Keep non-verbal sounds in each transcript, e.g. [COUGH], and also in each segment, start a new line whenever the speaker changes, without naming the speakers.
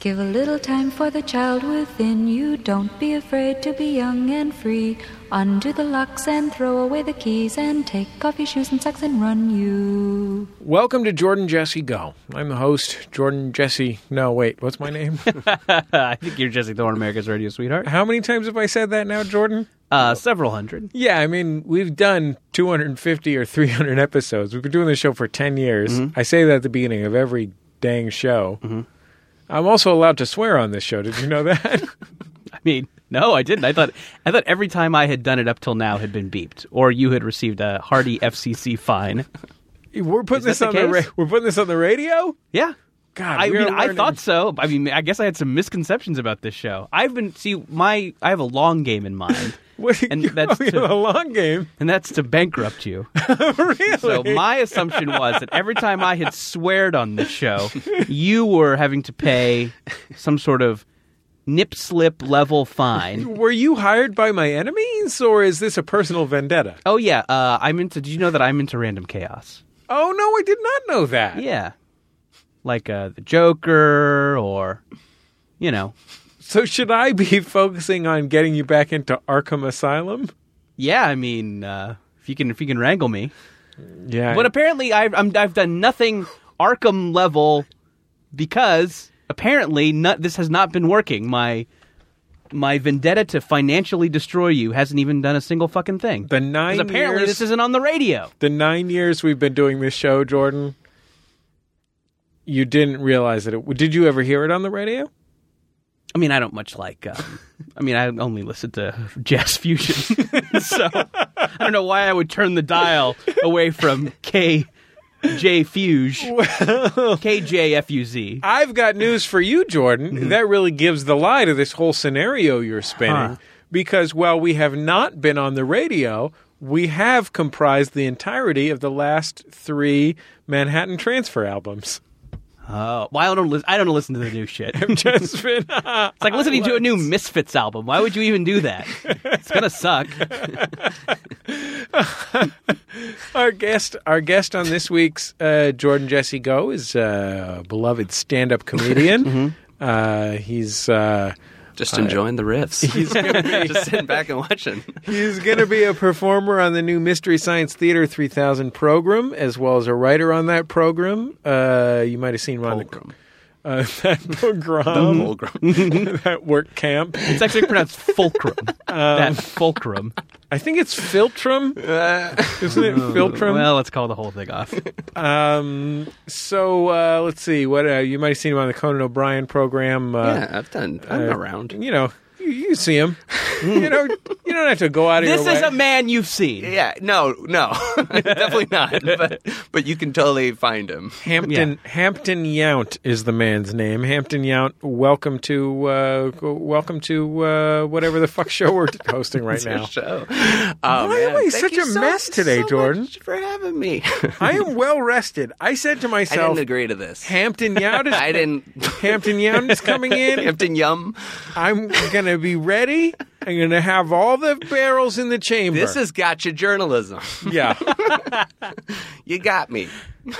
Give a little time for the child within you. Don't be afraid to be young and free. Undo the locks and throw away the keys and take off your shoes and socks and run you.
Welcome to Jordan Jesse Go. I'm the host, Jordan Jesse. No, wait, what's my
[LAUGHS]
name?
I think you're Jesse Thorne, America's radio sweetheart.
How many times have I said that now, Jordan?
Uh, several hundred.
Yeah, I mean, we've done 250 or 300 episodes. We've been doing this show for 10 years.
Mm-hmm.
I say that at the beginning of every dang show. I'm also allowed to swear on this show. Did you know that?
[LAUGHS] I mean, no, I didn't. I thought I thought every time I had done it up till now had been beeped, or you had received a hearty
[LAUGHS]
FCC fine.
we're putting
Is
this
that
on
the
the ra-
case?
we're putting this on the radio.
Yeah.
God,
I
we are
mean, I
learning.
thought so. I mean, I guess I had some misconceptions about this show. I've been see my I have a long game
[LAUGHS]
in mind,
What,
and
you,
that's
you
to-
a long game. [LAUGHS]
and that's to bankrupt you.
really?
So my assumption was that every time I had sweared on this show, you were having to pay some sort of nip slip level fine.
Were [LAUGHS] you hired by my enemies, or is this a personal vendetta?
Oh yeah, uh, I'm into. Did you know that I'm into random chaos?
Oh no, I did not know that.
Yeah, like uh, the Joker, or you know,
So should I be [LAUGHS] focusing on getting you back into Arkham Asylum?
yeah. I mean, uh, if you can, if you can wrangle me.
Yeah.
But apparently, I've I'm, I've done nothing Arkham level because apparently, not, this has not been working. My my vendetta to financially destroy you hasn't even done a single fucking thing.
the nine
'Cause apparently,
years,
this isn't on the radio.
the nine years we've been doing this show, Jordan. You didn't realize that it. Did you ever hear it on the radio?
I mean, I don't much like. Um, I mean, I only listen to jazz fusion, [LAUGHS] so I don't know why I would turn the dial away from K J Fuge, K J F U Z.
I've got news for you, Jordan.
Mm-hmm.
That really gives the lie to this whole scenario you're spinning.
Huh.
Because while we have not been on the radio, we have comprised the entirety of the last three Manhattan Transfer
[LAUGHS]
albums.
Oh, why I don't listen? I don't listen to the new shit. It's
Just been,
like listening to a new Misfits album. Why would you even do that? It's gonna suck.
our guest, our guest on this week's uh, Jordan Jesse Go is uh, a beloved stand-up [LAUGHS] comedian. uh, he's uh,
Just enjoying the [LAUGHS] riffs. just sitting back and watching.
He's going to be a performer on the new Mystery Science Theater 3000 program, as well as a writer on that program. Uh, you might have seen him on the,
Fulcrum.
uh, [LAUGHS] that program,
[LAUGHS] Fulcrum. [LAUGHS]
that work camp.
It's actually pronounced fulcrum.
Um,
that fulcrum.
I think it's [LAUGHS] Filtrum, isn't it? Filtrum.
Well, let's call the whole thing off.
um, so uh, let's see. What uh, you might have seen him on the Conan O'Brien program. Uh,
yeah, I've done. I'm around.
You know, you, you see him. you
[LAUGHS]
know, you don't have to go out of
This
your way.
is a man you've seen.
Yeah, no, no, [LAUGHS] definitely not. But, but you can totally find him.
Hampton Hampton Yount is the man's name. Hampton Yount, welcome to uh, welcome to uh, whatever the fuck show
[LAUGHS]
we're hosting right now.
So,
Why am I such a mess today, Jordan?
for having me.
I am well rested. I said to
I didn't
myself,
agree to this.
Hampton Yount is
[LAUGHS] I didn't.
[LAUGHS] Hampton Yount is
[LAUGHS]
coming in.
Hampton Yum.
I'm gonna be ready. I'm gonna have all the barrels in the chamber.
This has got you journalism. [LAUGHS]
yeah. [LAUGHS]
You got me.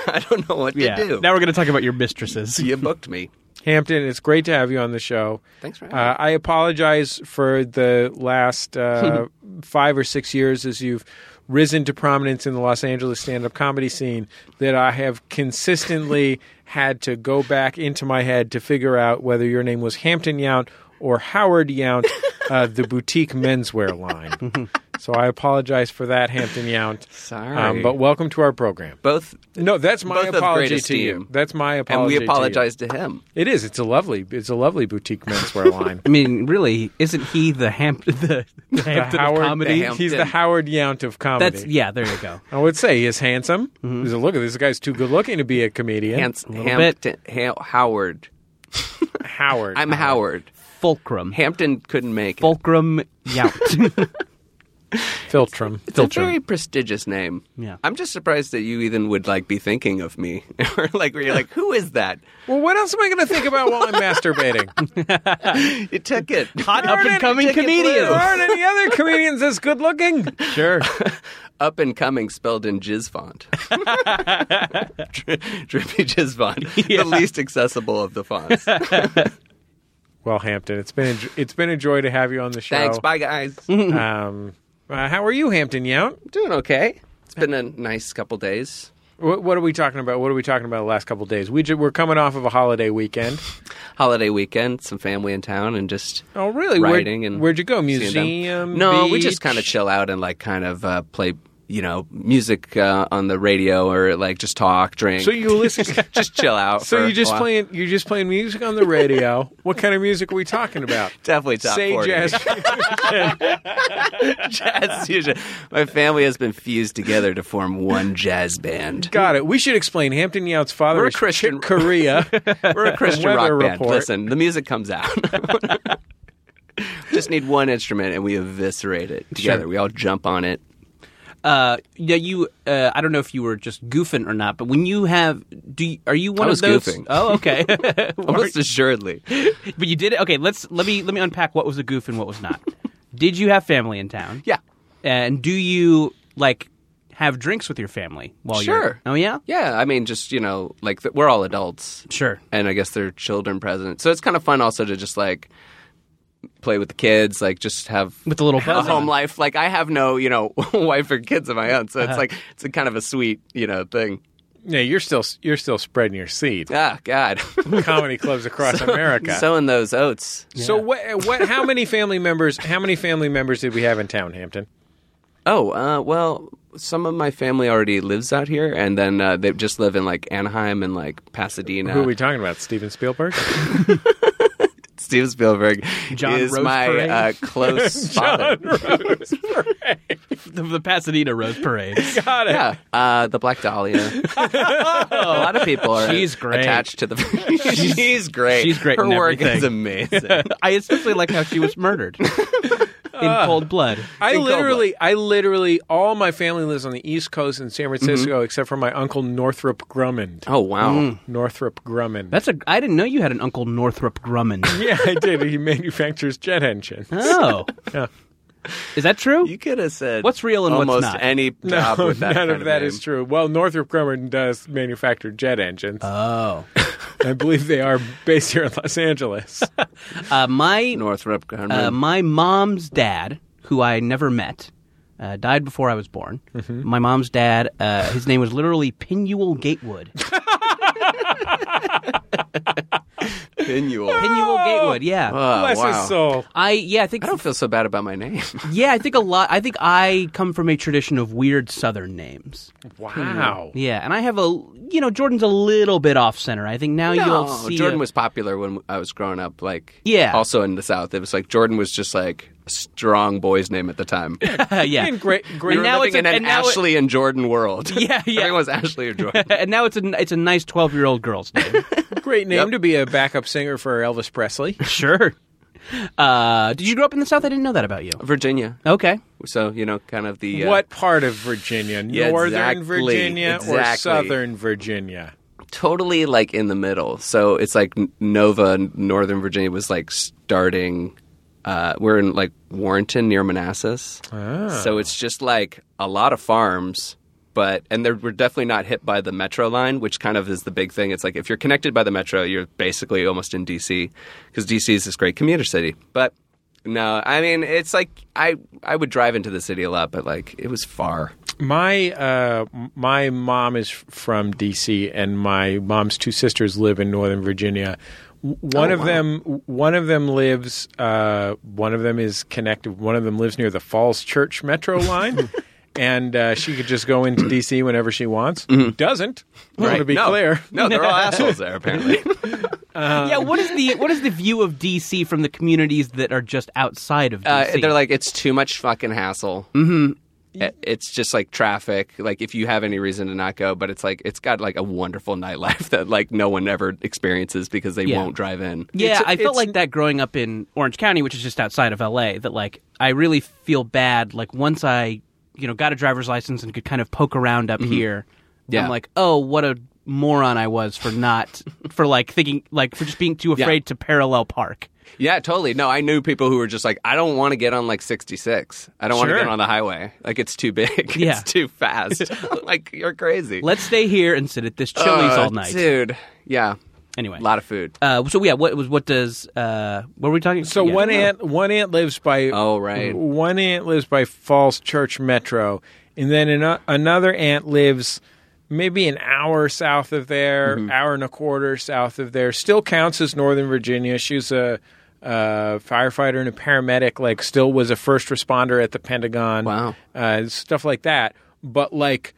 I don't know what
Yeah.
to do.
Now we're gonna talk about your mistresses.
you booked me.
Hampton, it's great to have you on the show.
Thanks for having me.
Uh, I apologize for the last
[LAUGHS]
uh, five or six years as you've risen to prominence in the Los Angeles stand up comedy scene that I have
[LAUGHS]
consistently had to go back into my head to figure out whether your name was Hampton Yount or Howard
[LAUGHS]
Yount, uh, the boutique menswear line. so I apologize for that, Hampton Yount.
Sorry.
Um, but welcome to our program.
Both,
No, that's my
Both of great
apology to
esteem.
you. That's my apology.
and we
to you.
apologize to him.
It is. It's a lovely. It's a lovely boutique [LAUGHS] menswear line.
I mean, really, isn't he the Hamp [LAUGHS] the, the Hampton of
Howard-
comedy?
the Ham-
He's the
Hampton.
Howard Yount of comedy.
That's yeah. There you go.
I would say he's handsome. He's a look at this guy's too good looking to be a comedian.
Hans,
little
Hampton, Ha- Howard.
Howard.
I'm Howard.
Fulcrum.
Hampton couldn't make it.
Fulcrum Yount.
Filtrum.
It's a very prestigious name.
Yeah.
I'm just surprised that you even would like be thinking of me, [LAUGHS] or like where you're like, who is that?
Well, what else am I going to think about while I'm [LAUGHS] masturbating?
You took it.
[LAUGHS] Hot up and coming
Chicken
There
comedian.
aren't any other comedians as good looking.
Sure.
Up and coming spelled in jizz font. Dri- drippy jizz font, the least accessible of the fonts.
[LAUGHS] Well, Hampton, it's been a, it's been a joy to have you on the show.
Thanks. Bye, guys.
Um, uh, how are you, Hampton Yount?
Doing okay. It's been a nice couple days.
What, what are we talking about? What are we talking about the last couple of days? We ju- we're coming off of a holiday weekend.
Holiday weekend, some family in town, and just
Oh, really? Where-
Writing and
where'd you go?
seeing them.
Museum?
No, we just
beach?
kind of chill out and like kind of uh, play, you know, music uh, on the radio or like just talk, drink.
So you listen.
[LAUGHS] just chill out.
so
for
you
a
just
while.
playing you're just playing music on the radio. what kind of music are we talking about?
[LAUGHS] [LAUGHS] Definitely top
Say
40.
jazz.
[LAUGHS] jazz fusion. My family has been fused together to form one jazz band.
Got it. We should explain. Hampton Yount's father
We're a
is
Christian-
Chick
[LAUGHS]
Korea.
We're a Christian rock
Weather
band.
report.
Listen, the music comes out. [LAUGHS] Just need one instrument and we eviscerate it together. We all jump on it.
Uh, yeah, you. Uh, I don't know if you were just goofing or not, but when you have, do you, are you one
I
of
was
those?
goofing.
Oh, okay. [LAUGHS] but
Almost assuredly. [LAUGHS]
you did it. Okay, let's let me let me unpack what was a goof and what was not. did you have family in town?
Yeah.
And do you like have drinks with your family while
Sure.
you're? Oh yeah.
Yeah, I mean, just, you know, like th- we're all adults.
Sure.
And I guess there are children present. So it's kind of fun also to just like play with the kids, like just have
With the little
a
buzz
home
on.
life. Like I have no, you know, [LAUGHS] wife or kids of my own. So
Uh-huh.
it's like, it's a kind of a sweet, you know, thing.
[LAUGHS] yeah, you're still you're still spreading your seed.
Ah, God.
Comedy clubs across America.
[LAUGHS] so in those oats.
So what? What? How many family members? How many family members did we have in town, Hampton?
Oh, uh, well, some of my family already lives out here, and then uh, they just live in like Anaheim and like Pasadena.
Who are we talking about? Steven Spielberg.
Steven Spielberg
John
is
Rose
my
Parade?
uh,
[LAUGHS]
close
[LAUGHS]
father.
The, the Pasadena Rose Parade.
Got it.
Yeah, uh, the
[LAUGHS]
Black Dahlia. a lot of people are
She's great. [LAUGHS]
attached to the. [LAUGHS] she's, great.
she's great
Her
in
work
everything. [LAUGHS]
is amazing.
I especially like how she was murdered in
Ah.
cold blood.
I
in Cold
literally, I literally, all my family lives on the East Coast in San
Mm-hmm.
Francisco, except for my uncle Northrop Grumman.
oh wow,
Northrop Grumman.
That's a. I didn't know you had an Uncle Northrop Grumman.
[LAUGHS]
[LAUGHS]
yeah, I did. He manufactures jet engines.
Oh.
Yeah.
Is that true?
you could have said
What's real and what's
almost
not? [LAUGHS]
any job
No,
with that.
Oh, none
kind
of that
name.
is true. Well, Northrop Grumman does manufacture jet engines.
Uh.
oh.
I believe they are based here in Los
[LAUGHS]
Angeles.
Uh, my
Northrop Grumman.
uh, my mom's dad, who I never met, uh, died before I was born.
Mm-hmm.
My mom's dad, uh, his name was literally Pinuel Gatewood.
Pinuel.
Pinuel Gatewood, yeah.
Oh,
Bless
wow.
his soul.
I yeah, I think
I don't feel so bad about my
[LAUGHS]
name.
yeah, I think a lot. I think I come from a tradition of weird Southern names.
Wow.
Yeah, and I have a you know Jordan's a little bit off center. I think now you'll
No,
see
Jordan
a-
was popular when I was growing up. Like,
Yeah.
also in the South, it was like Jordan was just like a strong boy's name at the time.
[LAUGHS] yeah.
And great,
We
great.
[LAUGHS]
were
now
living
it's a-
in an
and now it-
Ashley and Jordan world.
[LAUGHS] Yeah, yeah.
Everyone was Ashley
[LAUGHS]
or Jordan.
and Uh, now it's a it's a nice twelve year old girl's name.
[LAUGHS]
Great name to be a backup singer for Elvis Presley.
sure. Uh, did you grow up in the South? I didn't know that about you.
Virginia.
Okay.
So you know, kind of the uh,
What part of Virginia?
Yeah,
Northern
exactly,
Virginia or
exactly.
Southern Virginia?
Totally like in the middle. So it's like N- Nova, Northern Virginia was like starting. Uh, we're in like Warrenton near Manassas,
Ah.
so it's just like a lot of farms. But and they we're definitely not hit by the metro line, which kind of is the big thing. It's like if you're connected by the metro, you're basically almost in DC because DC is this great commuter city. But no, I mean it's like I I would drive into the city a lot, but like it was far.
My uh, m- my mom is from DC, and my mom's two sisters live in Northern Virginia. W- One of them, one of them lives. Uh, one of them is connected. One of them lives near the Falls Church Metro line, and uh, she could just go into DC whenever she wants. Doesn't. I want to be
no,
clear. [LAUGHS]
No, they're all assholes there apparently. Uh,
yeah. What is the what is the view of DC from the communities that are just outside of
Uh,
DC?
they're like, it's too much fucking hassle. Mm-hmm. It's just like traffic. Like if you have any reason to not go, but it's like it's got like a wonderful nightlife [LAUGHS] that like no one ever experiences because they
Yeah.
won't drive in.
yeah.
it's-
I felt
it's-
like that growing up in Orange County, which is just outside of LA. That like I really feel bad. Like once I you know got a driver's license and could kind of poke around up here,
Mm-hmm. Yeah.
I'm like, oh, what a moron I was for
[LAUGHS]
not for like thinking like for just being too afraid to parallel park.
Yeah, totally. No, I knew people who were just like, I don't want to get on like 66. I don't want to
Sure.
get on the highway. Like it's too big. [LAUGHS]
Yeah.
it's
[LAUGHS]
too fast. like you're crazy.
Let's stay here and sit at this Chili's
Uh,
all night.
dude. Yeah.
Anyway,
A lot of food.
uh, so yeah, what was what does uh, what were we talking?
So
yeah.
one ant one ant lives by
Oh, right.
one ant lives by Falls Church Metro, and then ano- another ant lives maybe an hour south of there,
Mm-hmm.
hour and a quarter south of there. Still counts as Northern Virginia. She's a uh, firefighter and a paramedic. Like still was a first responder at the Pentagon.
Wow.
uh, stuff like that. But like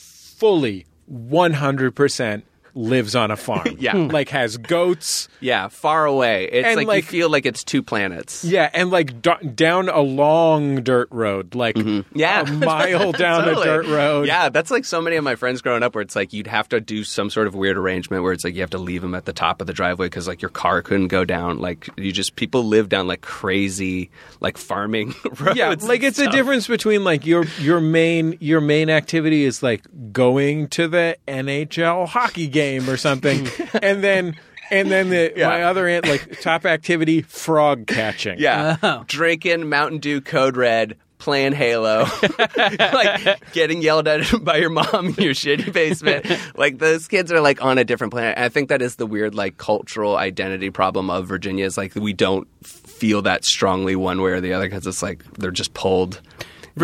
fully one hundred percent lives on a farm.
[LAUGHS] Yeah.
like has goats.
Yeah, far away. It's
And,
like,
like-
you feel like it's two planets.
Yeah, and like d- down a long dirt road, like
Yeah. [LAUGHS]
a mile down
Totally.
a dirt road.
Yeah, that's like so many of my friends growing up where it's like you'd have to do some sort of weird arrangement where it's like you have to leave them at the top of the driveway because like your car couldn't go down. Like you just people live down like crazy like farming [LAUGHS] roads.
yeah. Like it's a difference between like your your main your main activity is like going to the NHL hockey game or [LAUGHS] something, and then and then the, my other aunt like top activity frog catching.
Yeah.
Oh.
Drinking Mountain Dew Code Red, playing Halo, [LAUGHS] like getting yelled at [LAUGHS] by your mom in your shitty basement. Like those kids are like on a different planet. And I think that is the weird like cultural identity problem of Virginia is like we don't feel that strongly one way or the other because it's like they're just pulled. in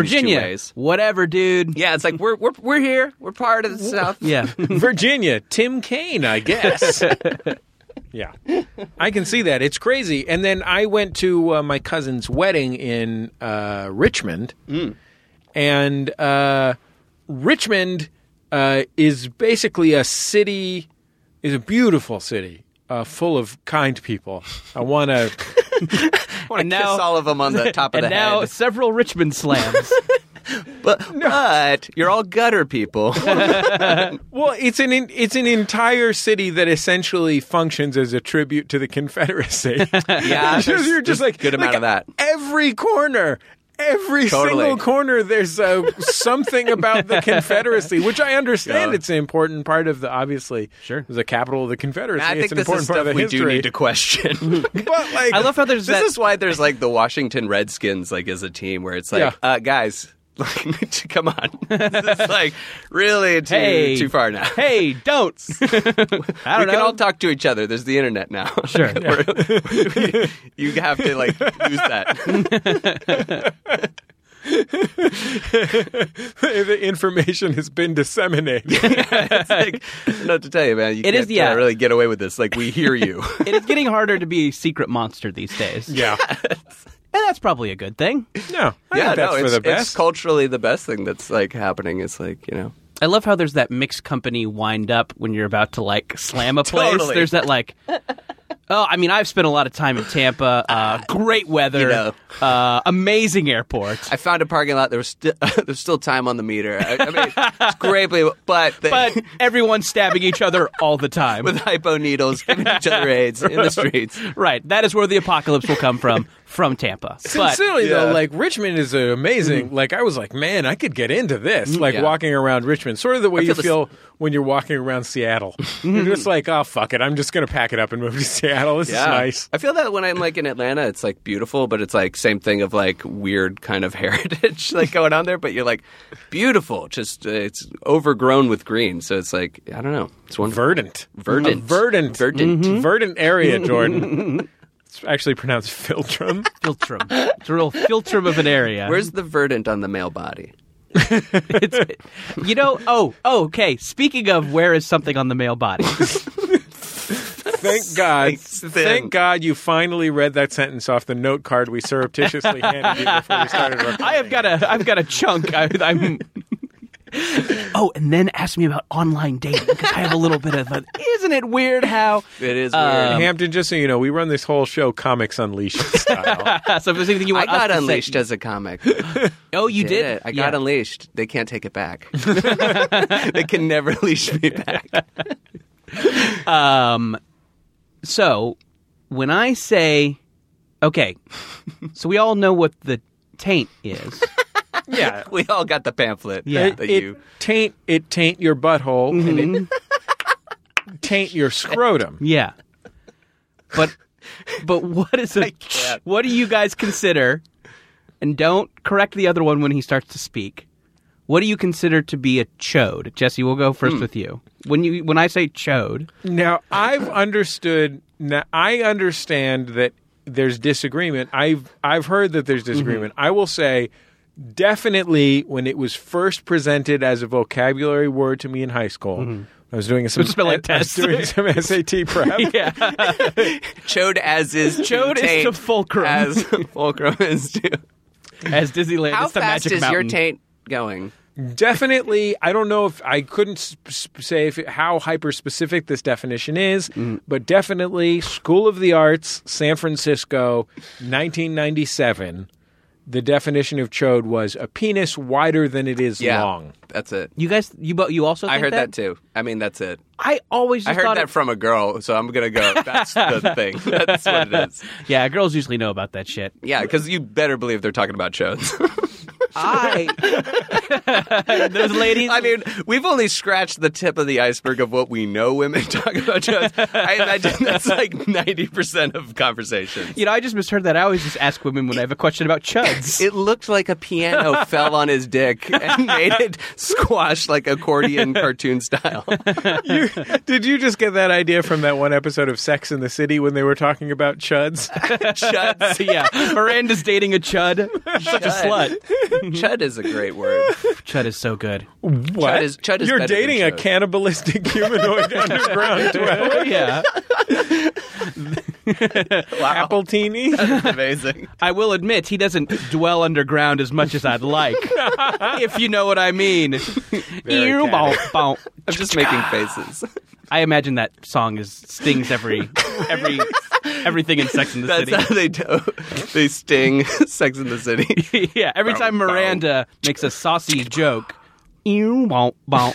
these two
Virginia,
ways.
whatever, dude.
Yeah, it's like we're we're we're here. We're part of the South.
Yeah.
[LAUGHS]
Virginia, Tim Kaine, I guess. yeah, I can see that. It's crazy. And then I went to uh, my cousin's wedding in uh, Richmond, and uh, Richmond uh, is basically a city. is a beautiful city. Uh, full of kind people. I want to.
I want to
And
kiss
now-
all of them on
[LAUGHS]
the top of
and
the
now
head.
several Richmond slams.
[LAUGHS]
[LAUGHS]
But, but you're all gutter people.
Well, it's an in, it's an entire city that essentially functions as a tribute to the Confederacy.
yeah,
[LAUGHS] You're-
there's-
you're just
there's
like
good amount
like
of that.
Every corner, every
Totally.
single corner, there's uh, something about
[LAUGHS]
the Confederacy, which I understand.
Yeah.
It's an important part of the obviously
Sure.
it was the capital of the Confederacy.
I
it's
think
an
this
important
is
part of
stuff
the
we
history.
do need to question.
[LAUGHS] But like,
I love how there's [LAUGHS]
[LAUGHS] this
that.
is why there's like the Washington Redskins like as a team where it's like,
Yeah.
uh, guys, [LAUGHS] like, [LAUGHS] come on, this is like really too
Hey.
too far now.
hey, don't. I
[LAUGHS] we
don't
can
know.
all talk to each other. There's the internet now. [LAUGHS]
Sure.
We're- [LAUGHS] you have to like use that.
[LAUGHS]
[LAUGHS]
the information has been
[LAUGHS]
disseminated.
It's like, I don't know what to tell you, man. You
It
can't
is the,
uh,
uh,
really get away with this. Like we hear you.
it is getting harder to be a secret monster these days.
yeah,
And that's probably a good thing.
[LAUGHS] no, I
yeah,
think that's
no,
for
it's,
the
it's
best.
culturally the best thing that's like happening. It's like you know.
I love how there's that mixed company wind up when you're about to like slam
[LAUGHS]
a place.
Totally.
There's that like. Oh, I mean, I've spent a lot of time in Tampa. Uh, great weather,
Ah, you know.
uh, amazing airport.
I found a parking lot. [LAUGHS] There was still there's still time on the meter. I, I mean, it's great, but but, the,
but
[LAUGHS]
everyone's stabbing each other all the time.
with hypo needles, giving each other AIDS in the streets.
right, that is where the apocalypse will come from, from Tampa. But
Sincerely though,
Yeah.
like Richmond is uh, amazing. Like I was like, man, I could get into this. Like
Yeah.
walking around Richmond, sort of the way you
feel this-
feel when you're walking around Seattle. you're just like, oh fuck it, I'm just gonna pack it up and move to [LAUGHS] Seattle. This is nice.
I feel that when I'm like in Atlanta, it's like beautiful, but it's like same thing of like weird kind of [LAUGHS] heritage like going on there. But you're like beautiful, just uh, it's overgrown with green. So it's like I don't know, it's wonderful.
Verdant,
Verdant.
A verdant, Mm-hmm.
Verdant.
verdant area, Jordan. it's actually pronounced Filtrum.
filtrum, it's a real filtrum of an area.
Where's the verdant on the male body?
It's- you know? Oh, oh, okay. Speaking of, where is something on the male body? [LAUGHS]
Thank God,
Thanks, then.
thank God, you finally read that sentence off the note card we surreptitiously handed you before we started recording.
I have got a, I've got a chunk. I, I'm. Oh, and then ask me about online dating because I have a little bit of. A, isn't it weird how?
It is
Um,
weird.
Hampton, just so you know, we run this whole show comics unleashed style.
[LAUGHS] [LAUGHS] so if there's anything you
I
want, us
got
to say-
unleashed as a comic.
oh, you did,
Did it. I got
Yeah.
unleashed. They can't take
[LAUGHS]
it back. they can never leash me back.
So when I say, okay, so we all know what the taint is.
yeah.
We all got the pamphlet.
Yeah.
that
it
you
taint it taint your butthole and it [LAUGHS] taint your scrotum.
Yeah, but
[LAUGHS]
but what is a
can't.
what do you guys consider? And don't correct the other one when he starts to speak. What do you consider to be a chode? Jesse, we'll go
Hmm.
first with you. When you when I say chode,
Now I've understood. Now I understand that there's disagreement. I've I've heard that there's disagreement. I will say, definitely when it was first presented as a vocabulary word to me in high school, I was doing some
spelling
[LAUGHS] I was
tests.
doing some SAT prep.
yeah,
Chode as is.
Chode is
taint
to fulcrum. [LAUGHS]
As fulcrum is to.
[LAUGHS] as Disneyland,
How
it's the
fast
Magic
is
Mountain.
your taint going?
definitely, I don't know if I couldn't sp- sp- say if, how hyper specific this definition is,
Mm.
but definitely School of the Arts, San Francisco, 1997. The definition of chode was a penis wider than it is
Yeah,
long. [LAUGHS]
that's it.
You guys, you bo- you also.
I
think
heard that? too. I mean, that's it.
I always. Just
I heard
thought
that
it-
from a girl, so I'm gonna go.
[LAUGHS]
That's the thing. That's what it is.
yeah, girls usually know about that shit.
Yeah, because you better believe they're talking about chodes.
I [LAUGHS] those ladies.
[LAUGHS] I mean, we've only scratched the tip of the iceberg of what we know women [LAUGHS] talk about chodes. I imagine that's like ninety percent of conversations.
you know, I just misheard that. I always just ask women when I have a question
[LAUGHS]
about chuds.
It looked like a [LAUGHS] piano fell on his dick and made it squash like [LAUGHS] accordion cartoon style.
You- did you just get that idea from that one episode of Sex in the City when they were talking about chuds?
[LAUGHS] Chud,
So, [LAUGHS] yeah, Miranda's dating a chud. Such a slut.
chud is a great word.
Chud is so good.
What?
is- chud is
You're
better than
dating a
chode. [LAUGHS]
cannibalistic humanoid underground dweller,
Oh, yeah.
Wow, [LAUGHS]
Appletini?
amazing.
I will admit he doesn't dwell underground as much as I'd like. if you know what I mean. Ew, bow, bow.
I'm just making faces.
I imagine that song is stings every every everything in Sex in the
That's
City.
how they do. They sting [LAUGHS] Sex in the City.
[LAUGHS] yeah, every time Miranda makes a saucy joke, ew, bow, bow.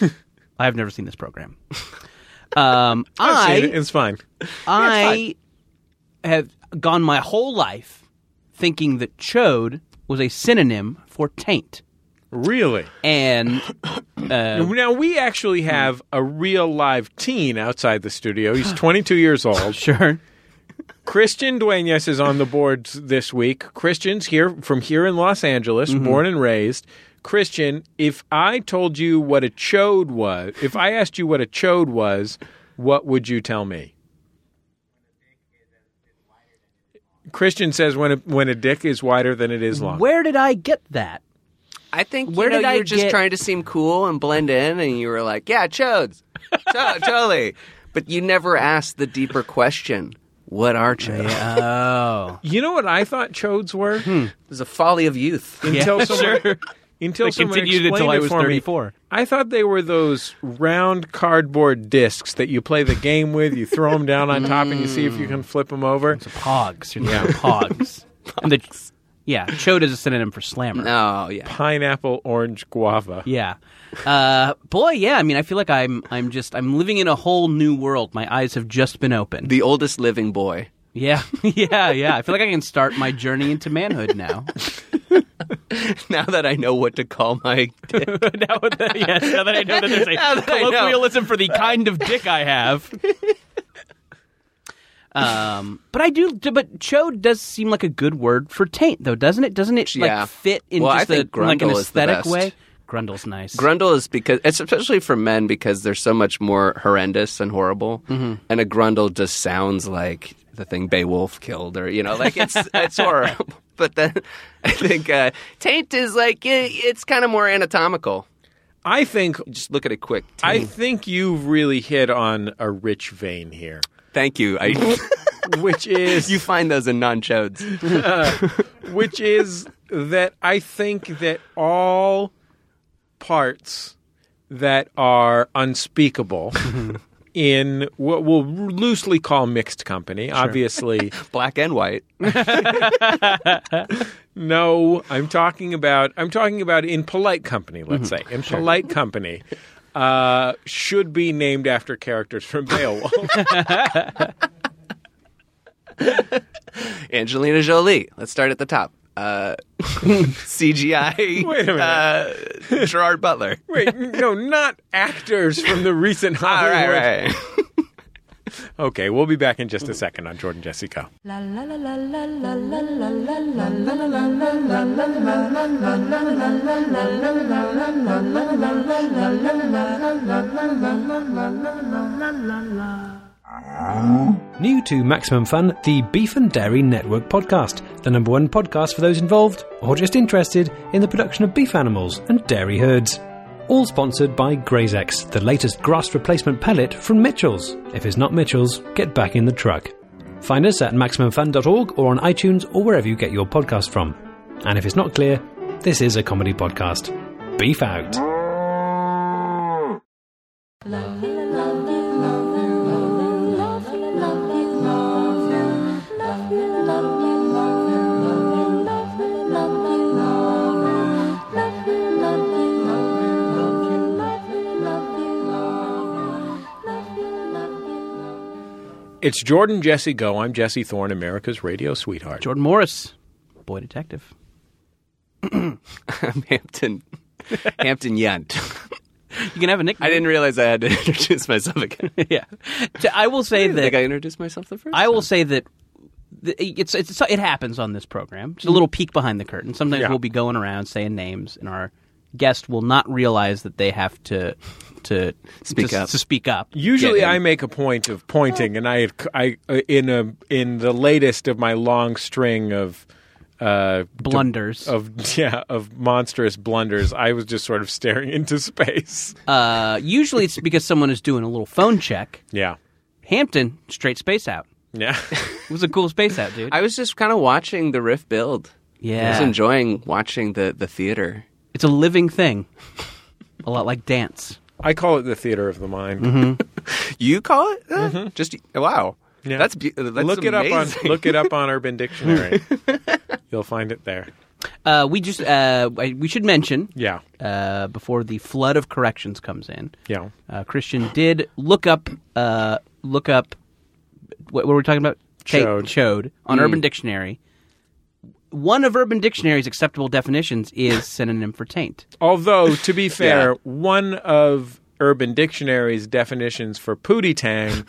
I've never seen this program. Um, I
It- It's fine.
I have gone my whole life thinking that chode was a synonym for taint.
Really?
And
Now we actually
Hmm.
have a real live teen outside the studio.
[GASPS]
He's 22 years old.
[LAUGHS] sure,
Christian Duenas is on the boards this week. Christian's here from here in Los Angeles,
Mm-hmm.
born and raised. Christian, if I told you what a chode was, if I asked you what a chode was, what would you tell me? Christian says when a, when a dick is wider than it is long.
where did I get that?
I think
Where
you know,
did
you
I
were just
get-
trying to seem cool and blend in, and you were like, "Yeah, chodes,
[LAUGHS]
Cho- totally." But you never asked the deeper question: What are chodes?
[LAUGHS] Oh,
You know what I thought chodes were?
It was a folly of youth.
[LAUGHS]
Until
Hmm. Yeah,
someone,
sure.
until
They
someone
continued until
explained
I
it
was
for me.
34.
I thought they were those round cardboard discs that you play the game with. You throw them down on top and you see if you can flip them over.
pogs. You're yeah, [LAUGHS] pogs. And the, yeah, chode is a synonym for slammer.
Oh yeah,
Pineapple, orange, guava.
Yeah. Uh, boy, yeah. I mean, I feel like I'm I'm just I'm living in a whole new world. My eyes have just been [LAUGHS] opened.
the oldest living boy. [LAUGHS]
Yeah, [LAUGHS] yeah, yeah. I feel like I can start my journey into manhood now.
Now that I know what to call my
[LAUGHS]
dick,
now that, yes, [LAUGHS] now that I know that there's
Now
a
that I know.
colloquialism for the kind of dick I have. [LAUGHS] um, but I do. But chode does seem like a good word for taint, though, doesn't it? Doesn't it
Yeah.
like fit in
Well, I
just a,
think
like an
grundle is the
aesthetic
best.
way? Grundle's nice.
grundle is because, especially for men, because they're so much more horrendous and horrible.
Mm-hmm.
And a grundle just sounds like the thing Beowulf killed, or you know, like it's
[LAUGHS]
it's horrible. But then I think uh, taint is like it, it's kind of more anatomical.
I think
just look at it quick.
I think you've really hit on a rich vein here,
Thank you. I,
[LAUGHS]
[LAUGHS]
which is
you find those in non-chodes.
which is that I think that all parts that are
[LAUGHS]
unspeakable in what we'll loosely call mixed company, obviously.
Black and white.
No, I'm talking about I'm talking about in polite company. Let's
Mm-hmm.
say in polite company uh, should be named after characters from
[LAUGHS]
Beowulf.
Angelina Jolie. Let's start at the top. Uh, [LAUGHS] CGI.
Wait a minute.
Uh, Gerard Butler.
Wait, no, not actors from the recent
All
Hollywood.
right, right.
Okay, we'll be back in just a second on Jordan Jesse Go.
La la la la la la la la la la la la la la la la
New to Maximum Fun, the Beef and Dairy Network podcast, the number one podcast for those involved or just interested in the production of beef animals and dairy herds. All sponsored by GrazeX, the latest grass replacement pellet from Mitchell's. If it's not Mitchell's, get back in the truck. Find us at MaximumFun.org or on iTunes or wherever you get your podcast from. And if it's not clear, this is a comedy podcast. Beef out.
It's Jordan Jesse Go. I'm Jesse Thorne, America's radio sweetheart.
Jordan Morris, boy detective.
I'm [LAUGHS] Hampton. Hampton Yunt.
You can have a nickname.
I didn't realize I had to [LAUGHS] introduce myself again. I
[LAUGHS] yeah, So I will say
think
that
I introduced myself the first.
I will say that th- it's, it's it happens on this program. It's a
Mm.
little peek behind the curtain. Sometimes
Yeah.
we'll be going around saying names, and our guest will not realize that they have to to
[LAUGHS] Speak
to,
up.
to speak up.
Usually,
Yeah, yeah.
I make a point of pointing, and I, I in a in the latest of my long string of uh,
blunders.
Oh.
of [LAUGHS] yeah of monstrous blunders, I was just sort of staring [LAUGHS] into space.
uh, usually it's because someone is doing a little phone check.
Yeah,
Hampton straight space out.
yeah. [LAUGHS]
It was a cool space out, dude.
I was just kind of watching the riff build. I was
yeah,
enjoying watching the the theater.
it's a living thing, a lot like dance.
I call it the theater of the mind.
Mm-hmm. You call it? that? Just wow.
Mm-hmm. Yeah.
That's, be- uh, that's
look it up on
amazing.
look it up
[LAUGHS]
on Urban Dictionary. You'll find it there.
Uh, we just uh, I- we should mention
Yeah,
uh, before the flood of corrections comes in.
yeah.
Uh, Christian did look up uh, look up what, what were we talking about? Ta-
Chode. Mm.
chode on Urban Dictionary. One of Urban Dictionary's acceptable definitions
[LAUGHS]
is synonym for taint.
Although to
[LAUGHS]
be fair,
Yeah.
one of Urban Dictionary's definitions for pootie
[LAUGHS]
tang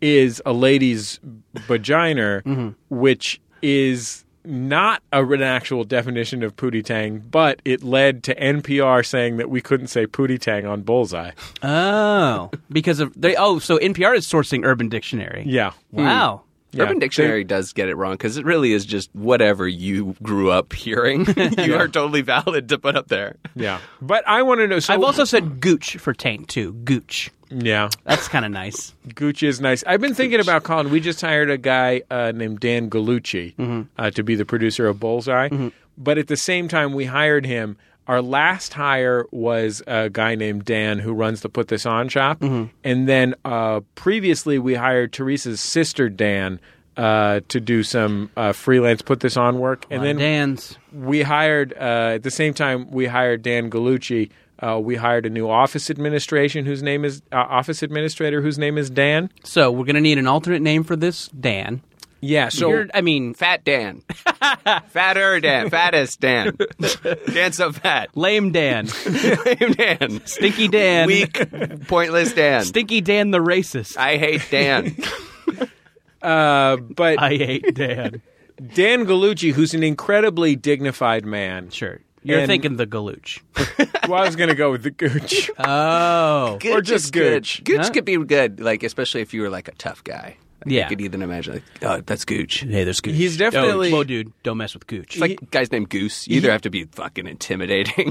is a lady's vagina,
Mm-hmm.
which is not a, an actual definition of pootie tang, but it led to NPR saying that we couldn't say pootie tang on Bullseye.
Oh, because of they. Oh, so NPR is sourcing Urban Dictionary.
Yeah. Hmm.
Wow.
Yeah.
Urban Dictionary does get it wrong because it really is just whatever you grew
[LAUGHS]
up hearing. [LAUGHS] you are totally valid to put up there.
Yeah. But I want to know. So,
I've also said gooch for taint too. Gooch.
yeah.
That's kind of nice.
Gucci is nice. I've been thinking about Colin. We just hired a guy uh, named Dan Gallucci uh, to be the producer of Bullseye. But at the same time, we hired him. Our last hire was a guy named Dan who runs the Put This On shop. And then uh, previously, we hired Teresa's sister, Dan. Uh, to do some uh, freelance, put this on work, [LAUGHS] and then
Dan's.
we hired uh, at the same time we hired Dan Gallucci. Uh, we hired a new office administration whose name is uh, office administrator whose name is Dan.
So we're gonna need an alternate name for this Dan.
Yeah, so
You're- I mean,
Fat
[LAUGHS]
Dan, fatter Dan, fattest Dan, Dan so fat,
[LAUGHS]
lame Dan,
[LAUGHS] lame Dan,
stinky Dan,
weak, pointless Dan.
stinky Dan the racist.
I hate
[LAUGHS]
Dan.
uh, but
I hate Dan.
Dan Gallucci, who's an incredibly dignified man.
Sure. You're
And-
thinking the Galooch.
Well, I was going to go with the
[LAUGHS]
Gooch.
Oh.
Gooch
Or just
is good.
Gooch.
Gooch
Huh?
could be good, like especially if you were like a tough guy. Like,
Yeah.
you could even imagine like, oh, that's Gooch.
[LAUGHS] Hey, there's Gooch. Oh,
He's definitely-
Whoa, dude, don't mess with Gooch.
It's like guys named Goose. You either have to be fucking intimidating.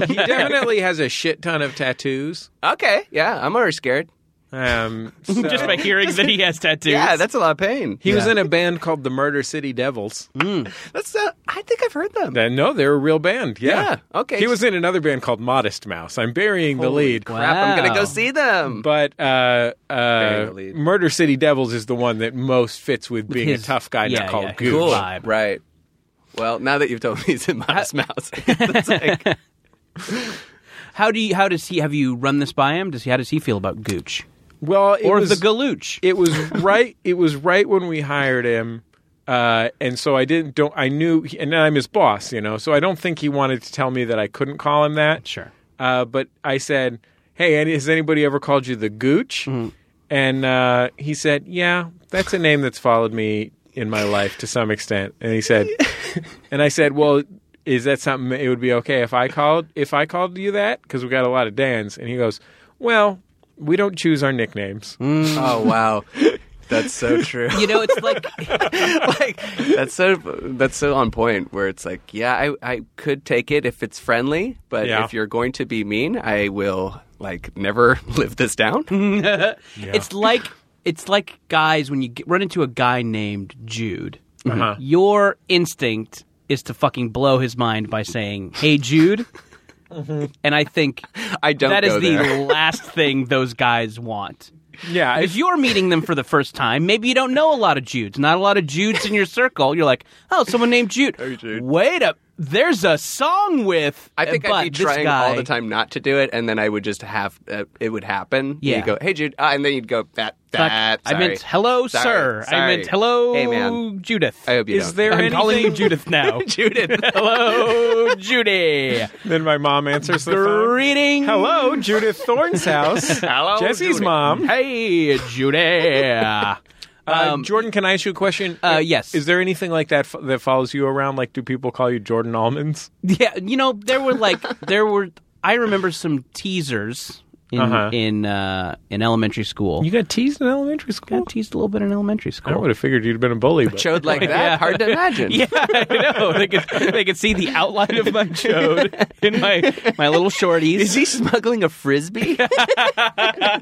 [LAUGHS] He definitely has a shit ton of tattoos.
[LAUGHS] okay, yeah, I'm already scared.
Um, so-
[LAUGHS] just by hearing that he has tattoos.
Yeah, that's a lot of pain.
he was in a band called the Murder City Devils.
Mm.
That's uh, I think I've heard them.
Uh, No, they're a real band. Yeah.
Yeah, okay.
He was in another band called Modest Mouse. I'm burying the lead.
Crap, I'm gonna
Wow.
go see them.
But uh,
Burying
uh,
the lead.
Murder City Devils is the one that most fits with being
his-
a tough guy
yeah,
not called
yeah, his
Gooch.
Cool. vibe.
Right. Well, now that you've told me he's in Modest Mouse,
[LAUGHS]
[LAUGHS] it's like,
How do you? How does he? Have you run this by him? Does he? How does he feel about Gooch
Well, it
or
was,
the Galooch?
it was right. It was right when we hired him, uh, and so I didn't. Don't I knew, and I'm his boss, you know. So I don't think he wanted to tell me that I couldn't call him that.
Sure.
Uh, but I said, "Hey, any- has anybody ever called you the Gooch?" And uh, he said, "Yeah, that's a name that's followed me in my life to some extent. And he said, and I said, well, is that something it would be okay if I called if I called you that because we got a lot of Dan's. And he goes, well, we don't choose our nicknames.
Oh wow, that's so
[LAUGHS]
true.
[LAUGHS] You know, it's like, like
That's so that's so on point. Where it's like, yeah, I I could take it if it's friendly, but
Yeah.
if you're going to be mean, I will like never [LAUGHS] live this
Mm-hmm.
down.
it's like it's like guys when you get, run into a guy named Jude.
Uh-huh.
Your instinct is to fucking blow his mind by saying, "Hey, Jude." And I think
Mm-hmm. I don't
that is
go
the
there.
last thing those guys want.
Yeah,
If you're meeting them for the first time, maybe you don't know a lot of Judes. Not a lot of Judes in your circle. You're like, oh, someone named Jude.
Jude.
Wait up. There's a song with.
I think
but
I'd be
this
trying
guy,
all the time not to do it, and then I would just have uh, it would happen.
Yeah.
you go, hey Jude, ah, and then you'd go that
Fuck,
that.
I meant
sorry."
hello,
Sorry,
sir. I
sorry.
meant hello,
Hey, man.
Judith.
I [LAUGHS] hope you
is
don't.
there
I'm
anything?
calling you [LAUGHS] Judith now.
[LAUGHS] Judith?
hello, Judy.
[LAUGHS] Then my mom answers the phone.
Greeting.
Hello, Judith Thorne's [LAUGHS] house.
Hello,
Jesse's
Judy.
mom.
Hey, Judy.
[LAUGHS] Uh,
Um,
Jordan, can I ask you a question?
Uh, yes.
Is there anything like that f- that follows you around? Like, do people call you Jordan Almonds?
Yeah, you know, there were like there were. I remember some teasers in
Uh-huh.
in uh, in elementary school.
You got teased in elementary school.
got teased a little bit in elementary
I would
school.
have figured you'd have been a bully. But
[LAUGHS]
Chode like that? Hard to imagine.
Yeah, I know. They could they could see the outline of my chode in my my little shorties.
Is he smuggling a frisbee?
[LAUGHS]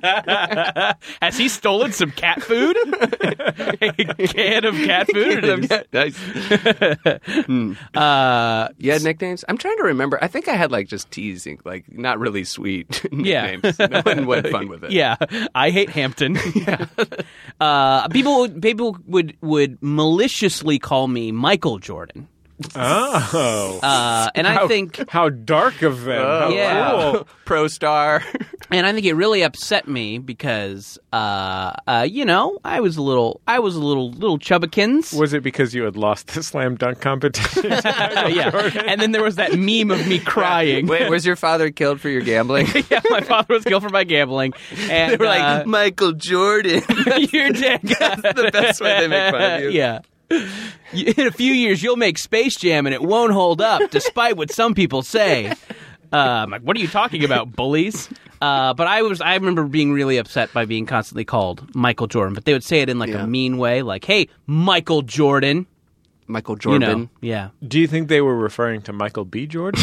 Has he stolen some cat food? a can of cat food. And
Yeah, nice. Hmm.
uh,
You had nicknames? I'm trying to remember. I think I had like just teasing, like not really sweet [LAUGHS]
Yeah.
nicknames. No one had fun with
[LAUGHS]
it.
yeah, I hate Hampton. uh, people would- people would would maliciously call me Michael Jordan.
oh,
Uh, and I
How-
think
[LAUGHS]
how dark of them.
Oh,
How
Yeah.
cool.
[LAUGHS] Pro star.
and I think it really upset me because uh, uh, you know I was a little I was a little little chubbikins.
Was it because you had lost the slam dunk competition?
[LAUGHS] yeah. And then there was that meme of
[LAUGHS]
me crying.
Wait, was your father killed for your gambling?
[LAUGHS] yeah, my father was killed for my gambling, and
they were like, Michael Jordan.
uh, [LAUGHS] "You're
[LAUGHS]
dead." That's the
best way they make fun of you.
Yeah. You- In a few years, you'll make Space Jam, and it won't hold up, despite what some people say. Uh, I'm like, what are you talking about, bullies? Uh, but I was, I remember being really upset by being constantly called Michael Jordan, but they would say it in like
Yeah.
a mean way, like, "Hey, Michael Jordan,"
Michael
you
Jordan.
know,
[LAUGHS]
yeah.
Do you think they were referring to Michael B. Jordan?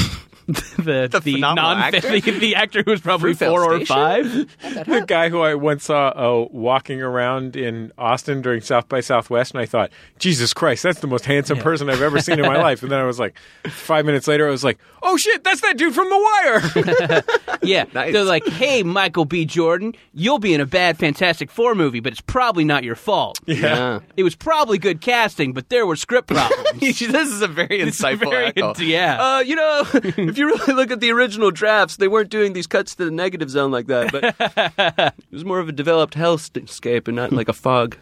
the the,
phenomenal
non
actor?
the, the actor who was probably
Fruitvale
four or
Station?
five.
[LAUGHS]
the guy who I once saw uh, walking around in Austin during South by Southwest, and I thought, Jesus Christ, that's the most handsome person I've ever seen in
[LAUGHS]
my life. And then I was like, five minutes later, I was like, oh shit, that's that dude from The Wire.
Yeah,
Nice.
they're like, "Hey, Michael B. Jordan, you'll be in a bad Fantastic Four movie, but it's probably not your fault.
[LAUGHS]
[LAUGHS]
Yeah.
[LAUGHS] It was probably good casting, but there were [LAUGHS] script problems."
this is a very insightful
very
article.
in- yeah.
Uh,
[LAUGHS]
you know, if you really look at the original drafts, they weren't doing these cuts to the negative zone like that. But it
[LAUGHS]
was more of a developed hellscape and not like a fog.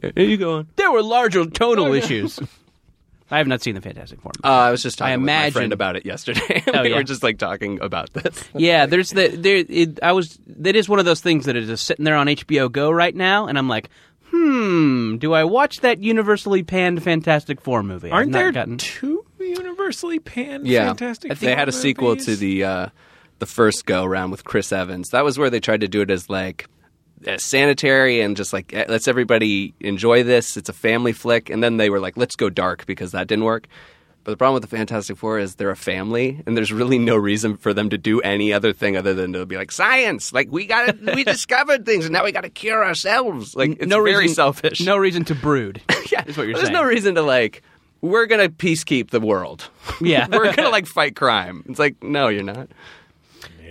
There you going?
there were larger tonal issues. Oh, [LAUGHS] I have not seen the Fantastic Four.
Uh,
Movie.
I was just talking
I
with my
imagine-
friend about it yesterday. [LAUGHS] we
Oh, yeah.
were just like talking about this.
yeah, there's the there. It, I was that is one of those things that is just sitting there on HBO Go right now, and I'm like. Hmm. Do I watch that universally panned Fantastic Four movie? I've
Aren't
not
there
gotten-
two universally panned fantastic?
I think they had a
Four
sequel to
movies?
the uh, the first go around with Chris Evans. That was where they tried to do it as like as sanitary and just like eh, let's everybody enjoy this. It's a family flick, and then they were like, let's go dark because that didn't work. But the problem with the Fantastic Four is they're a family, and there's really no reason for them to do any other thing other than to be like science. Like we got to
[LAUGHS]
we discovered things, and now we got to cure ourselves. Like it's
no
very
reason,
selfish.
No reason to brood. [LAUGHS]
[LAUGHS] yeah,
is what you're
there's
saying.
no reason to like. We're gonna peacekeep the world.
Yeah.
[LAUGHS] we're gonna like fight crime. It's like, no, you're not.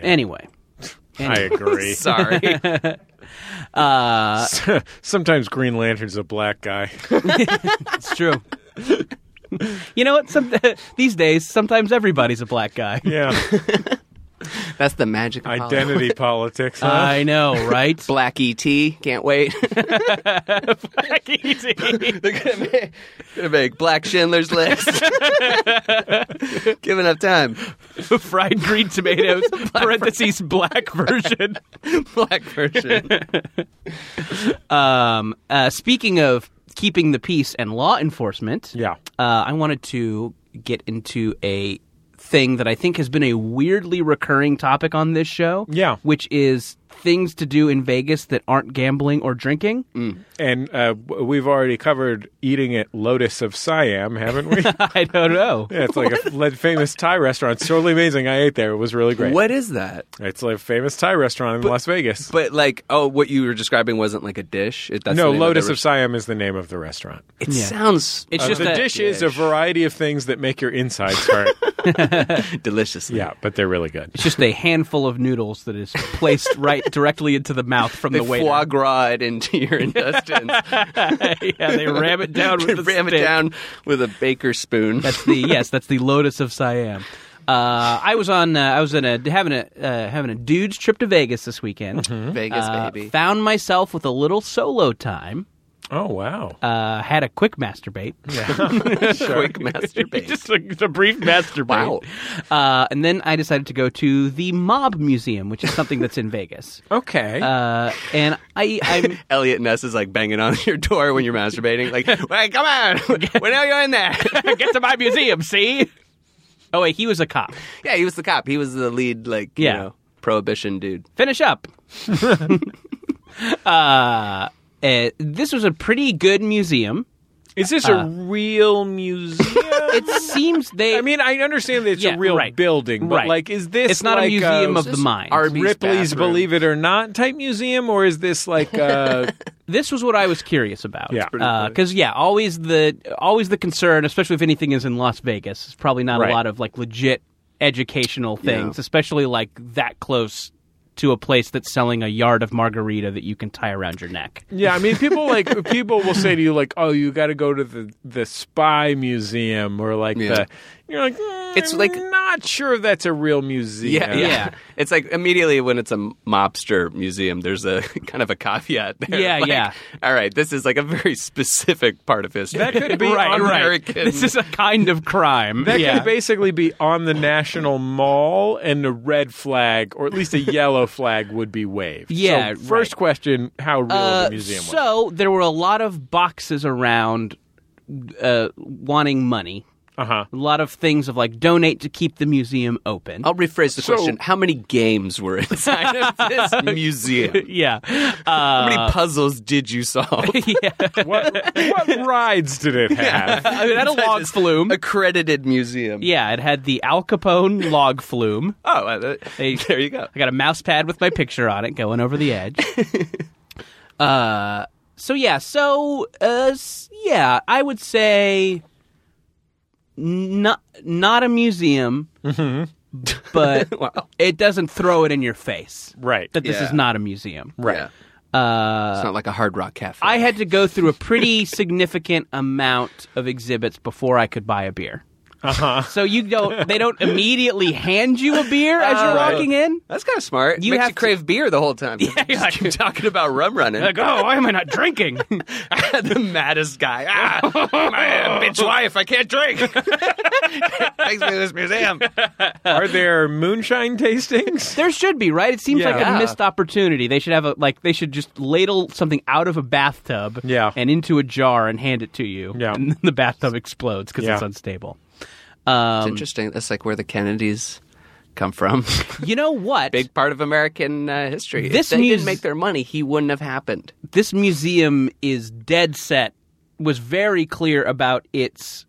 Anyway,
I
[LAUGHS]
agree.
Sorry.
[LAUGHS] Sometimes Green Lantern's a black guy. [LAUGHS]
It's [LAUGHS] true. [LAUGHS] you know what? Some, these days, sometimes everybody's a black guy.
Yeah.
That's the magic of Hollywood.
Identity politics. huh?
Uh,
I know, right?
Black ET. Can't wait.
[LAUGHS]
[LAUGHS]
Black Easy. [LAUGHS]
They're gonna make, gonna make Black Schindler's List. [LAUGHS] Giving up time.
[LAUGHS]
[LAUGHS]
Fried green [LAUGHS] tomatoes, parentheses, black version.
Black version.
[LAUGHS] Um, uh, speaking of keeping the peace and law enforcement,
Yeah.
uh, I wanted to get into a thing that I think has been a weirdly recurring topic on this show.
Yeah.
which is things to do in Vegas that aren't gambling or drinking.
And uh, w- we've already covered eating at Lotus of Siam, haven't we?
[LAUGHS]
yeah,
[LAUGHS] I don't know.
it's like a le- famous Thai restaurant. It's totally amazing. I ate there. It was really great.
What is that?
It's like a famous Thai restaurant in Las Vegas.
But like, oh, what you were describing wasn't like a dish. It, that's the
no,
name
Lotus
the
of Siam is the name of the restaurant.
re- It sounds
It's
Uh,
just
the
that-
dish is a variety of things that make your insides
[LAUGHS]
hurt.
deliciously.
yeah, but they're really good.
It's just a handful of noodles that is placed [LAUGHS] right directly into the mouth from
They
the waiter.
foie gras it into your intestines.
[LAUGHS] yeah, they ram it
[LAUGHS]
down with the
ram it
stick.
down with a baker spoon.
That's [LAUGHS] the yes, that's the Lotus of Siam. Uh, I was on. Uh, I was in a having a uh, having a dude's trip to Vegas this weekend.
[LAUGHS] Vegas,
Uh,
baby.
Found myself with a little solo time.
Oh wow!
Uh, had a quick masturbate.
[LAUGHS] Quick masturbate.
Just a, a brief [LAUGHS] masturbate.
Wow.
Uh, and then I decided to go to the Mob Museum, which is something that's in Vegas.
okay,
Uh, and I, I'm
Elliot Ness is like banging on [LAUGHS] your door when you're masturbating. [LAUGHS] Like, wait, come on. [LAUGHS] we know you're in there.
[LAUGHS] get to my museum. See? Oh wait, he was a cop.
yeah, he was the cop. He was the lead, like,
Yeah.
you know, prohibition dude.
finish [LAUGHS] up. uh, uh, this was a pretty good museum.
is this a real museum?
uh, It seems they.
I mean, I understand that it's
Yeah,
a real
right.
building, but
Right.
like, is this
It's not a
like uh,
museum of
is
the mind.
Arby's
Ripley's
bathroom.
Believe It or Not type museum, or is this like uh,
[LAUGHS]
a
this was what I was curious about.
Yeah. It's pretty
because yeah, always the always the concern, especially if anything is in Las Vegas, it's probably not
Right.
a lot of like legit educational things, especially like that close to a place that's selling a yard of margarita that you can tie around your neck.
Yeah, I mean, people
[LAUGHS]
like people will say to you like, "Oh, you got to go to the the spy museum or like
Yeah.
the." You're like, mm,
It's
I'm
like-
not sure that's a real museum.
Yeah, yeah.
Yeah.
uh, [LAUGHS] It's like immediately when it's a mobster museum, there's a [LAUGHS] kind of a caveat there.
Yeah,
[LAUGHS] Like,
yeah.
All right, this is like a very [LAUGHS] specific part of history.
That
[LAUGHS]
could be
right,
on
right.
American.
This is a kind of crime.
That
yeah.
could basically be on the National Mall, and the red flag, or at least a yellow flag, would be waved.
Yeah,
So first
right.
question: How real
Uh,
the museum was?
so there were a lot of boxes around uh, wanting money.
Uh huh.
A lot of things of like donate to keep the museum open.
I'll rephrase the question. How many games were inside [LAUGHS] of this museum?
[LAUGHS] Yeah. Uh,
How many puzzles did
[LAUGHS]
you solve?
What what rides did it have?
[LAUGHS] I mean, it had a
Inside
log
this
flume.
Accredited museum.
Yeah, it had the Al Capone log flume.
Oh, uh, uh,
Hey.
[LAUGHS] there you go.
I got a mouse pad with my picture on it going over the [LAUGHS] edge. uh, so yeah, so uh, s- yeah, I would say not not a museum, Mm-hmm. [LAUGHS] but
Wow.
it doesn't throw it in your face
Right.
that this is
Yeah.
not a museum.
Right.
Uh,
It's not like a Hard Rock Cafe.
I had to go through a pretty significant amount of exhibits before I could buy a beer. Uh-huh. So you don't they don't immediately hand you a beer as you're
Right.
walking in.
That's kind of smart.
You
Makes
have
you
to-
crave beer the whole time. Yeah,
[LAUGHS] yeah.
keep talking about
[LAUGHS]
rum running.
Like, oh, why am I not drinking? [LAUGHS] Oh,
the maddest guy. Ah, my bitch wife, I
[LAUGHS]
can't drink. Takes me to this museum.
Are there moonshine
[LAUGHS]
tastings?
there should be, right? It seems
Yeah.
like a
Yeah.
missed opportunity. They should have a like they should just ladle something out of a bathtub
Yeah.
and into a jar and hand it to you.
Yeah.
And then the bathtub explodes because
Yeah.
it's unstable. Um,
It's interesting. That's like where the Kennedys come from.
You know what?
[LAUGHS] Big part of American uh, history.
This
if they
muse-
didn't make their money, he wouldn't have happened.
this museum is dead set was very clear about its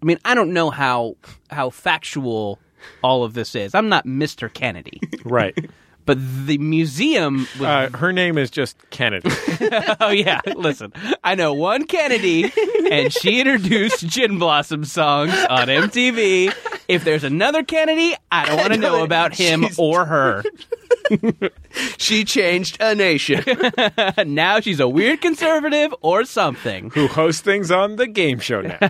I mean, I don't know how how factual all of this is. I'm not Mr. [LAUGHS] Kennedy,
Right.
but the museum was
Uh, her name is just Kennedy.
[LAUGHS] Oh yeah, listen. I know one Kennedy and she introduced Gin Blossom songs on MTV. If there's another Kennedy, I don't want to know about him
She's-
or her.
She changed
[LAUGHS]
a nation.
And now she's a weird conservative or something.
who hosts things on the game show now.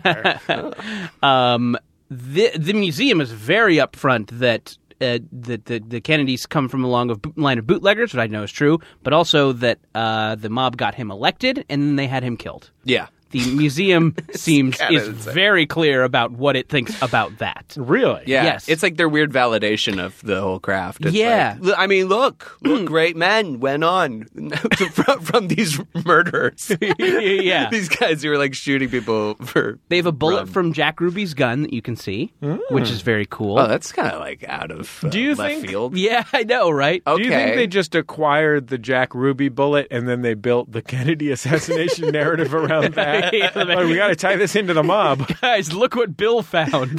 um, the the museum is very upfront that uh, that the, the Kennedys come from a long of line of bootleggers, which I know is true, but also that uh, the mob got him elected and then they had him killed.
Yeah.
The
[LAUGHS]
museum seems
kinda
is
insane.
very clear about what it thinks about
[LAUGHS]
that.
Really?
Yeah,
Yes.
it's like their weird validation of the whole craft. It's
Yeah.
like, "Look- I mean, look, look, great men went on [LAUGHS] to- from, from these murders.
yeah.
these guys who were like shooting people for.
They have a bullet
Rum.
from Jack Ruby's gun that you can see, which is very cool.
Hmm. Oh, that's kind of like out of uh,
Do you
left
think-
[LAUGHS]
field.
yeah, I know, right?
Okay.
Do
[LAUGHS]
you think they just acquired the Jack Ruby bullet and then they built the Kennedy assassination narrative around that? Like, we got to tie this into the mob.
Guys, look what Bill
[LAUGHS]
found.
in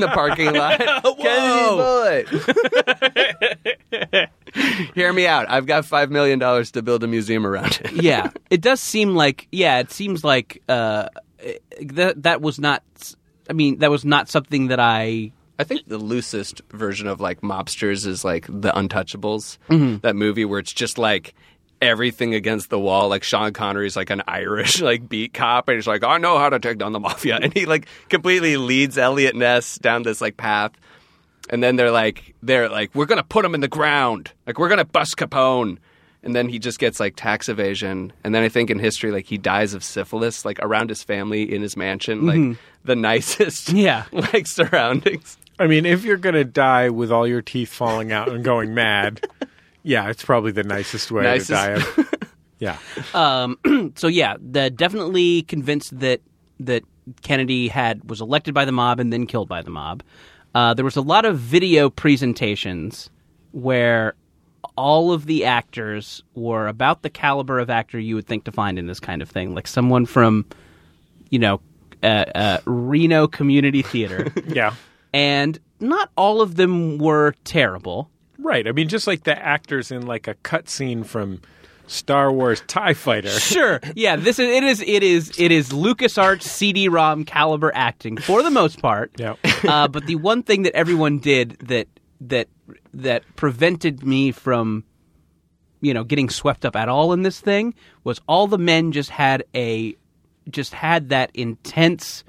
the parking lot? Kennedy bullet. [LAUGHS] Hear me out. I've got five million dollars to build a museum around it.
yeah, it does seem like yeah, it seems like uh, that that was not. I mean, that was not something that I.
I think the loosest version of like mobsters is like the Untouchables, that movie where it's just like everything against the wall. Like Sean Connery's like an Irish [LAUGHS] like beat cop, and he's like, I know how to take down the mafia, and he like completely leads Elliot Ness down this like path. And then they're like, they're like, we're gonna put him in the ground, like we're gonna bust Capone. And then he just gets like tax evasion, and then I think in history, like he dies of syphilis, like around his family in his mansion, like the [LAUGHS] nicest,
Yeah.
like surroundings.
I mean, if you're going to die with all your teeth falling out and going mad, yeah, it's probably the nicest way
Nicest.
to die. Of.
[LAUGHS]
Yeah.
So yeah, the definitely convinced that that Kennedy had was elected by the mob and then killed by the mob. Uh, there was a lot of video presentations where all of the actors were about the caliber of actor you would think to find in this kind of thing, like someone from, you know, uh, uh, Reno Community Theater.
Yeah.
and not all of them were terrible.
Right. I mean, just like the actors in like a cutscene from Star Wars Tie Fighter.
[LAUGHS] Sure, yeah, this is it is it is it is LucasArts CD-ROM caliber acting for the most part.
Yeah.
Uh, but the one thing that everyone did that that that prevented me from you know getting swept up at all in this thing was all the men just had a just had that intense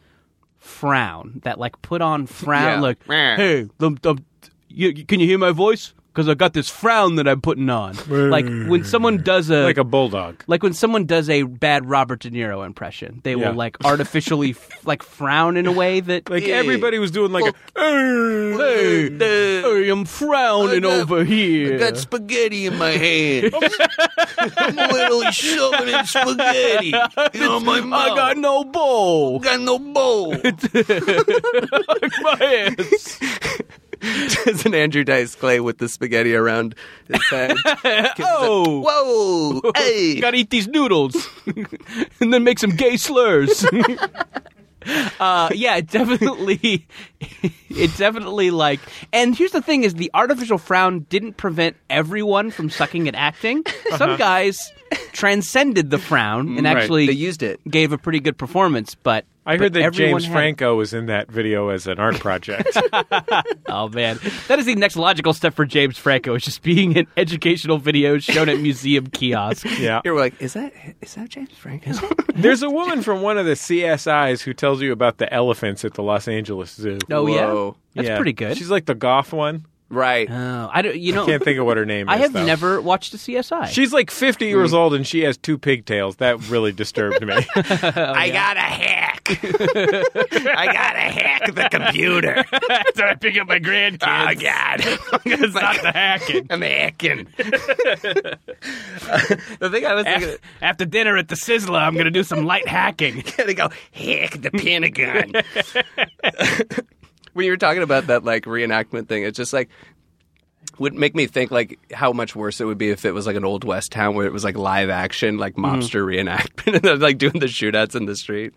frown that like put on frown
Yeah.
like hey um, um, you, you- can you hear my voice because i got this frown that i'm putting on like when someone does a
Like a bulldog.
like when someone does a bad robert de niro impression they
Yeah.
will like artificially f- like frown in a way that
Like everybody was doing like
Hey, hey, I'm frowning
I got-
over here.
got spaghetti in my [LAUGHS] hand. I'm literally shoving in spaghetti on my
I
mouth.
got no
[LAUGHS]
bowl.
got no bowl.
My ass.
It's an Andrew Dice Clay with the spaghetti around his head.
[LAUGHS] oh,
[LAUGHS] Whoa! [LAUGHS] Hey!
gotta eat these noodles, [LAUGHS] and then make some gay slurs. [LAUGHS] uh, yeah, it definitely. [LAUGHS] It definitely like. And here's the thing: is the artificial frown didn't prevent everyone from sucking at acting. Some guys transcended the frown and
Right.
actually
They used it.
gave a pretty good performance. But
I
but
heard that
everyone
James
had-
Franco was in that video as an art project.
[LAUGHS] Oh man, that is the next logical step for James Franco. Is just being in educational videos shown at museum kiosks.
yeah.
Here we're like, is that is that James Franco?
There's a woman from one of the CSIs who tells you about the elephants at the Los Angeles Zoo.
Oh
Whoa.
yeah, that's
Yeah.
pretty good.
She's like the goth one.
[LAUGHS] right.
oh, I don't. You know,
Can't think of what her name
[LAUGHS] I
is.
have
though.
never Hmm. watched a [LAUGHS] CSI.
She's like 50 years old and she has two pigtails. That really disturbed
[LAUGHS]
me. [LAUGHS]
I gotta hack. [LAUGHS] I gotta hack the [LAUGHS] computer.
That's how I pick up my grandkids.
Oh [LAUGHS] God! I'm gonna stop the hacking. I'm [LAUGHS] hacking. the thing I was thinking.
After dinner at the Sizzler, I'm gonna do some light hacking.
gotta go heck the pentagon [LAUGHS] when you were talking about that like reenactment thing it's just like would make me think like how much worse it would be if it was like an old west town where it was like live action like mobster reenactment [LAUGHS] and they're like doing the shootouts in the street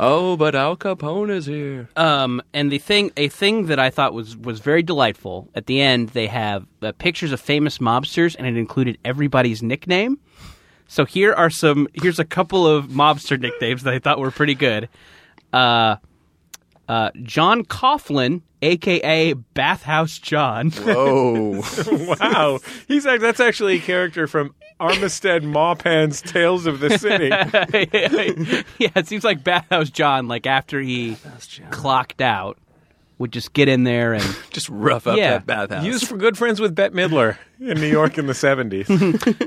oh but al capone is here
[LAUGHS] Um, and the thing, a thing that I thought was was very delightful. At the end, they have uh, pictures of famous mobsters, and it included everybody's nickname. So here are some. Here's a couple of mobster nicknames that I thought were pretty good. Uh, uh, John Coughlin, aka Bathhouse John.
oh
wow. He's act- that's actually a character from Armistead Maupin's Tales of the
[LAUGHS]
City.
yeah, it seems like Bathhouse John, like after he clocked out, would just get in there
[LAUGHS]
and
[LAUGHS] Just rough up
Yeah.
that bathhouse.
Used for good friends with Bette Midler in New York in the 70s.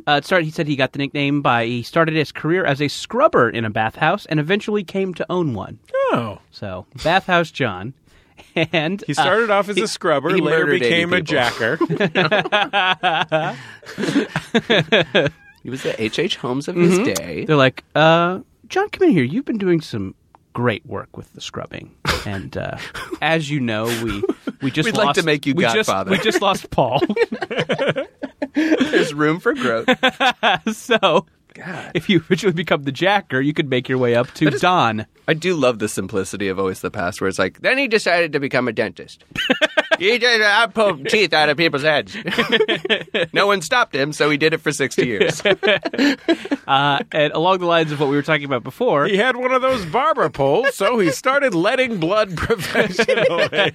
Uh, it started, he said he got the nickname by he started his career as a scrubber in a bathhouse and eventually came to own one.
Oh.
So bathhouse John, and uh,
He started off as a scrubber,
he
later
murdered 80
became a
people.
jacker.
he was the H.H. H. Holmes of his day. [LAUGHS]
they're like, uh, John, come in here. You've been doing some great work with the scrubbing, and
[LAUGHS]
uh, as you know, we we just
We'd like
lost,
to make you
we just-
Godfather.
we just lost
[LAUGHS]
Paul.
There's room for growth.
[LAUGHS] so
God.
if you eventually become the Jacker, you could make your way up to Don.
I do love the simplicity of always the past, where it's like, then he decided to become a dentist.
[LAUGHS]
he did, I pulled teeth out of people's heads. no one stopped him, so he did it for 60 years.
Uh, and along the lines of what we were talking about before,
He had one of those barber poles, so he started letting blood [LAUGHS] professionally.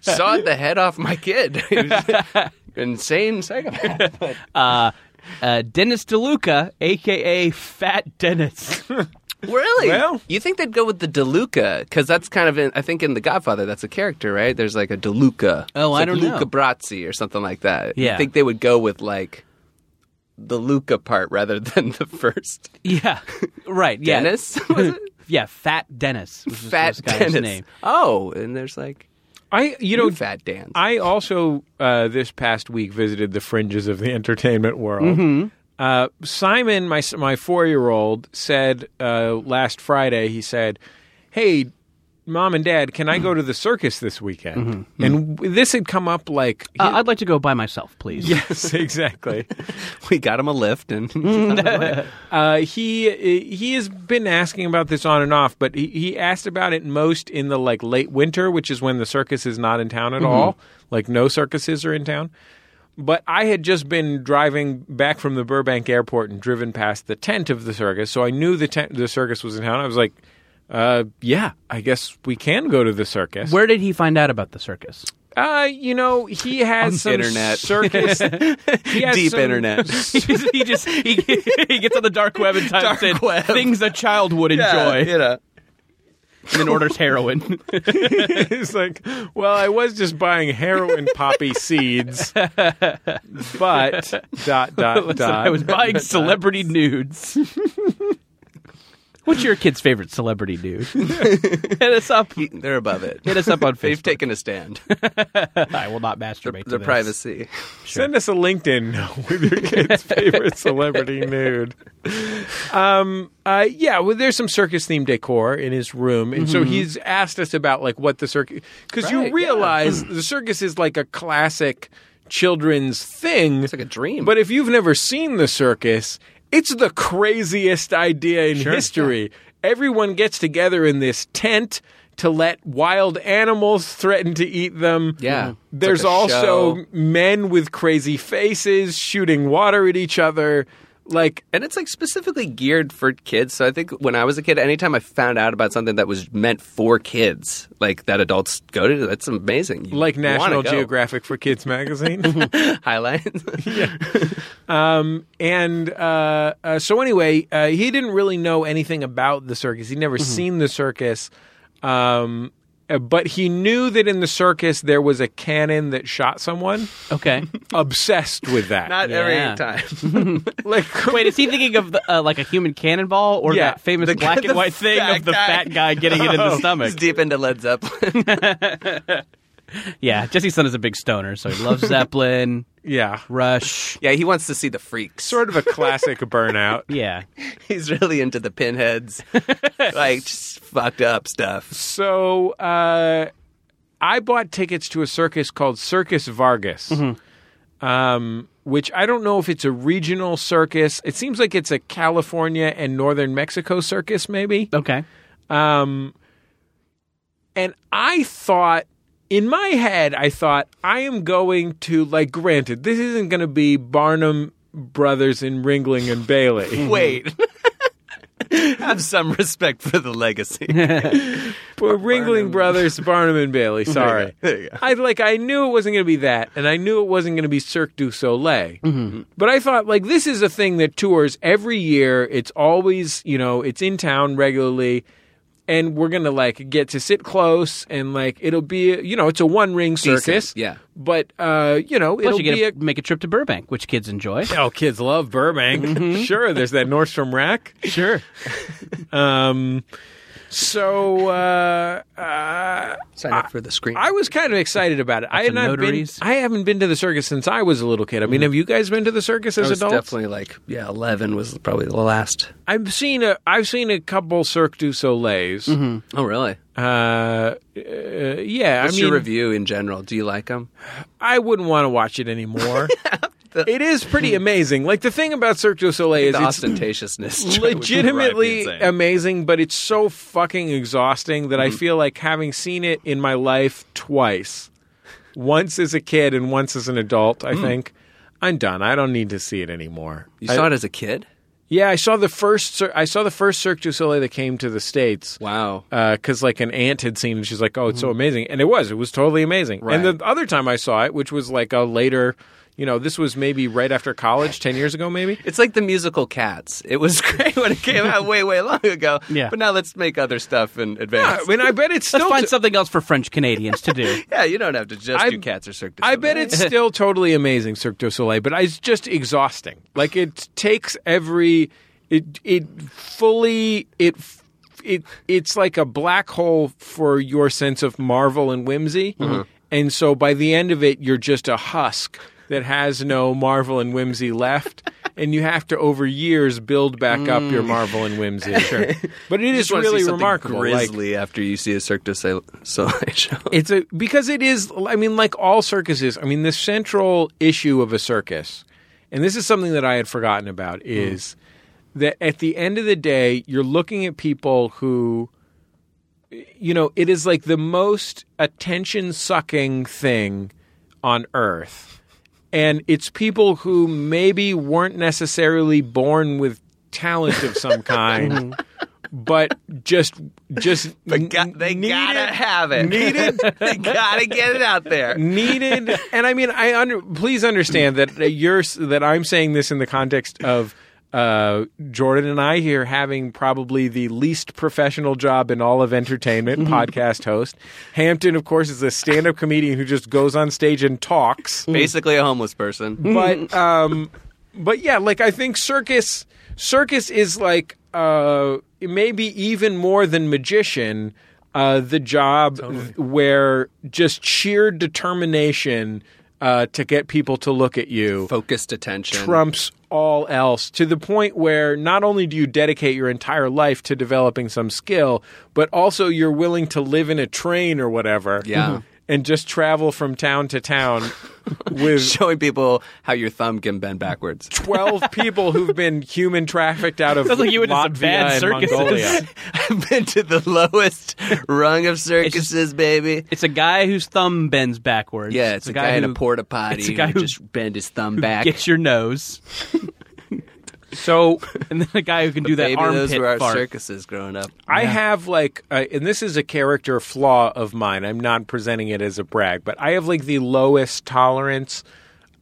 Sawed the head off my kid. [LAUGHS] He was an
[LAUGHS]
insane psychopath. But
uh, Dennis DeLuca, aka Fat [LAUGHS] Dennis.
really?
Well-
you think they'd go with the DeLuca, because that's kind of, in, I think in The Godfather, that's a character, right? There's like a DeLuca.
Oh,
It's
I
like
don't know.
Luca Brazzi or something like that.
Yeah.
You think they would go with like the Luca part rather [LAUGHS] than the first.
yeah, right. Yeah.
Dennis? was it?
[LAUGHS] Yeah, Fat Dennis. Was this-
Fat
this guy's
Dennis.
name.
Oh, and there's like
I, you
you
know,
know Fat Dan.
I also uh, this past week visited the fringes of the entertainment world.
Mm-hmm.
Uh, Simon, my my four year old, said uh, last Friday. He said, "Hey, mom and dad, can I go to the circus this weekend?"
Mm-hmm.
And w- this had come up like,
Uh, I'd like to go by myself,
[LAUGHS]
please.
yes, exactly.
we got him a lift, and [LAUGHS]
Uh, he he has been asking about this on and off, but he, he asked about it most in the like late winter, which is when the circus is not in town
Mm-hmm.
at all. Like no circuses are in town. But I had just been driving back from the Burbank airport and driven past the tent of the circus, so I knew the tent the circus was in town. I was like, uh, yeah, I guess we can go to the circus.
Where did he find out about the circus?
Uh, you know,
[LAUGHS]
he has some
internet. [LAUGHS]
circus. he has
Deep
some- [LAUGHS]
he
internet.
just [LAUGHS] he, just, he, he gets on the dark web and types
Dark
in
web.
things a child would
[LAUGHS]
enjoy,
you know.
and then orders [LAUGHS] heroin.
It's like, well, I was just buying heroin poppy seeds,
[LAUGHS]
but dot
[LAUGHS]
dot
Listen,
dot.
I was buying celebrity nudes. [LAUGHS] What's your kid's favorite celebrity [LAUGHS] nude? Hit us up. [LAUGHS] Hit
They're above it.
us up on
[LAUGHS] They've
Facebook.
taken a stand.
[LAUGHS] I will not masturbate. to
Their
this.
privacy.
Send us a LinkedIn [LAUGHS] note with your kid's favorite
[LAUGHS]
celebrity nude. Um, uh, yeah, well, there's some circus themed decor in his room, and so he's asked us about like what the circus because
Mm-hmm. Right,
you
yeah.
realize the circus is like a classic children's thing.
It's like a dream.
But if you've never seen the circus, it's the craziest idea in history. Everyone gets together in this tent to let wild animals threaten to eat them. Mm-hmm.
Yeah. It's
There's
like a
also
show.
men with crazy faces shooting water at each other. Like,
and it's like specifically geared for kids. So I think when I was a kid, anytime I found out about something that was meant for kids, like that adults go to, that's amazing. You
like
wanna
National
go.
Geographic for Kids magazine.
[LAUGHS] highlights.
and uh, uh, so anyway, uh, he didn't really know anything about the circus. He'd never seen the circus, um, uh, but he knew that in the circus there was a cannon that shot someone.
Okay.
Obsessed with that,
Not
Yeah.
every [LAUGHS] time.
[LAUGHS] like
Wait, is he thinking of the, uh, like a human cannonball or
Yeah,
that famous
the-
black
the
and white thing
fat
of the
guy.
fat guy Oh, getting it in [LAUGHS] the stomach?
It's Oh. deep into Led Zeppelin. [LAUGHS]
Yeah, Jesse's son is a big stoner, so he [LAUGHS] loves Zeppelin,
yeah,
Rush.
yeah, he wants to see the freaks.
sort of a [LAUGHS] classic burnout.
Yeah.
[LAUGHS] He's really into
[LAUGHS]
the pinheads, like just fucked up stuff.
So uh, I bought tickets to a circus called Circus Vargas, um, which I don't know if it's a regional circus. It seems like it's a California and northern Mexico circus, maybe.
Okay.
Um, and I thought, in my head, I thought, I am going to, like, granted, this isn't going to be Barnum Brothers and Ringling and Bailey.
Wait, [LAUGHS] have some respect for
[LAUGHS]
the legacy.
But Ringling Brothers, Barnum and Bailey, sorry.
There you go.
I like I knew it wasn't going to be that, and I knew it wasn't going to be Cirque du Soleil. But I thought like this is a thing that tours every year. It's always you know it's in town regularly. and we're gonna like get to sit close and like it'll be you know it's a one ring
Decent,
circus
yeah.
but uh you know
Plus,
it'll
you get
be
to
a
[LAUGHS] make a trip to Burbank, which kids enjoy.
Oh, kids love Burbank. Mm-hmm. Sure, there's that Nordstrom rack.
sure.
[LAUGHS] Um, so uh, uh,
[LAUGHS] Sign up for the screen.
I was kind of excited about it. I had
some
not been.
notaries.
I haven't been to the circus since I was a little kid. I mean, have you guys been to the circus as
I was
adults?
Mm-hmm. Oh, definitely like, yeah, eleven was probably the last.
I've seen a. I've seen a couple Cirque du Soleil's.
Oh, really?
Uh, uh, yeah,
What's
I mean,
your review in general? Do you like them?
I wouldn't want to watch it
[LAUGHS]
anymore. it is pretty amazing. Like the thing about Cirque du Soleil is
The
it's [LAUGHS]
[LAUGHS] ostentatiousness,
legitimately
Right, you'd say.
amazing, but it's so fucking exhausting that I feel like having seen it in my life twice, once as a kid and once as an adult, I think I'm done. I don't need to see it anymore.
You
I-
saw it as a kid?
yeah, I saw the first. Cir- I saw the first Cirque du Soleil that came to the states
Wow.
because like an aunt had seen it. She's like, "Oh, it's so amazing," and it was. It was totally amazing. And the other time I saw it, which was like a later, you know, this was maybe right after college, ten years ago, maybe.
It's like the musical Cats. It was [LAUGHS] great when it came out way, way long ago.
Yeah.
But now let's make other stuff in
I
advance. Yeah,
mean, I bet it's
Let's
still.
find something else for French Canadians to [LAUGHS] do.
you don't have to just
I-
do Cats or Cirque du
I bet
Soleil. [LAUGHS]
it's still totally amazing, Cirque du Soleil, but it's just exhausting. Like it takes every, it it fully it f- it it's like a black hole for your sense of marvel and whimsy,
Mm-hmm.
and so by the end of it, you're just a husk that has no marvel and whimsy
[LAUGHS]
left. And you have to, over years, build back up your marvel and
[LAUGHS]
whimsy. But it is
Mm. just wanna see
really
something
remarkable. like-
Grizzly after you see a Cirque du Soleil [LAUGHS] Soleil show.
it's a because it is. I mean, like all circuses. I mean, the central issue of a circus, and this is something that I had forgotten about,
Hmm.
is that at the end of the day, you're looking at people who, you know, it is like the most attention sucking thing on earth, and it's people who maybe weren't necessarily born with talent of
[LAUGHS]
some kind. But just, just
But got, Mm-hmm. they
needed-
gotta have it.
needed-
[LAUGHS] they gotta get it out
[LAUGHS]
there. [LAUGHS]
needed and i mean i under please understand that you're that i'm saying this in the context of uh, Jordan and I here having probably the least professional job in all of entertainment, podcast host. Hampton, of course, is a stand up comedian who just goes on stage and talks
Basically, a homeless person.
but um but yeah like i think circus circus is like uh maybe even more than magician uh the job where just sheer determination uh to get people to look at you
Focused attention.
trumps all else to the point where not only do you dedicate your entire life to developing some skill, but also you're willing to live in a train or whatever.
Yeah. Mhm.
And just travel from town to town with
[LAUGHS] Showing people how your thumb can bend
[LAUGHS]
backwards. [LAUGHS]
12 people who've been human trafficked out of
Sounds like you went to some
Latvia
bad
and
circuses. [LAUGHS]
Mongolia.
I've been to the lowest rung of circuses, baby.
It's a guy whose thumb bends backwards.
Yeah, it's, a, guy, in a
who
porta potty.
[LAUGHS] it's a guy who-
just bend his thumb back.
gets your nose. so, and then a guy who can do that
[LAUGHS] Maybe
armpit
those were our
fart.
circuses growing up.
I have like, uh, and this is a character flaw of mine. I'm not presenting it as a brag, but I have like the lowest tolerance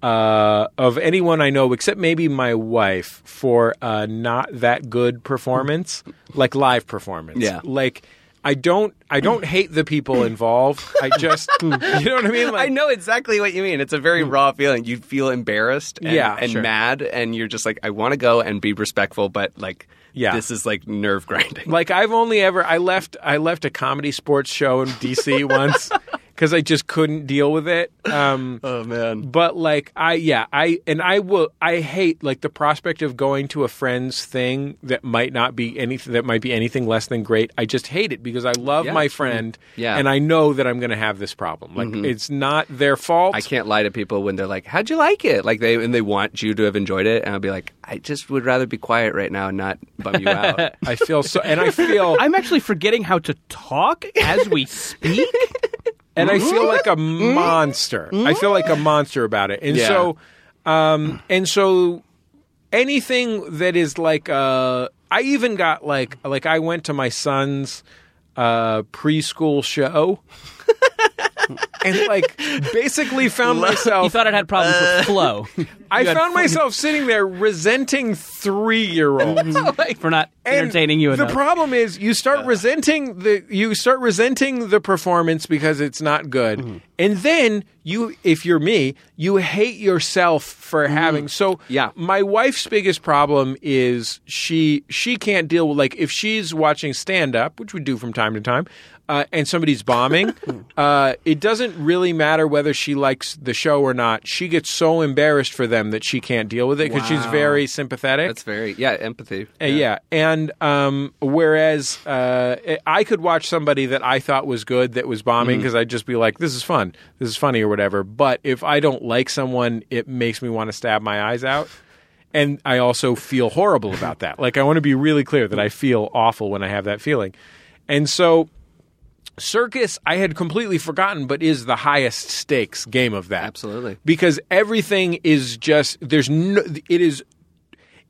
uh, of anyone I know, except maybe my wife, for uh, not that good performance, like live performance.
Yeah.
like. I don't. I don't hate the people involved. I just,
[LAUGHS]
you know what I mean.
I
Like,
know exactly what you mean. It's a very raw feeling. You feel embarrassed and,
Yeah,
and
sure.
mad, and you're just like, I want to go and be respectful, but like,
Yeah.
this is like nerve grinding.
Like I've only ever I left I left a comedy sports show in
[LAUGHS]
DC once because I just couldn't deal with it. Um,
[LAUGHS] Oh [LAUGHS] man,
but like I yeah I and I will I hate like the prospect of going to a friend's thing that might not be anything that might be anything less than great. I just hate it because I love
Yeah.
my friend
Yeah. Mm-hmm.
and I know that I'm going to have this problem. Like it's not their fault.
I can't lie to people when they're like, "How'd you like it?" Like they and they want you to have enjoyed it, and I'll be like, I just would rather be quiet right now and not bum you [LAUGHS] out.
I feel so and I
[LAUGHS]
feel
I'm actually forgetting how to talk as we
[LAUGHS]
speak.
and I feel like
[LAUGHS]
a
Mm-hmm.
monster. I feel like a monster about it. And
Yeah.
so, um, and so, anything that is like, uh, I even got like,
[LAUGHS]
like I went to my son's uh, preschool show. and like basically found myself.
you thought it had problems
Uh,
with
[LAUGHS]
flow
I found myself sitting there resenting three year
[LAUGHS]
olds.
for not
And
entertaining you
The
enough.
problem is you start resenting the you start resenting the performance because it's not good.
Mm-hmm.
And then you if you're me, you hate yourself for
Mm-hmm.
having so
Yeah.
my wife's biggest problem is she she can't deal with like if she's watching stand up, which we do from time to time, uh, and somebody's
[LAUGHS]
bombing, uh, it doesn't really matter whether she likes the show or not. She gets so embarrassed for them that she can't deal with it because she's very sympathetic.
That's very yeah, empathy.
Uh, yeah. and um, whereas uh, I could watch somebody that I thought was good that was bombing because I'd just be like, "This is fun, this is funny" or whatever. But if I don't like someone, it makes me want to stab my eyes out, and I also feel horrible about that. Like I want to be really clear that I feel awful when I have that feeling, and so circus i had completely forgotten but is the highest stakes game of that
Absolutely.
because everything is just there's no it is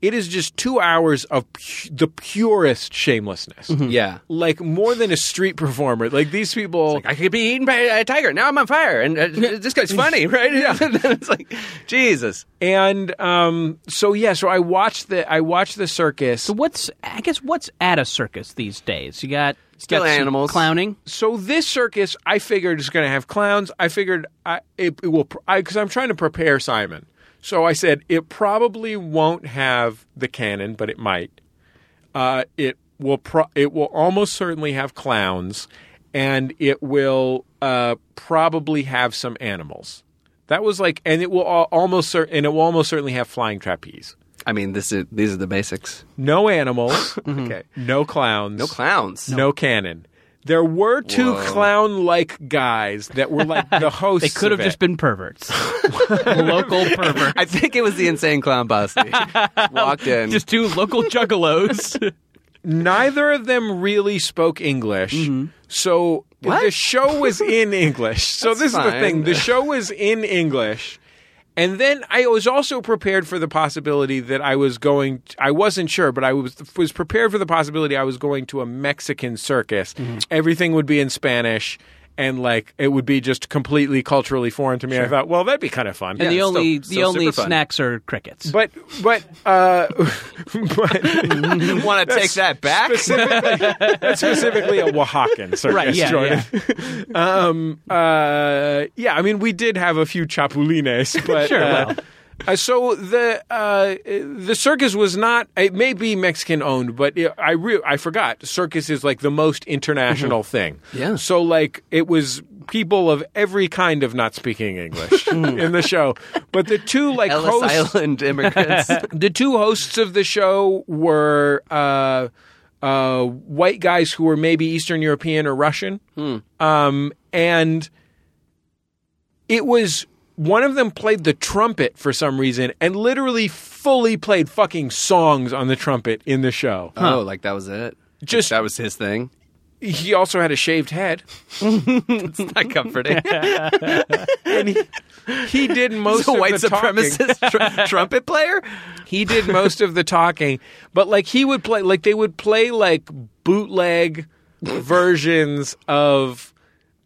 it is just two hours of pu- the purest shamelessness
Yeah.
like more than a street performer like these people
I could be eaten by a tiger. Now I'm on fire, [LAUGHS] and uh, this guy's funny, right? [LAUGHS] Yeah. it's like Jesus.
and um so yeah so i watched the i watched the circus
So what's I guess what's at a circus these days? You got
Still
got some
animals.
clowning.
so this circus i figured is going to have clowns i figured i it, it will because i'm trying to prepare simon so i said it probably won't have the cannon but it might uh, it will pro- it will almost certainly have clowns and it will uh, probably have some animals that was like and it will al- almost cer- and it will almost certainly have flying trapeze
I mean, this is these are the basics.
no animals
Okay.
no clowns
No clowns.
no canon. There were two
Whoa.
clown-like guys that were like
[LAUGHS]
the hosts.
They could have
of
just
it.
been
[LAUGHS]
perverts, local perverts.
I think it was the insane clown [LAUGHS] posse. Walked in.
Just two local
[LAUGHS]
juggalos.
Neither of them really spoke English,
Mm-hmm.
so the show
[LAUGHS]
was in English. So this is the
fine.
thing: the show was in English, and then I was also prepared for the possibility that I was going. I wasn't sure, but I was was prepared for the possibility I was going to a Mexican circus.
Mm-hmm.
Everything would be in Spanish. And like it would be just completely culturally foreign to me. I thought, well, that'd be kind of fun.
and the
still-
only the
still
only
super fun.
snacks are crickets.
But but uh, [LAUGHS] but [LAUGHS]
you want to take that back?
specifically, that's specifically a Oaxacan circus,
Right, yeah,
Jordan. [LAUGHS] Um, uh, yeah, I mean we did have a few
[LAUGHS]
chapulines, but
Sure,
uh,
well.
uh, so the uh, the circus was not. It may be Mexican owned, but it, I re- I forgot. Circus is like the most international
Mm-hmm.
thing.
Yeah.
So like it was people of every kind of not speaking
[LAUGHS]
English
Hmm.
in the show, but the two like
[LAUGHS] Ellis
hosts
Island [LAUGHS] immigrants.
the two hosts of the show were uh, uh, white guys who were maybe Eastern European or Russian,
Hmm.
um, and it was one of them played the trumpet for some reason and literally fully played fucking songs on the trumpet in the show.
Oh, like that was it.
Just-
that was his thing.
He also had a shaved head,
[LAUGHS] It's not [LAUGHS] comforting.
and he, he did most
[LAUGHS] He's a
of
white
the talking.
[LAUGHS] supremacist tr- trumpet player.
he did most of the talking but like he would play like they would play like bootleg versions of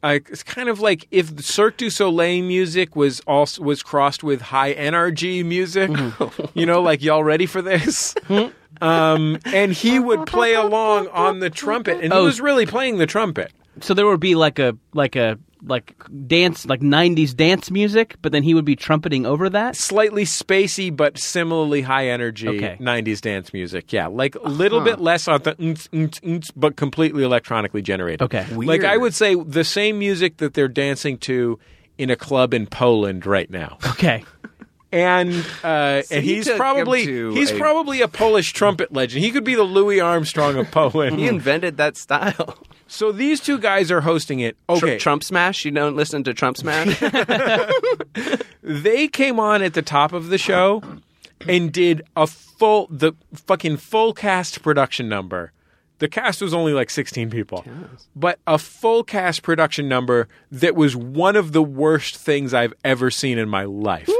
like it's kind of like if Cirque du Soleil music was also was crossed with high energy music,
Mm-hmm.
you know, like y'all ready for this?
Hmm.
um, and he would play along on the trumpet, and he
Oh.
was really playing the trumpet.
so there would be like a like a like dance like '90s dance music, but then he would be trumpeting over that.
slightly spacey but similarly high energy
Okay.
90s dance music. Yeah, like a little bit less on the mm mm mm but completely electronically generated.
Okay.
Like I
Weird.
would say the same music that they're dancing to in a club in Poland right
[LAUGHS]
now.
Okay,
And uh, and
he
he's
took him
probably
to
he's
a-
probably a Polish trumpet legend. He could be the Louis Armstrong
[LAUGHS]
of
He
Poland.
invented that [LAUGHS] style.
so these two guys are hosting it.
Tr-
Okay.
Trump Smash. You don't listen to Trump [LAUGHS] Smash.
they came on at the top of the show and did a full the fucking full cast production number. The cast was only like 16 people. But a full cast production number that was one of the worst things I've ever seen in my life.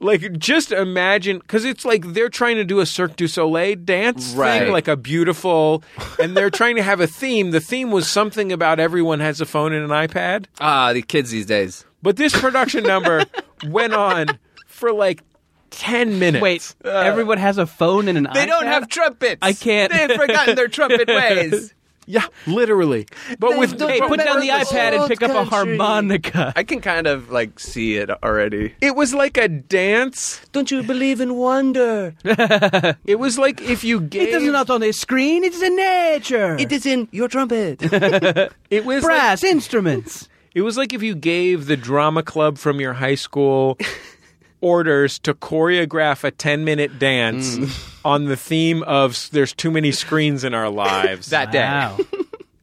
Like, just imagine, because it's like they're trying to do a Cirque du Soleil dance
Right.
thing, like a beautiful, and they're trying to have a theme. The theme was something about everyone has a phone and an iPad.
Ah, the kids these days.
But this production number went on for like 10 minutes.
Wait, everyone has a phone and an
uh, They don't
iPad?
have trumpets.
I can't-
They've forgotten their [LAUGHS] trumpet ways.
Yeah, literally. But with
Hey,
but
put down the
with-
iPad and pick up a harmonica.
I can kind of like see it already.
It was like a dance.
Don't you believe in wonder?
It was like if you gave. It,
on a screen, it's in nature.
is in your trumpet.
was like,
brass instruments.
it was like if you gave the drama club from your high school orders to choreograph a ten minute dance on the theme of s- "There's too many screens in our lives."
that day.
Wow.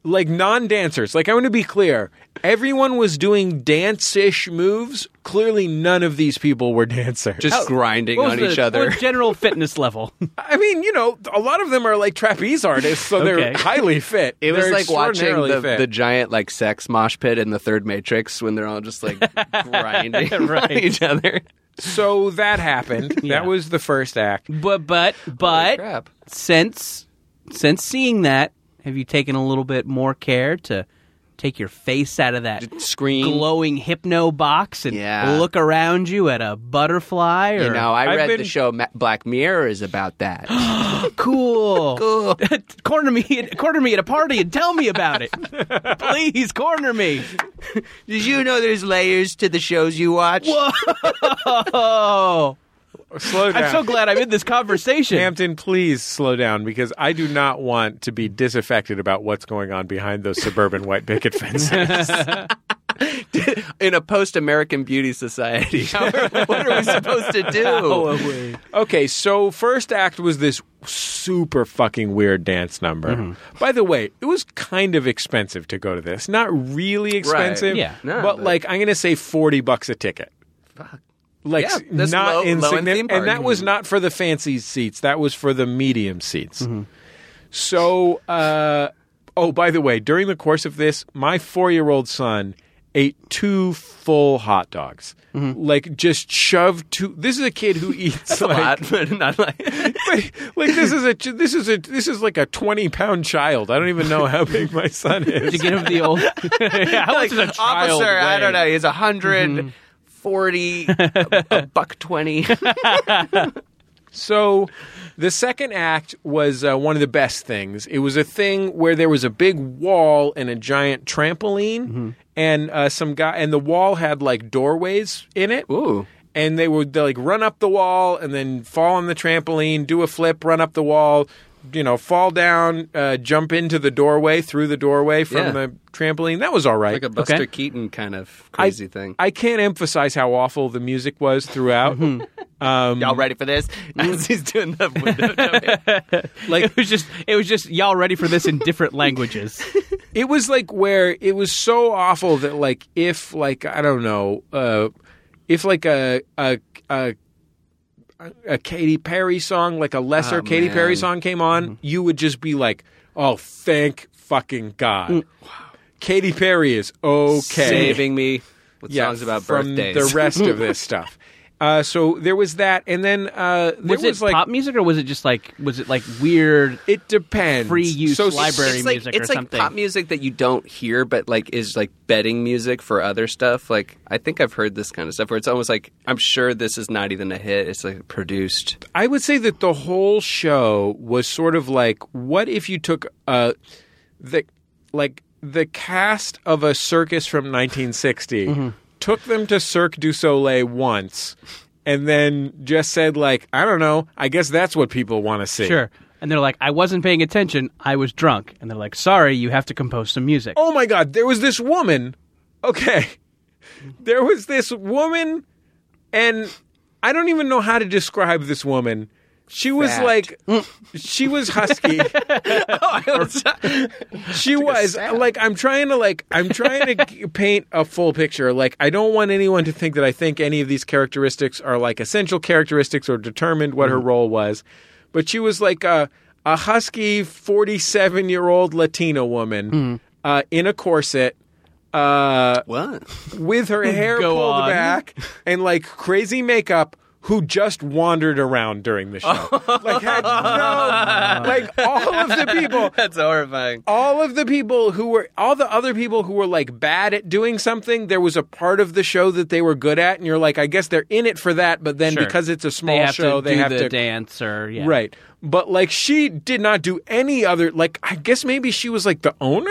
like non dancers. Like I want to be clear. Everyone was doing dance ish moves. Clearly, none of these people were [LAUGHS] dancers.
Just grinding on each other.
general fitness
[LAUGHS]
level?
I mean, you know, a lot of them are like trapeze artists, so they're
Okay.
highly fit.
It was
They're
like watching
extraordinarily
the,
fit.
the giant like sex mosh pit in the third Matrix when they're all
[LAUGHS]
just like grinding on
Right.
each other.
So that
[LAUGHS]
happened.
Yeah.
That was the first act.
but but but
Crap.
since since seeing that, have you taken a little bit more care to take your face out of that
Screen.
glowing hypno box and
Yeah.
look around you at a butterfly or
You know, I
I've
read the
been-
show Ma- Black Mirror is about that.
[GASPS] cool.
Cool.
[LAUGHS] corner me corner me at a party and tell me about it. Please corner me.
Did you know there's layers to the shows you watch?
Oh.
Slow down.
I'm so glad I'm in this conversation.
Hampton, please slow down because I do not want to be disaffected about what's going on behind those suburban white
[LAUGHS]
picket fences.
[LAUGHS] In a post-American beauty
[LAUGHS]
society, how are- what are we supposed to do?
okay, so first act was this super fucking weird dance number. By the way, it was kind of expensive to go to this. Not really expensive,
Yeah.
No,
but,
but-
like I'm going to say 40 bucks a ticket. Like
Yeah, that's
not
low- low-end theme
insignificant,
park.
and that was not for the fancy seats. That was for the medium seats. So, uh, oh, by the way, during the course of this, my four-year-old son ate two full hot dogs. Like just shoved two. This is a kid
[LAUGHS]
who eats
A
like,
lot, but
[LAUGHS]
not like.
like like, this is a ch- this is a this is like a twenty pound child. I don't even know how big my
[LAUGHS]
son
Did you
is.
get him the old? yeah, how much is a child
Officer, I
weigh? Mm-hmm.
don't know.
[LAUGHS]
He's 140, a, a buck 20.
So, the second act was uh, one of the best things. It was a thing where there was a big wall and a giant trampoline,
Mm-hmm.
and uh, some guy and the wall had like doorways in it.
Ooh.
and they would they, like run up the wall and then fall on the trampoline, do a flip, run up the wall, you know, fall down, uh, jump into the doorway through the doorway from
Yeah.
the trampoline. That was all right.
Like a Buster
Okay.
Keaton kind of crazy thing.
I can't emphasize how awful the music was throughout.
Mm-hmm. Y'all ready for this? As he's doing the [LAUGHS] window jumping.
Like [LAUGHS] it was just it was just y'all ready for this in different languages.
It was like where it was so awful that like if like I don't know, uh, if like a a a a Katy Perry song, like a lesser
Oh,
Katy Perry
man. Mm-hmm.
song came on, you would just be like, "Oh, thank fucking god." Katy Perry is okay.
Mm. Saving me with
Yeah,
songs about
from
birthdays.
The rest of
[LAUGHS]
this stuff. Uh, so there was that, and then uh, there
Was
was,
it
like
pop music or was it just like was it like weird?
it depends.
Free use
so
library
it's like,
music
it's
or
like
something.
pop music that you don't hear, but like is like betting music for other stuff. Like I think I've heard this kind of stuff where it's almost like I'm sure this is not even a hit. It's like produced.
I would say that the whole show was sort of like what if you took uh the like the cast of a circus from 1960 took them to Cirque du Soleil once and then just said like I don't know I guess that's what people want to see.
Sure. And they're like, I wasn't paying attention. I was drunk. And they're like, sorry, you have to compose some music.
Oh my god, there was this woman. Okay. There was this woman and I don't even know how to describe this woman. She was
Fat.
like she was husky. [LAUGHS] she was like i'm trying to like i'm trying to g- paint a full picture like i don't want anyone to think that i think any of these characteristics are like essential characteristics or determined what her role was but she was like a, a husky 47 year old latina woman uh, in a corset uh,
What?
with her hair
[LAUGHS] Go
pulled
on.
back and like crazy makeup who just wandered around during the
[LAUGHS]
show. like had no, like all of the people
That's horrifying.
all of the people who were all the other people who were like bad at doing something there was a part of the show that they were good at and you're like i guess they're in it for that but then
Sure.
because it's a small
They have
show
to
they
do
have
the
to
dance or yeah.
right but like she did not do any other like i guess maybe she was like the owner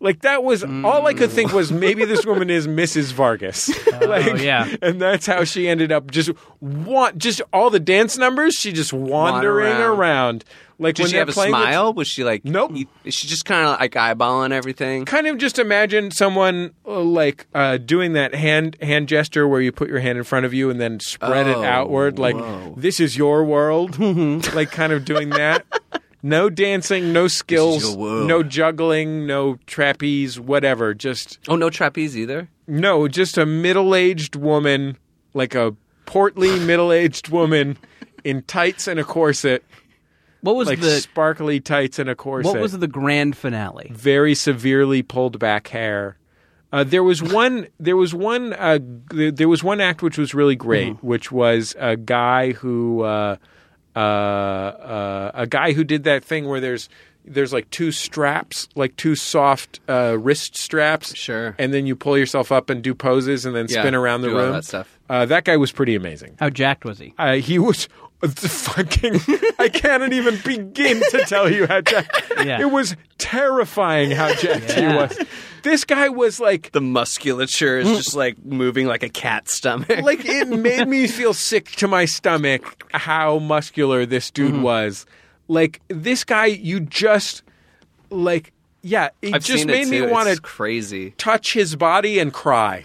like that was all i could think was maybe
[LAUGHS]
this woman is mrs vargas
Oh,
[LAUGHS] like
yeah.
and that's how she ended up just want just all the dance numbers she just wandering
around.
around. like
Did
when
she
they're
have a
playing the-
smile? Was she like?
Nope.
y- Is she just kind of like eyeballing everything?
kind of just imagine someone uh, like uh, doing that hand hand gesture where you put your hand in front of you and then spread
Oh,
it outward, like
whoa.
this is your
[LAUGHS]
world,
Mm-hmm.
like kind of doing that. No dancing, no skills,
your world.
no juggling, no trapeze, whatever. Just
Oh, no trapeze either.
no, just a middle aged woman, like a
[LAUGHS]
portly middle aged woman in tights and a corset,
What was
like
the
sparkly tights and a corset
what was the grand finale?
very severely pulled back hair. Uh, there was
[LAUGHS]
one. There was one. Uh, g- there was one act which was really great,
Mm-hmm.
which was a guy who uh, uh, uh, a guy who did that thing where there's there's like two straps, like two soft uh, wrist straps.
Sure.
And then you pull yourself up and do poses, and then
Yeah,
spin around the
do all
room.
that stuff.
Uh, that guy was pretty amazing.
How jacked was he?
Uh, he was [LAUGHS] fucking. I cannot even begin to tell you how jacked.
Yeah.
It was terrifying how jacked
Yeah.
he was. This guy was like.
The musculature is [LAUGHS] just like moving like a cat's stomach.
Like it made me feel sick to my stomach how muscular this dude
Mm-hmm.
was. Like this guy, you just like yeah, it
I've
just
seen
made
it
me
too.
want
It's
to
crazy.
touch his body and
[LAUGHS]
cry.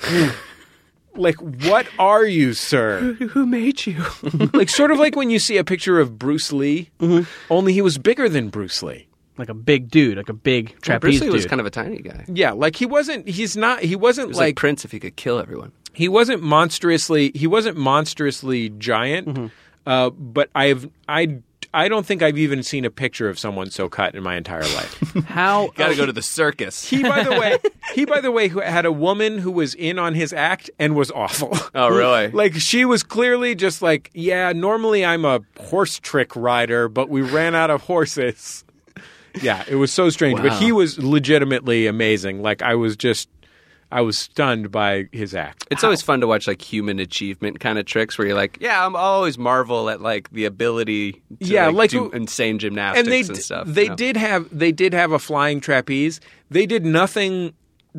like what are you, sir?
Who made you?
like sort of like when you see a picture of Bruce Lee, only he was bigger than Bruce Lee.
like a big dude, like a big trapeze
Bruce Lee
dude.
was kind of a tiny guy. He
Yeah, like he wasn't. He's not. He wasn't
was like,
like,
Prince if he could kill everyone.
he wasn't monstrously. He wasn't monstrously giant. Uh, but I've I I don't think I've even seen a picture of someone so cut in my entire [LAUGHS] life.
[LAUGHS]
How
Got to go to the circus.
he by the way, he by the way, who had a woman who was in on his act and was awful.
[LAUGHS] Oh, really?
Like she was clearly just like, yeah. Normally I'm a horse trick rider, but we ran out of horses. [LAUGHS] Yeah, it was so strange. But
Wow.
he was legitimately amazing. Like I was just, I was stunned by his act.
It's always fun to watch like human achievement kind of tricks where you're like, yeah, I'm I always marvel at like the ability to
Yeah, like,
like, do
w-
insane
and
gymnastics and,
they d-
stuff.
they
you know?
did have they did have a flying trapeze. They did nothing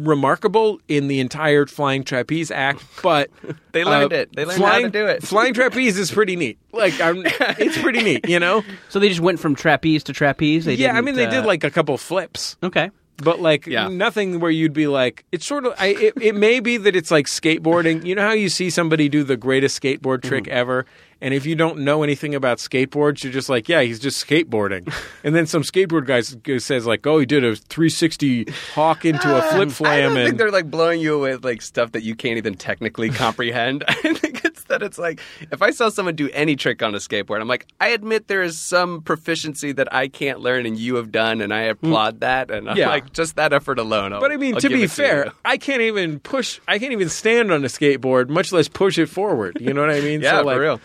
remarkable in the entire flying trapeze act, but
[LAUGHS]
uh,
They learned it. They learned how to
flying-
do it.
Flying trapeze is pretty neat. Like I'm, it's pretty neat, you
[LAUGHS]
know.
So they just went from trapeze to trapeze. They
yeah, I
didn't,
mean they
uh,
did like a couple flips,
okay.
but like
Yeah.
nothing where you'd be like it's sort of. I, it, it may be that it's like skateboarding. You know how you see somebody do the greatest skateboard trick
Mm-hmm.
ever. And if you don't know anything about skateboards, you're just like, yeah, he's just
[LAUGHS]
skateboarding. And then some skateboard guy s- says like, oh, he did a 360 hawk into a flip
[LAUGHS] I
flam.
don't think
And
they're like blowing you away with like stuff that you can't even [LAUGHS] technically comprehend. I think it's that it's like if I saw someone do any trick on a skateboard, I'm like, I admit there is some proficiency that I can't learn and you have done, and I applaud that. And I'm
Yeah.
like, just that effort alone. I'll-
but I mean,
I'll
to
give
be
it
fair,
you.
I can't even push. I can't even stand on a skateboard, much less push it forward. You know what I mean?
[LAUGHS] yeah,
so, like,
for real.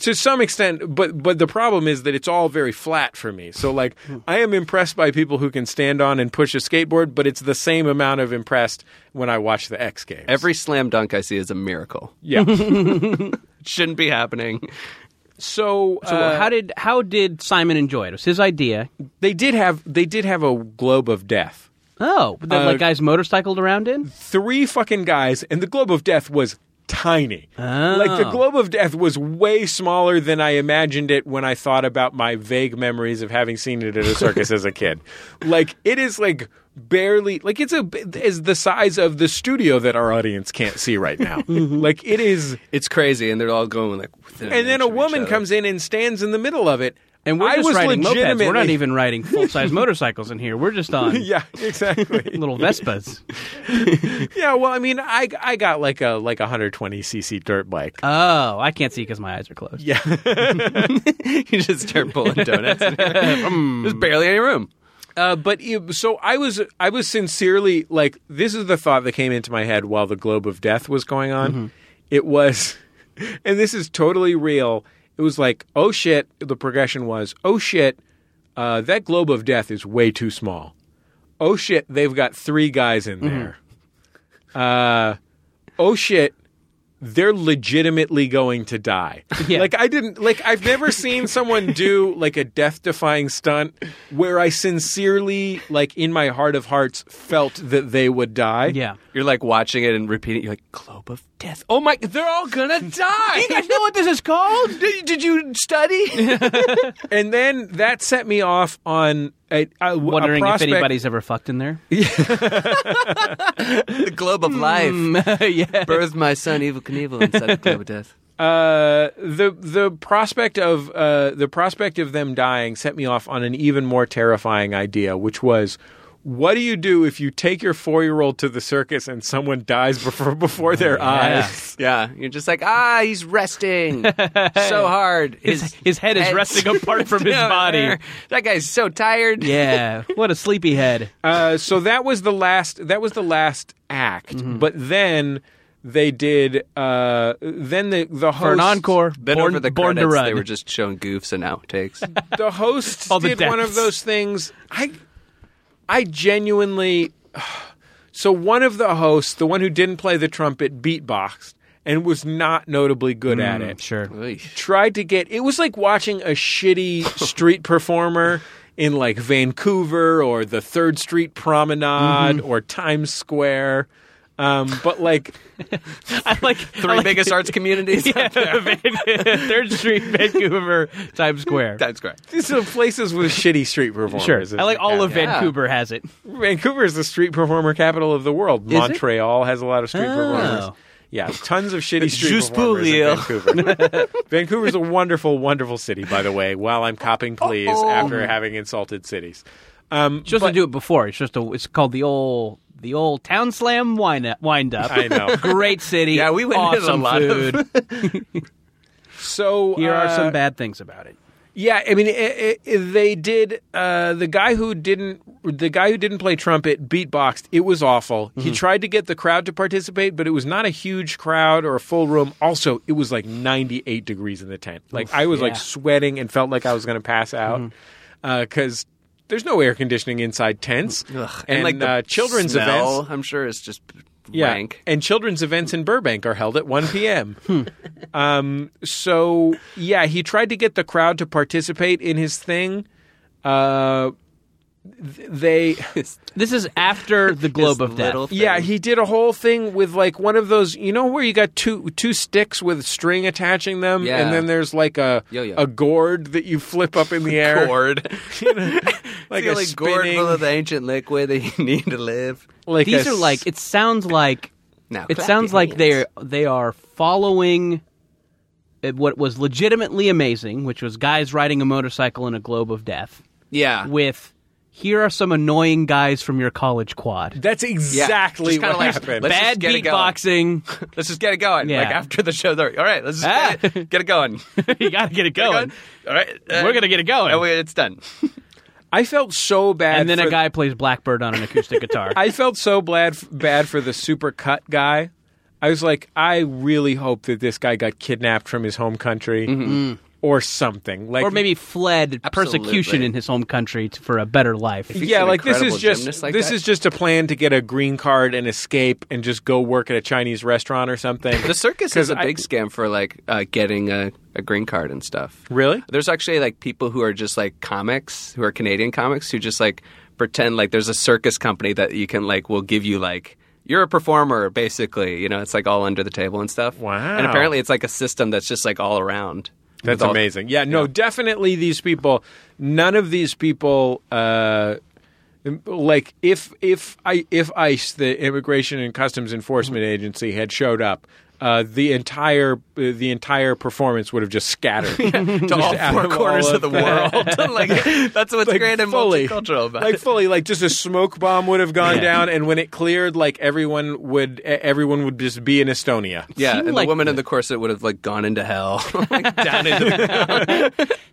to some extent but but the problem is that it's all very flat for me so like i am impressed by people who can stand on and push a skateboard but it's the same amount of impressed when i watch the x games
Every slam dunk I see is a miracle. [LAUGHS]
yeah
It shouldn't be happening.
so,
So
uh,
how did how did Simon enjoy it? It was his idea.
they did have they did have a globe of death
Oh, but then
Uh,
like guys motorcycled around in.
three fucking guys and the globe of death was tiny like
Oh.
the globe of death was way smaller than i imagined it when i thought about my vague memories of having seen it at a circus
[LAUGHS]
as a kid like it is like barely like it's a is the size of the studio that our audience can't see right
[LAUGHS]
now
Mm-hmm.
like it is
It's crazy, and they're all going like. within an
and then a
inch of each
woman
other.
comes in and stands in the middle of it
And we're
I
just
was
riding mopeds. We're not
legitimately-
even riding full size [LAUGHS] motorcycles in here. We're just [LAUGHS] on
[LAUGHS] yeah
[LAUGHS]
exactly
little Vespas.
yeah well i mean i i got like a like a 120 cc dirt bike
Oh, I can't see because my eyes are closed.
yeah
[LAUGHS] you just start
[LAUGHS]
pulling donuts. [LAUGHS] There's barely any room.
Uh, but it- so I was, I was sincerely like, this is the thought that came into my head while the Globe of Death was [LAUGHS] going on. It was, and this is totally real. It was like, oh shit, the progression was, oh shit, uh, that globe of death is way too small. Oh shit, they've got three guys in
Mm-hmm.
there. Uh, oh shit, they're legitimately going to die.
[LAUGHS] Yeah.
Like I didn't like I've never seen someone do like a death-defying stunt where I sincerely like in my heart of hearts felt that they would die.
Yeah.
You're like watching it and repeating. You're like, globe of death. Oh my! They're all gonna die.
You guys know what this is called?
did, did you study?
And then that set me off on a, a,
Wondering
a
if
prospect-
anybody's ever fucked in
[LAUGHS]
there.
the globe of
Mm.
[LAUGHS] life.
[LAUGHS] yeah.
Birthed my son, Evil Knievel, inside the globe
[LAUGHS]
of death.
Uh, the the prospect of uh, the prospect of them dying set me off on an even more terrifying idea, which was. What do you do if you take your four-year-old to the circus and someone dies before before their
Oh,
eyes?
Yeah, you're just like, ah, he's
[LAUGHS]
resting so hard.
His, his head is
head's
resting
[LAUGHS]
apart from his
down
body.
there. That guy's so tired. [LAUGHS]
Yeah. What a sleepy head.
Uh, so that was the last. That was the last act.
Mm-hmm.
But then they did. Uh, then the the host,
For an encore,
Then
born,
over the
born to
credits,
run.
they were just showing goofs
[LAUGHS]
and outtakes.
the hosts
All the
did one of
deaths.
those things. I I genuinely so one of the hosts, the one who didn't play the trumpet, beatboxed and was not notably good at it.
Mm,
[LAUGHS]
Sure.
Oof.
Tried to get it was like watching a
[LAUGHS]
shitty street performer in like Vancouver or the Third Street Promenade
Mm-hmm.
or Times Square. Um, but
[LAUGHS]
like
I [LAUGHS] like
Three biggest
[LAUGHS]
arts communities. [LAUGHS]
Third Street, Vancouver, Times Square.
That's great.
these are places with [LAUGHS] shitty street performers.
Sure.
isn't
I like
it?
all
Yeah.
of Vancouver has it.
Vancouver is the street performer capital of the world.
it?
Montreal has a lot of street
Oh.
performers. Yeah, tons of shitty street
Juste pour
performers in
[LAUGHS]
rire.
Vancouver. Vancouver's a wonderful, wonderful city, by the way. While I'm copping pleas
Uh-oh.
after having insulted cities. Um,
Just to do it before. It's just a, it's called the old the old Town Slam wind up. Wind up.
I know.
[LAUGHS] Great city.
Yeah, we went into a
awesome
lot of-
food.
So
Here are
uh,
[LAUGHS]
some bad things about it.
Yeah, I mean, i i i they did. Uh, the guy who didn't, the guy who didn't play trumpet, beatboxed. It was awful.
Mm-hmm.
He tried to get the crowd to participate, but it was not a huge crowd or a full room. Also, it was like 98 degrees in the tent. Like I was like
yeah.
sweating and felt like I was going to pass
Mm-hmm.
out because there's no air conditioning inside tents
Ugh.
and,
like the
uh, children's
smell,
events.
I'm sure it's just
Yeah,
rank. Hmm.
and children's events in Burbank are held at 1
[LAUGHS]
p.m. um, so yeah, he tried to get the crowd to participate in his thing. Uh, th-
[LAUGHS]
they
This is after the Globe
This
of Death.
little thing.
yeah, he did a whole thing with like one of those, you know, where you got two two sticks with string attaching them,
Yeah.
and then there's like a
Yo-yo.
a gourd that you flip up in
[LAUGHS]
the air, [LAUGHS]
[LAUGHS]
gourd. [LAUGHS]
like
the
a
only gourd
spinning-
full of the ancient liquid that you [LAUGHS] need to live.
like
These
a
are like it sounds like
Now,
it
clap
sounds
your
like they
hands.
are they are following uh, what was legitimately amazing, which was guys riding a motorcycle in a globe of death.
yeah.
With here are some annoying guys from your college quad.
that's exactly
Just kinda
what
like-
happened.
let's
Bad
just get it going.
beatboxing. [LAUGHS]
Let's just get it going.
Yeah.
Like after the show, they're, all right, let's just
Ah.
get, it, get
[LAUGHS]
it going. Get
you gotta get it
it
going.
going. All right, uh,
We're gonna get it going.
and we- it's
[LAUGHS]
done.
I felt so bad,
and then
for
a guy plays Blackbird on an acoustic guitar.
[LAUGHS]
I felt so bad, bad for the super cut guy. I was like, I really hope that this guy got kidnapped from his home country
Mm-hmm. Mm.
or something. Like,
or maybe fled persecution
Absolutely.
in his home country t- for a better life.
yeah,
an
like this is
incredible
just
gymnast like
this
that.
is just a plan to get a green card and escape and just go work at a Chinese restaurant or something.
The circus
'Cause
is a
I-
big scam for like uh, getting a, a green card and stuff.
Really?
There's actually like people who are just like comics, who are Canadian comics, who just like pretend like there's a circus company that you can like will give you like you're a performer basically. You know, it's like all under the table and stuff.
Wow.
And apparently, it's like a system that's just like all around.
That's
With all-
amazing. Yeah, no, definitely these people. None of these people. Uh, like if if I if ICE, the Immigration and Customs Enforcement Agency, had showed up, uh, the entire uh, the entire performance would have just
[LAUGHS]
scattered
[LAUGHS] to all
out
four
of all
corners
of
of the world. [LAUGHS] like that's what's
Like,
great and
fully.
multicultural about
like
it.
fully like just a smoke bomb would have gone
Yeah.
down and when it cleared like everyone would eh, everyone would just be in estonia
Yeah,
seemed
and
like
the woman
the-
in the corset would have like gone into hell. [LAUGHS]
down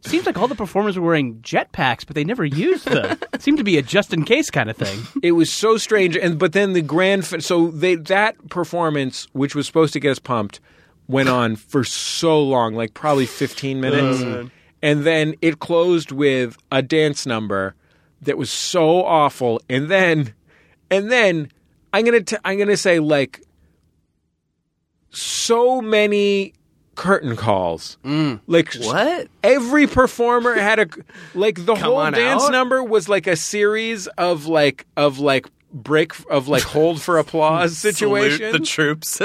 Seems like all the performers were wearing jetpacks, but they never used
[LAUGHS]
them. Seemed to be a just in case kind of thing.
it was so strange and but then the grand fi- so they that performance which was supposed to get us pumped went on for so long, like probably 15 minutes. and then it closed with a dance number that was so awful. And then, and then I'm going to, I'm going to say like so many curtain calls. Like s-
What?
Every performer had a like the whole
on
dance
out?
number was like a series of like of like break of like hold for applause
Salute the
situations.
troops.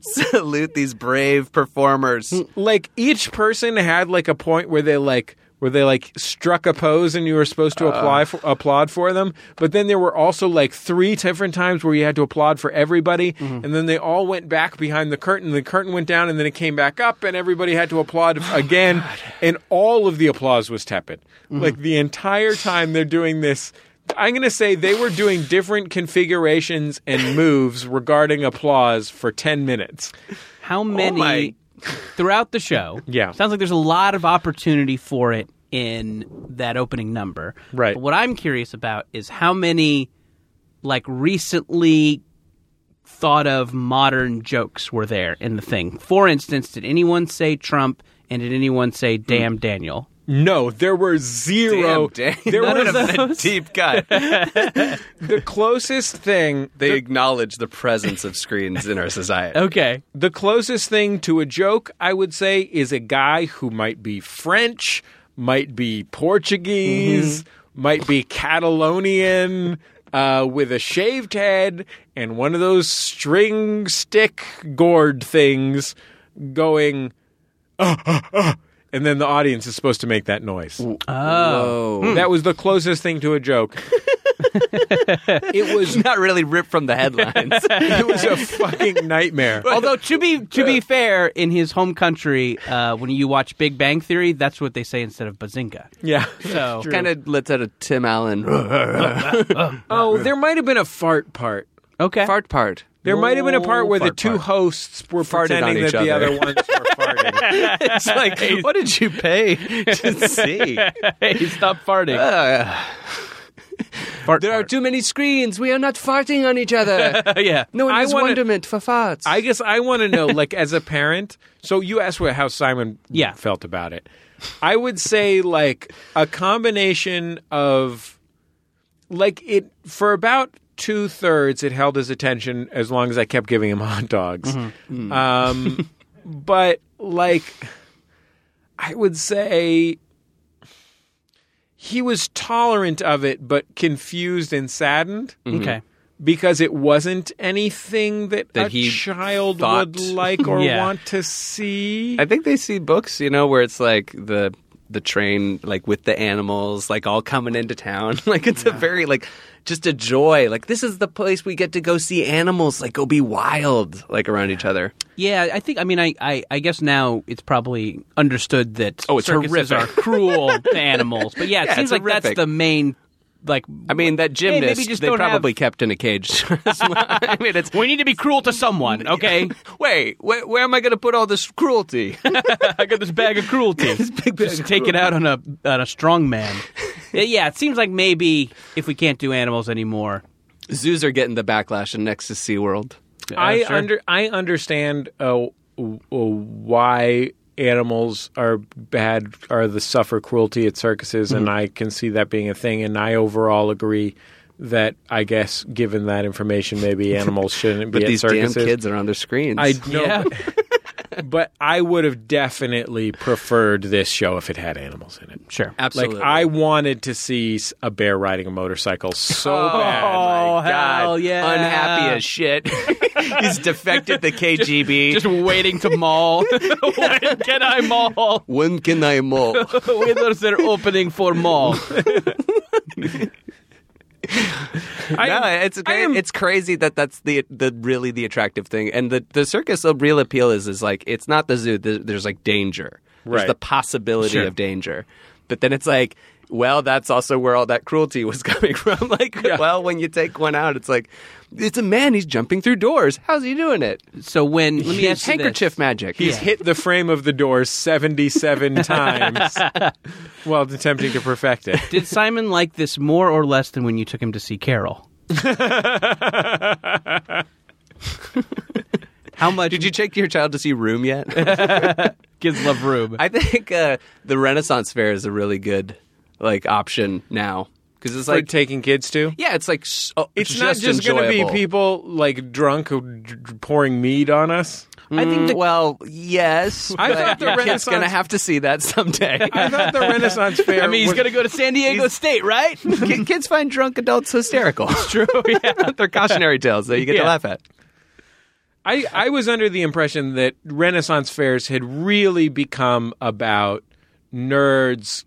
[LAUGHS] Salute these brave performers.
like each person had like a point where they like where they like struck a pose and you were supposed to apply for, applaud for them but then there were also like three different times where you had to applaud for everybody and then they all went back behind the curtain the curtain went down and then it came back up and everybody had to applaud again and all of the applause was tepid like the entire time they're doing this I'm going to say they were doing different configurations and moves regarding applause for 10 minutes.
How many
my.
throughout the show?
Yeah.
Sounds like there's a lot of opportunity for it in that opening number.
Right.
But what I'm curious about is how many like recently thought of modern jokes were there in the thing. For instance, did anyone say Trump and did anyone say damn Daniel?
No, there were zero.
[LAUGHS] Damn, dang.
There
None
was
of the deep [LAUGHS] cut.
the closest thing.
They acknowledge the presence of screens in our society.
Okay.
The closest thing to a joke, I would say, is a guy who might be French, might be Portuguese,
Mm-hmm.
might be Catalonian, uh, with a shaved head and one of those string stick gourd things, going, "Ah, ah, ah," and then the audience is supposed to make that noise.
Oh.
That was the closest thing to a joke. it was
[LAUGHS] Not really ripped from the [LAUGHS] headlines.
it was a fucking
[LAUGHS]
nightmare.
[LAUGHS] Although to be to be fair, in his home country, uh, when you watch Big Bang Theory, that's what they say instead of bazinga.
Yeah.
So
kind of lets out a Tim [GASPS] Allen
Oh, there might have been a fart part.
okay,
fart [LAUGHS] part.
There might have been a part where the
Fart
two
part.
hosts were
Farted on
pretending that
each
the
other.
other [LAUGHS] ones were farting.
[LAUGHS] It's like, what did you pay [LAUGHS] to see?
hey, stop farting. Fart
There are
fart.
too many screens. We are not farting on each other.
yeah.
No one
I
is
wanna-
wonderment for farts.
I guess I want to know, like, as a parent. So you asked what, how Simon
Yeah.
felt about it. I would say, like, a combination of, like, it for about two thirds, it held his attention as long as I kept giving him hot dogs. Um, but like, I would say he was tolerant of it, but confused and saddened
Okay.
because it wasn't anything that,
That
a
he
child
thought.
would like
[LAUGHS]
or
Yeah.
want to see.
I think they see books, you know, where it's like the the train like with the animals like all coming into town [LAUGHS] like it's a very like just a joy like this is the place we get to go see animals like go be wild like around each other
Yeah, I think. I mean, I, I, I guess now it's probably understood that
Oh, it's
circuses
horrific.
are cruel [LAUGHS] to animals. But yeah, it
Yeah,
seems
it's
like that's
horrific.
the main. Like,
i mean that
maybe
gymnast
just
they
don't have- [LAUGHS]
probably kept in a cage [LAUGHS] i mean it's
we need to be cruel to someone. Okay,
wait where, where am i going to put all this cruelty
[LAUGHS]
[LAUGHS]
I got [LAUGHS] this bag of cruelty. Just take it out on a on a strong man. Yeah, yeah, it seems like maybe if we can't do animals anymore,
zoos are getting the backlash and next to seaworld
I
Uh, sure.
under I understand uh, w- w- why animals are bad are the suffer cruelty at circuses, and
Mm-hmm.
I can see that being a thing. And I overall agree that I guess given that information,
[LAUGHS]
maybe animals shouldn't be
but
at
these
circuses.
damn kids are on their screens [LAUGHS]
I know,
Yeah.
but I would have definitely preferred this show if it had animals in it.
sure.
absolutely
Like I wanted to see s- a bear riding a motorcycle so bad.
Oh hell
God.
yeah!
Unhappy as shit. [LAUGHS] He's defected the KGB.
[LAUGHS] just waiting to [LAUGHS] maul. when can I [LAUGHS] maul?
when can I maul? [LAUGHS]
when is there opening for maul?
I,
no, it's great.
am-
it's crazy that that's the the really the attractive thing. And the the circus of real appeal is is like it's not the zoo. There's, there's like danger. There's
Right.
the possibility
Sure.
of danger. But then it's like, well, that's also where all that cruelty was [LAUGHS] coming from. like, well, when you take one out, it's like, it's a man. He's jumping through doors. How's he doing it?
So when let me
It's
ask you this.
handkerchief magic.
He's hit the frame of the door [LAUGHS] 77 times while attempting to perfect [LAUGHS] it.
Did Simon like this more or less than when you took
[LAUGHS]
him to see Carol? How much
[LAUGHS] Did you take your child to see Room yet?
kids love Rube?
[LAUGHS] I think uh, the Renaissance Fair is a really good like option now because it's
for
like
taking kids to.
yeah, it's like s- oh,
It's not just going to be
enjoyable.
people like drunk who d- d- pouring mead on us.
I think Mm. well, [LAUGHS] yes,
I
but
thought the
your kid's
Renaissance-
going to have to see that [LAUGHS] someday.
[LAUGHS] I thought the [LAUGHS] Renaissance Fair.
I mean, he's
was-
going to go to San Diego State, right?
[LAUGHS] Ki- Kids find drunk adults hysterical. It's true. Yeah. [LAUGHS] They're cautionary tales that you get
Yeah.
to laugh at.
I, I was under the impression that Renaissance fairs had really become about nerds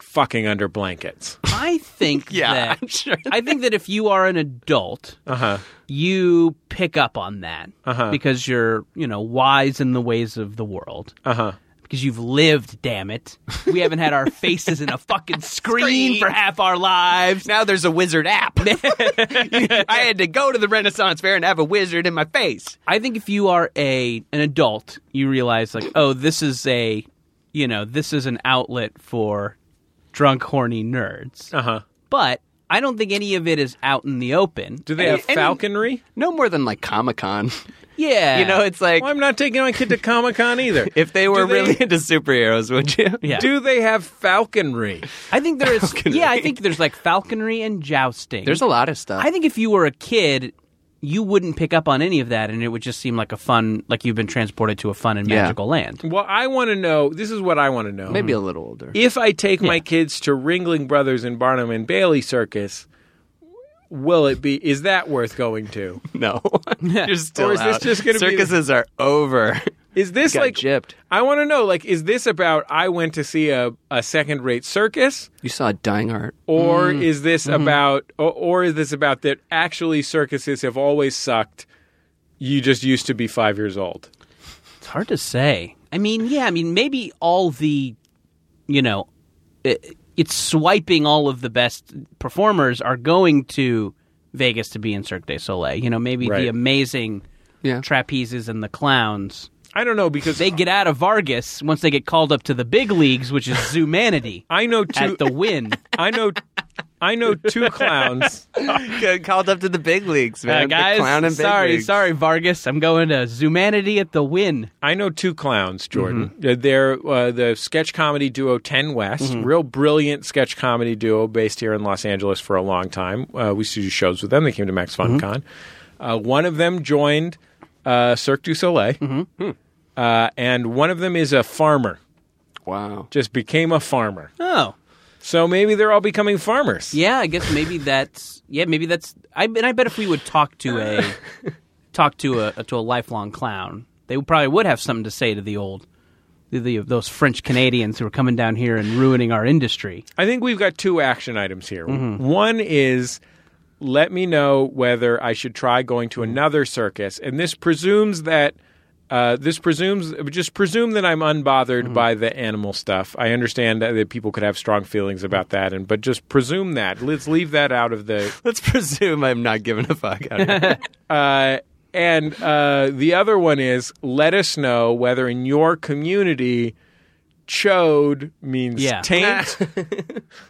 fucking under blankets.
[LAUGHS] I think
[LAUGHS] Yeah,
that
I'm sure. Uh-huh.
I think that if you are an adult,
Uh huh.
you pick up on that because you're, you know, wise in the ways of the world.
Uh
Uh-huh.
huh.
Because you've lived, damn it. We haven't had our faces in a
[LAUGHS]
fucking screen,
Screen.
for half our
[LAUGHS]
lives.
Now there's a wizard app. [LAUGHS] I had to go to the Renaissance Fair and have a wizard in my face.
I think if you are a an adult, you realize like, oh, this is a, you know, this is an outlet for drunk, horny
Oh.
nerds.
Uh huh.
But I don't think any of it is out in the open.
Do they have
Any-
falconry?
No more than like Comic [LAUGHS] Con.
yeah,
You know, it's like
Well, I'm not taking my kid to Comic Con either.
[LAUGHS] if they were
Do they-
really into superheroes, would you?
Yeah.
Do they have falconry?
I think there is.
Falconry.
yeah, I think there's like falconry and jousting.
There's a lot of stuff.
I think if you were a kid, you wouldn't pick up on any of that, and it would just seem like a fun, like you've been transported to a fun and
Yeah.
magical land.
Well, I want to know. This is what I want to know.
Maybe a little older.
if I take my kids to Ringling Brothers and Barnum and Bailey Circus, will it be? Is that worth going to?
[LAUGHS] No. You're still
Or is this
out.
just gonna be the-
Circuses are over. [LAUGHS]
Is this
Got
like
gypped.
I want to know like is this about I went to see a, a second rate circus
You saw a dying art.
or
Mm.
is this
Mm-hmm.
about or, or is this about that actually circuses have always sucked you just used to be 5 years old.
It's hard to say. I mean, yeah, I mean, maybe all the, you know, it, it's swiping all of the best performers are going to Vegas to be in Cirque du Soleil. You know, maybe
Right.
the amazing
Yeah.
trapezes and the clowns.
I don't know because
They get out of Vargas once they get called up to the big leagues, which is
[LAUGHS]
Zoomanity
I know two
at the [LAUGHS] win.
I know I know two clowns.
[LAUGHS] Got called up to the big leagues,
Uh,
man.
guys,
the clown [LAUGHS] and big
sorry,
leagues.
sorry, Vargas. I'm going to Zumanity at the win.
I know two clowns, Jordan. They're- They're uh, the sketch comedy duo Ten West, real brilliant sketch comedy duo based here in Los Angeles for a long time. Uh, we used to do shows with them. They came to Max FunCon. Uh, one of them joined uh, Cirque du Soleil, uh, and one of them is a farmer.
Wow.
Just became a farmer.
Oh,
So maybe they're all becoming farmers.
yeah. I guess maybe that's yeah. Maybe that's. I and I bet if we would talk to a talk to a to a lifelong clown, they would- probably would have something to say to the old the, the those French Canadians who are coming down here and ruining our industry.
I think we've got two action items here. One is let me know whether I should try going to another circus, and this presumes that uh, this presumes just presume that I'm unbothered by the animal stuff. I understand that that people could have strong feelings about that, and but just presume that. Let's leave that out of the
Let's presume I'm not giving a fuck. I don't [LAUGHS] know.
uh, and uh, the other one is let us know whether in your community chode means
Yeah.
taint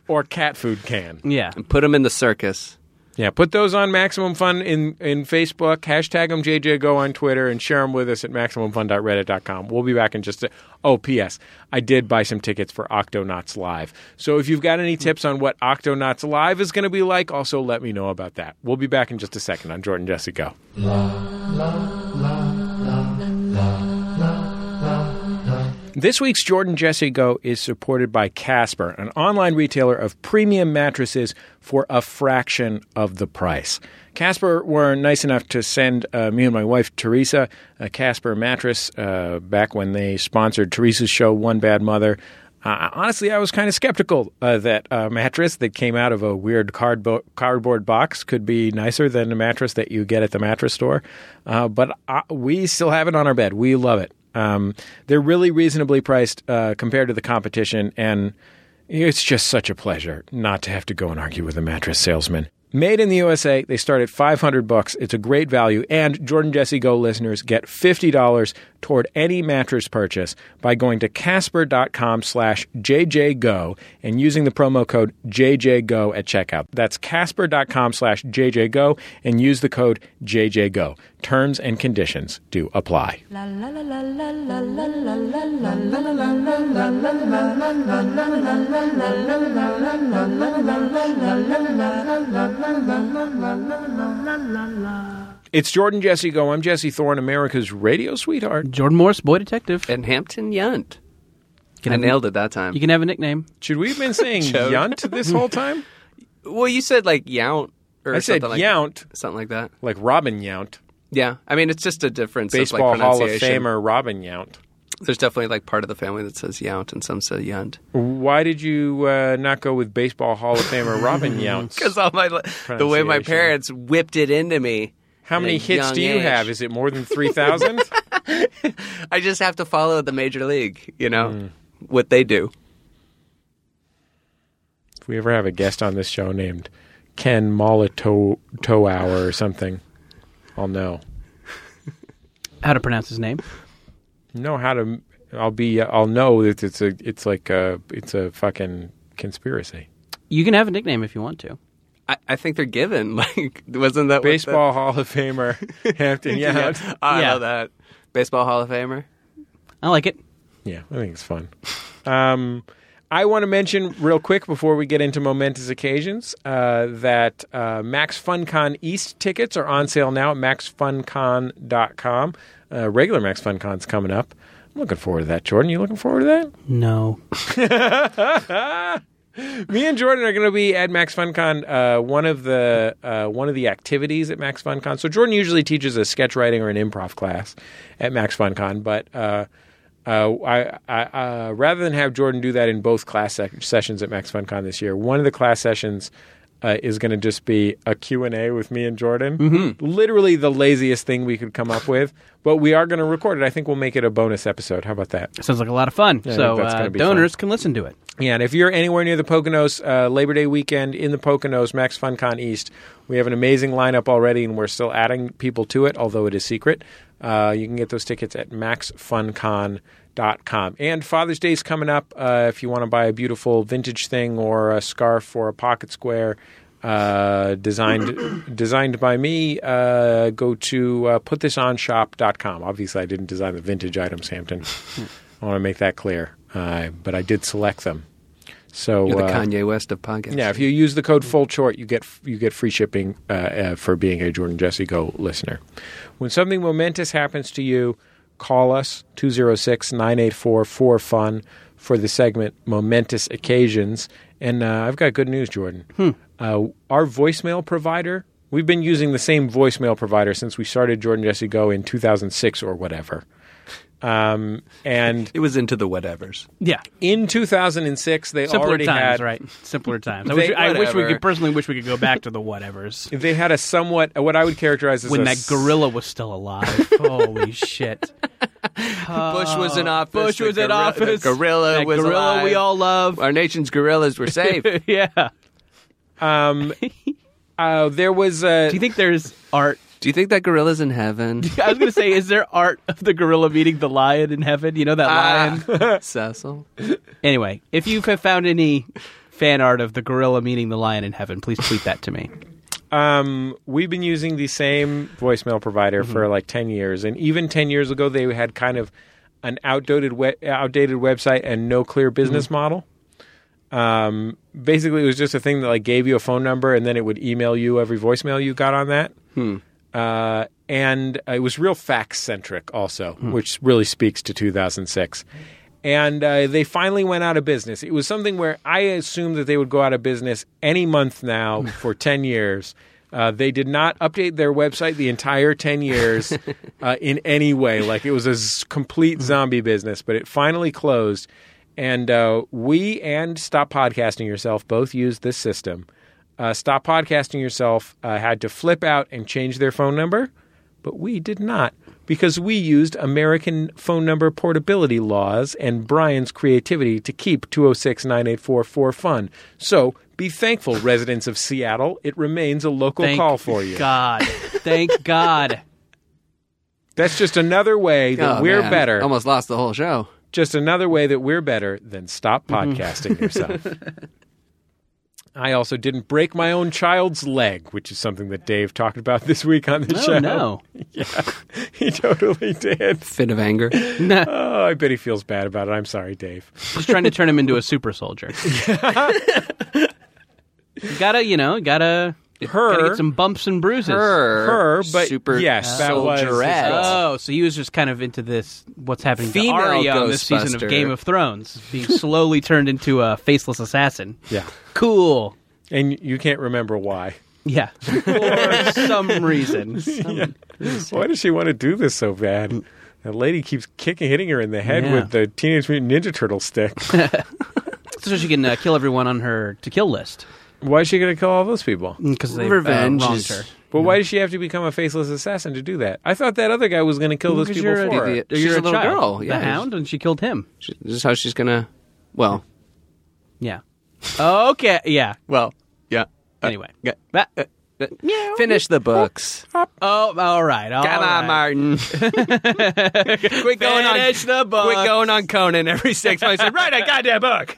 or cat food can.
Yeah,
Put him in the circus.
Yeah, put those on Maximum Fun in, in Facebook. Hashtag them JJGo on Twitter and share them with us at MaximumFun.reddit.com. We'll be back in just a... Oh, P.S. I did buy some tickets for Octonauts Live. So if you've got any tips on what Octonauts Live is going to be like, also let me know about that. We'll be back in just a second on Jordan Jesse Go. This week's Jordan Jesse Go is supported by Casper, an online retailer of premium mattresses for a fraction of the price. Casper were nice enough to send uh, me and my wife Teresa a Casper mattress uh, back when they sponsored Teresa's show One Bad Mother. Uh, honestly, I was kind of skeptical uh, that a mattress that came out of a weird cardbo- cardboard box could be nicer than the mattress that you get at the mattress store. Uh, but uh, we still have it on our bed. We love it. Um, they're really reasonably priced uh, compared to the competition, and it's just such a pleasure not to have to go and argue with a mattress salesman. Made in the USA, they start at 500 bucks. It's a great value, and Jordan Jesse Go listeners get $50 toward any mattress purchase by going to casper.com slash jjgo and using the promo code jjgo at checkout. That's casper.com slash jjgo and use the code jjgo. Terms and conditions do apply.
La la la la la la la la la la.
It's Jordan Jesse Go. I'm Jesse Thorne, America's radio sweetheart.
Jordan Morris, boy detective.
And Hampton Yunt.
Can
I
have a-
nailed it that time.
You can have a nickname.
Should we have
[LAUGHS]
been saying
Joke.
yunt this whole time?
well, you said like Yount [LAUGHS] or
I said
something like
yount,
Something like that.
like Robin Yount,
Yeah. I mean, it's just a difference.
baseball
of, like,
Hall of
pronunciation.
Famer Robin Yount.
There's definitely like part of the family that says Yount and some say [LAUGHS] Yunt.
Why did you uh, not go with baseball Hall of Famer
[LAUGHS]
Robin Yount?
Because all my li- the way my
Pronunciation.
parents whipped it into me.
How
at a
many hits
young
do you
age.
have? Is it more
[LAUGHS]
than 3,000?
I just have to follow the major league. You know what they do.
if we ever have a guest on this show named Ken Molotowauer or something, I'll know.
How to pronounce his name?
Know how to. I'll be. I'll know that it's a. It's like a. It's a fucking conspiracy.
You can have a nickname if you want to.
I, I think they're given. [LAUGHS] Like, wasn't that what the- [LAUGHS]
Baseball Hall of Famer Hampton
yeah.
Yount.
I
Yeah.
love that. Baseball Hall of Famer.
I like it.
Yeah, I think it's fun. Um, I want to mention real quick before we get into momentous occasions uh, that uh, Max FunCon East tickets are on sale now at maxfuncon.com. Uh, regular Max FunCon's coming up. I'm looking forward to that, Jordan. You looking forward to that?
No.
[LAUGHS] Me and Jordan are going to be at Max FunCon. Uh, one of the uh, one of the activities at Max FunCon. So Jordan usually teaches a sketch writing or an improv class at Max FunCon, but uh, uh, I, I uh, rather than have Jordan do that in both class sec- sessions at Max FunCon this year, one of the class sessions uh, is going to just be a Q&A with me and Jordan. Literally the laziest thing we could come up with, but we are going to record it. I think we'll make it a bonus episode. How about that?
Sounds like a lot of fun.
I
so
think that's
uh,
gonna be
donors can listen to it.
Yeah, and if you're anywhere near the Poconos, uh, Labor Day weekend in the Poconos, Max FunCon East, we have an amazing lineup already, and we're still adding people to it, although it is secret. Uh, you can get those tickets at maxfuncon.com. And Father's Day is coming up. Uh, if you want to buy a beautiful vintage thing or a scarf or a pocket square uh, designed [COUGHS] designed by me, uh, go to uh, putthisonshop.com. Obviously, I didn't design the vintage items, Hampton. I want to make that clear, uh, but I did select them. So
You're the
uh,
Kanye West of podcasts.
yeah, if you use the code full short, you get you get free shipping uh, uh, for being a Jordan Jesse Go listener. When something momentous happens to you, call us 206-984-4FUN for the segment Momentous Occasions. And uh, I've got good news, Jordan.
Hmm.
Uh, our voicemail provider, we've been using the same voicemail provider since we started Jordan Jesse Go in 2006 or whatever. Um, and
It was into the whatevers.
Yeah.
in 2006, they
Simpler
already
times,
had
right? Simpler times. I,
They-
wish, I wish we
whatever.
could personally wish we could go back to the whatevers
They had a somewhat what I would characterize as
when
a
that gorilla was still alive. [LAUGHS] Holy [LAUGHS] shit!
Bush was in office.
Bush
the
was in
Oh, gorilla-
office.
The gorilla
That
was
gorilla
alive.
we all love.
Our nation's gorillas were safe.
[LAUGHS] yeah.
Uh, there was a
Do you think there's art?
Do you think that gorilla's in heaven?
I was gonna say, is there art of the gorilla meeting the lion in heaven? You know that lion.
Ah, Cecil.
Anyway, if you have found any fan art of the gorilla meeting the lion in heaven, please tweet that to me.
um, we've been using the same voicemail provider
Mm-hmm.
for like ten years, and even ten years ago they had kind of an outdated we- outdated website and no clear
Mm-hmm.
business model. Um, basically, it was just a thing that like gave you a phone number and then it would email you every voicemail you got on that. Uh, and uh, it was real fact centric also, which really speaks to 2006. And uh, they finally went out of business. It was something where I assumed that they would go out of business any month now for 10 years. Uh, they did not update their website the entire 10 years uh, in any way. Like it was a z- complete zombie business, but it finally closed. And uh, we and Stop Podcasting Yourself both used this system uh, Stop Podcasting Yourself uh, had to flip out and change their phone number, but we did not because we used American phone number portability laws and Brian's creativity to keep 206 984 fun. So be
[LAUGHS]
thankful, residents of Seattle. It remains a local
Thank [LAUGHS]
call for you.
God. Thank God.
That's just another way that
Oh,
we're
man.
better.
Almost lost the whole show.
Just another way that we're better than stop
Mm-hmm.
podcasting
[LAUGHS]
yourself. I also didn't break my own child's leg, which is something that Dave talked about [LAUGHS] this week on the show.
Oh no!
[LAUGHS] He totally did.
Fit of anger.
Oh, I bet he feels bad about it. I'm sorry, Dave.
Just trying to turn him into a super [LAUGHS] soldier. you gotta, you know, gotta, gotta
Her,
get some bumps and bruises.
Her,
Her, but
super
yes, that was-
soldierette.
Oh, so he was just kind of into this what's happening
Female
to Arya on this season
Ghostbuster.
of Game of Thrones, being slowly turned into a faceless assassin.
yeah,
Cool.
and you can't remember why.
Yeah. [LAUGHS] For some [LAUGHS] reason.
Why does she want to do this so bad? That lady keeps kicking, hitting her in the head
Mm. Yeah.
with the Teenage Mutant Ninja Turtle
[LAUGHS]
stick.
So she can uh, kill everyone on her to kill list
why is she going to kill all those people?
because they
Mm, Revenge
uh, wronged
is-
her.
But why does she have to become a faceless assassin to do that? I thought that other guy was going to kill those
Because
people
you're
for her.
a,
idiot.
you're
She's
a
a little
child.
girl, yeah.
The hound, and she killed him.
She- This is how she's gonna. Well, [LAUGHS]
Yeah. Okay. Yeah.
well, yeah. Uh,
Anyway.
yeah.
Bah.
Finish the books.
Oh, all right. all
Come on,
right.
[LAUGHS] Martin. quit going on.
Finish the book.
Quit going on Conan every six months. Write [LAUGHS] a goddamn book.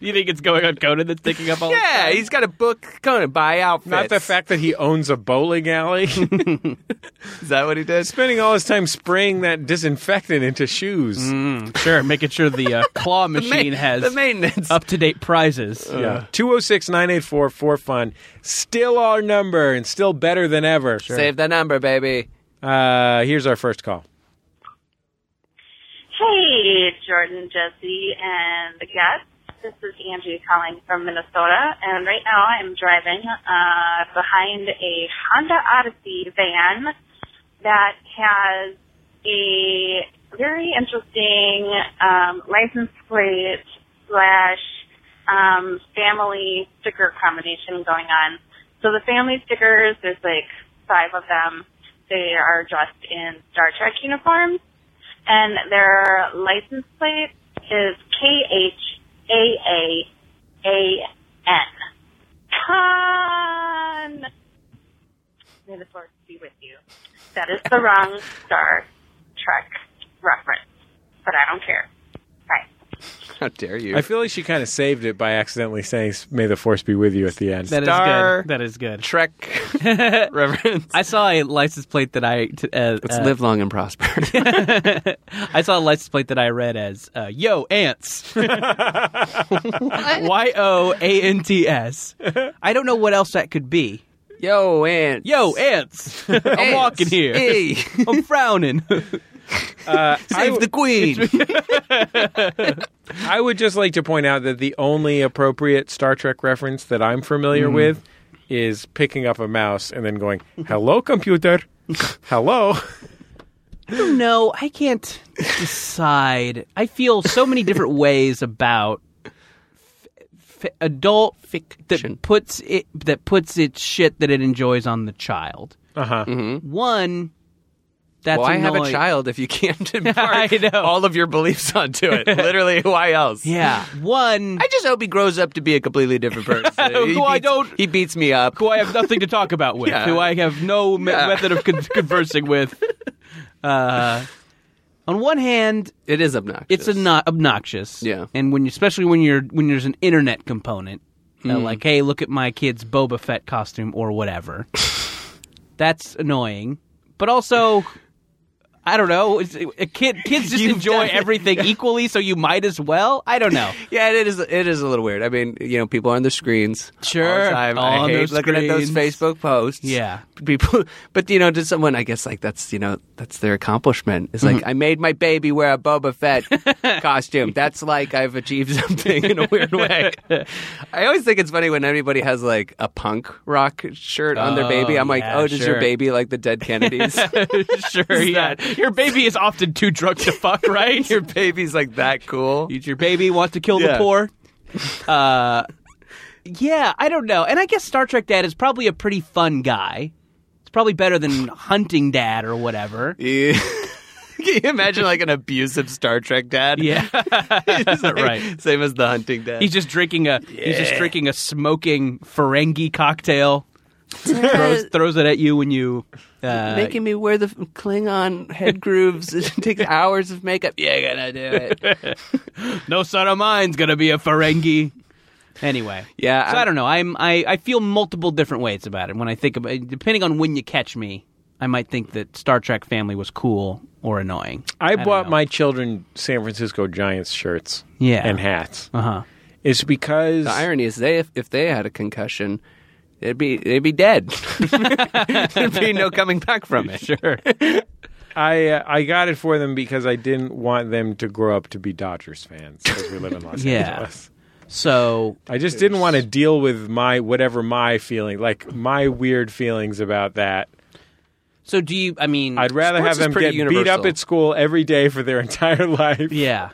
You think it's going on Conan that's picking [LAUGHS] up all the
Yeah, he's got a book. Conan buy outfits.
Not the fact that he owns a bowling
[LAUGHS]
alley.
Is that what he did?
Spending all his time spraying that disinfectant into shoes.
Mm, Sure, making sure the
[LAUGHS]
uh, claw machine
Ma-
has
the maintenance. Uh,
up to date prizes.
Yeah. 206 984 4FUN. Still our number and still better than ever.
Save the number, baby.
Uh, here's our first call.
Hey, it's Jordan, Jesse, and the guests. This is Angie calling from Minnesota, and right now I'm driving uh, behind a Honda Odyssey van that has a very interesting um, license plate slash um, family sticker combination going on. So the family stickers, there's like five of them. They are dressed in Star Trek uniforms and their license plate is K H A A A N. Con. May the force be with you. That is the wrong Star Trek reference, but I don't care. Bye.
How dare you?
I feel like she kind of saved it by accidentally saying, May the force be with you at the end.
That is
Star-
good. That is good.
[LAUGHS] Trek reference.
I saw a license plate that I t- uh,
Let's
uh,
live long
[LAUGHS]
and prosper.
I saw a license plate that I read as uh, "Yo ants,"
[LAUGHS]
[LAUGHS] Y O A N T S. I don't know what else that could be.
[LAUGHS] Yo, Ant.
Yo ants,
[LAUGHS]
I'm walking here. [LAUGHS]
Hey,
I'm frowning. [LAUGHS]
save the queen.
I would just like to point out that the only appropriate Star Trek reference that I'm familiar
Mm-hmm.
with is picking up a mouse and then going, "Hello, computer." [LAUGHS] Hello.
no, I can't decide. I feel so many [LAUGHS] different ways about f- f- adult
Fiction.
that puts it that puts its shit that it enjoys on the child.
Uh huh.
One, that's
Why Mm-hmm. have a
annoying.
child if you
[LAUGHS]
can't
I
impart
know.
all of your beliefs onto
[LAUGHS]
it? Literally, why else?
Yeah, one
I just hope he grows up to be a
[LAUGHS]
completely different person.
Who
he
I
beats,
don't-
He beats me up.
who I have nothing to talk about with,
Yeah.
who I have no me-
Yeah.
method of con- conversing with. Uh, on one hand,
It is obnoxious.
it's not obnoxious.
Yeah.
and when you, especially when you're when there's an internet component,
Mm-hmm.
uh, like hey, look at my kid's Boba Fett costume or
[LAUGHS]
whatever. That's annoying, but also. I don't know. It's, a kid, kids just
[LAUGHS] You've
enjoy
done it.
everything equally, so you might as well. I don't
[LAUGHS]
know.
Yeah, it is. It is a little weird. I mean, you know, people are on their screens. All
Sure.
the time.
All on
I
their
hate looking at those
screens.
Facebook posts.
Yeah.
People, [LAUGHS] but you know, to someone, I guess like that's you know that's their accomplishment. It's
Mm-hmm.
like I made my baby wear a
[LAUGHS]
Boba Fett costume. That's like I've achieved something in a weird way. I always think it's funny when anybody has like a punk rock shirt on their baby.
Oh,
I'm like,
yeah,
oh, does your
sure.
baby like
[LAUGHS]
the Dead Kennedys?
sure, yeah. Your baby is often too drunk to fuck,
[LAUGHS]
right?
your baby's like that cool.
Eat your baby, wants to kill the [LAUGHS]
Yeah.
poor. Uh, yeah, I don't know. And I guess Star Trek Dad is probably a pretty fun guy. It's probably better [LAUGHS] than Hunting Dad or whatever.
Yeah. [LAUGHS] Can you imagine like an abusive Star Trek
[LAUGHS]
dad?
Yeah,
It's [LAUGHS] like-
Right.
Same as the hunting dad.
he's just drinking a he's just drinking a smoking Ferengi cocktail throws,
Uh,
throws it at you when you. Uh,
Making me wear the Klingon head grooves. it [LAUGHS] takes hours of makeup. You're gonna do it.
no son of mine's gonna be a Ferengi. Anyway,
Yeah,
So I,
I'm-
don't know. I'm I, I feel multiple different ways about it when I think about depending on when you catch me. I might think that Star Trek Family was cool or annoying.
I,
don't
bought
know.
my children San Francisco Giants shirts
Yeah.
and hats.
Uh huh.
It's because
The irony is, they if, if they had a concussion, they'd be they'd be dead. [LAUGHS] There'd be no coming back from it.
Sure.
I uh, I got it for them because I didn't want them to grow up to be Dodgers fans because we live in Los
[LAUGHS] Yeah.
Angeles.
so
I just didn't want to deal with my whatever my feeling, like my weird feelings about that.
so do you? I mean,
I'd rather
Sports is
have them get
pretty
beat up
universal.
at school every day for their [LAUGHS] entire life.
Yeah.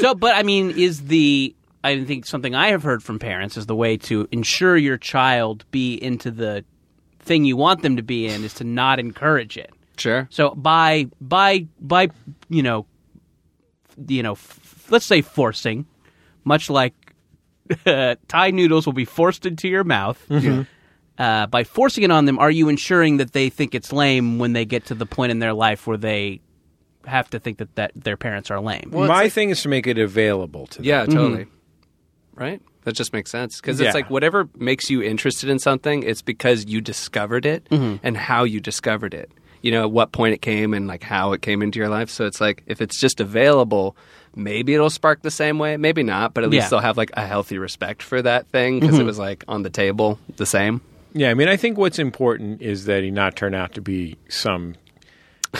So, but I mean, is the I think something I have heard from parents is the way to ensure your child be into the thing you want them to be in is to not encourage it.
Sure.
So by by by you know you know f- let's say forcing, much like [LAUGHS] Thai noodles will be forced into your mouth.
Mm-hmm.
Uh, by forcing it on them, are you ensuring that they think it's lame when they get to the point in their life where they have to think that, that their parents are lame?
[LAUGHS]
my thing is to make it available to them.
Yeah, totally. Right? That just makes sense because
Yeah.
it's like whatever makes you interested in something, it's because you discovered it and how you discovered it. You know, at what point it came and like how it came into your life. So it's like if it's just available, maybe it'll spark the same way, maybe not, but at least
Yeah.
they'll have like a healthy respect for that thing because it was like on the table the same. [LAUGHS]
Yeah, I mean, I think what's important is that he not turn out to be some,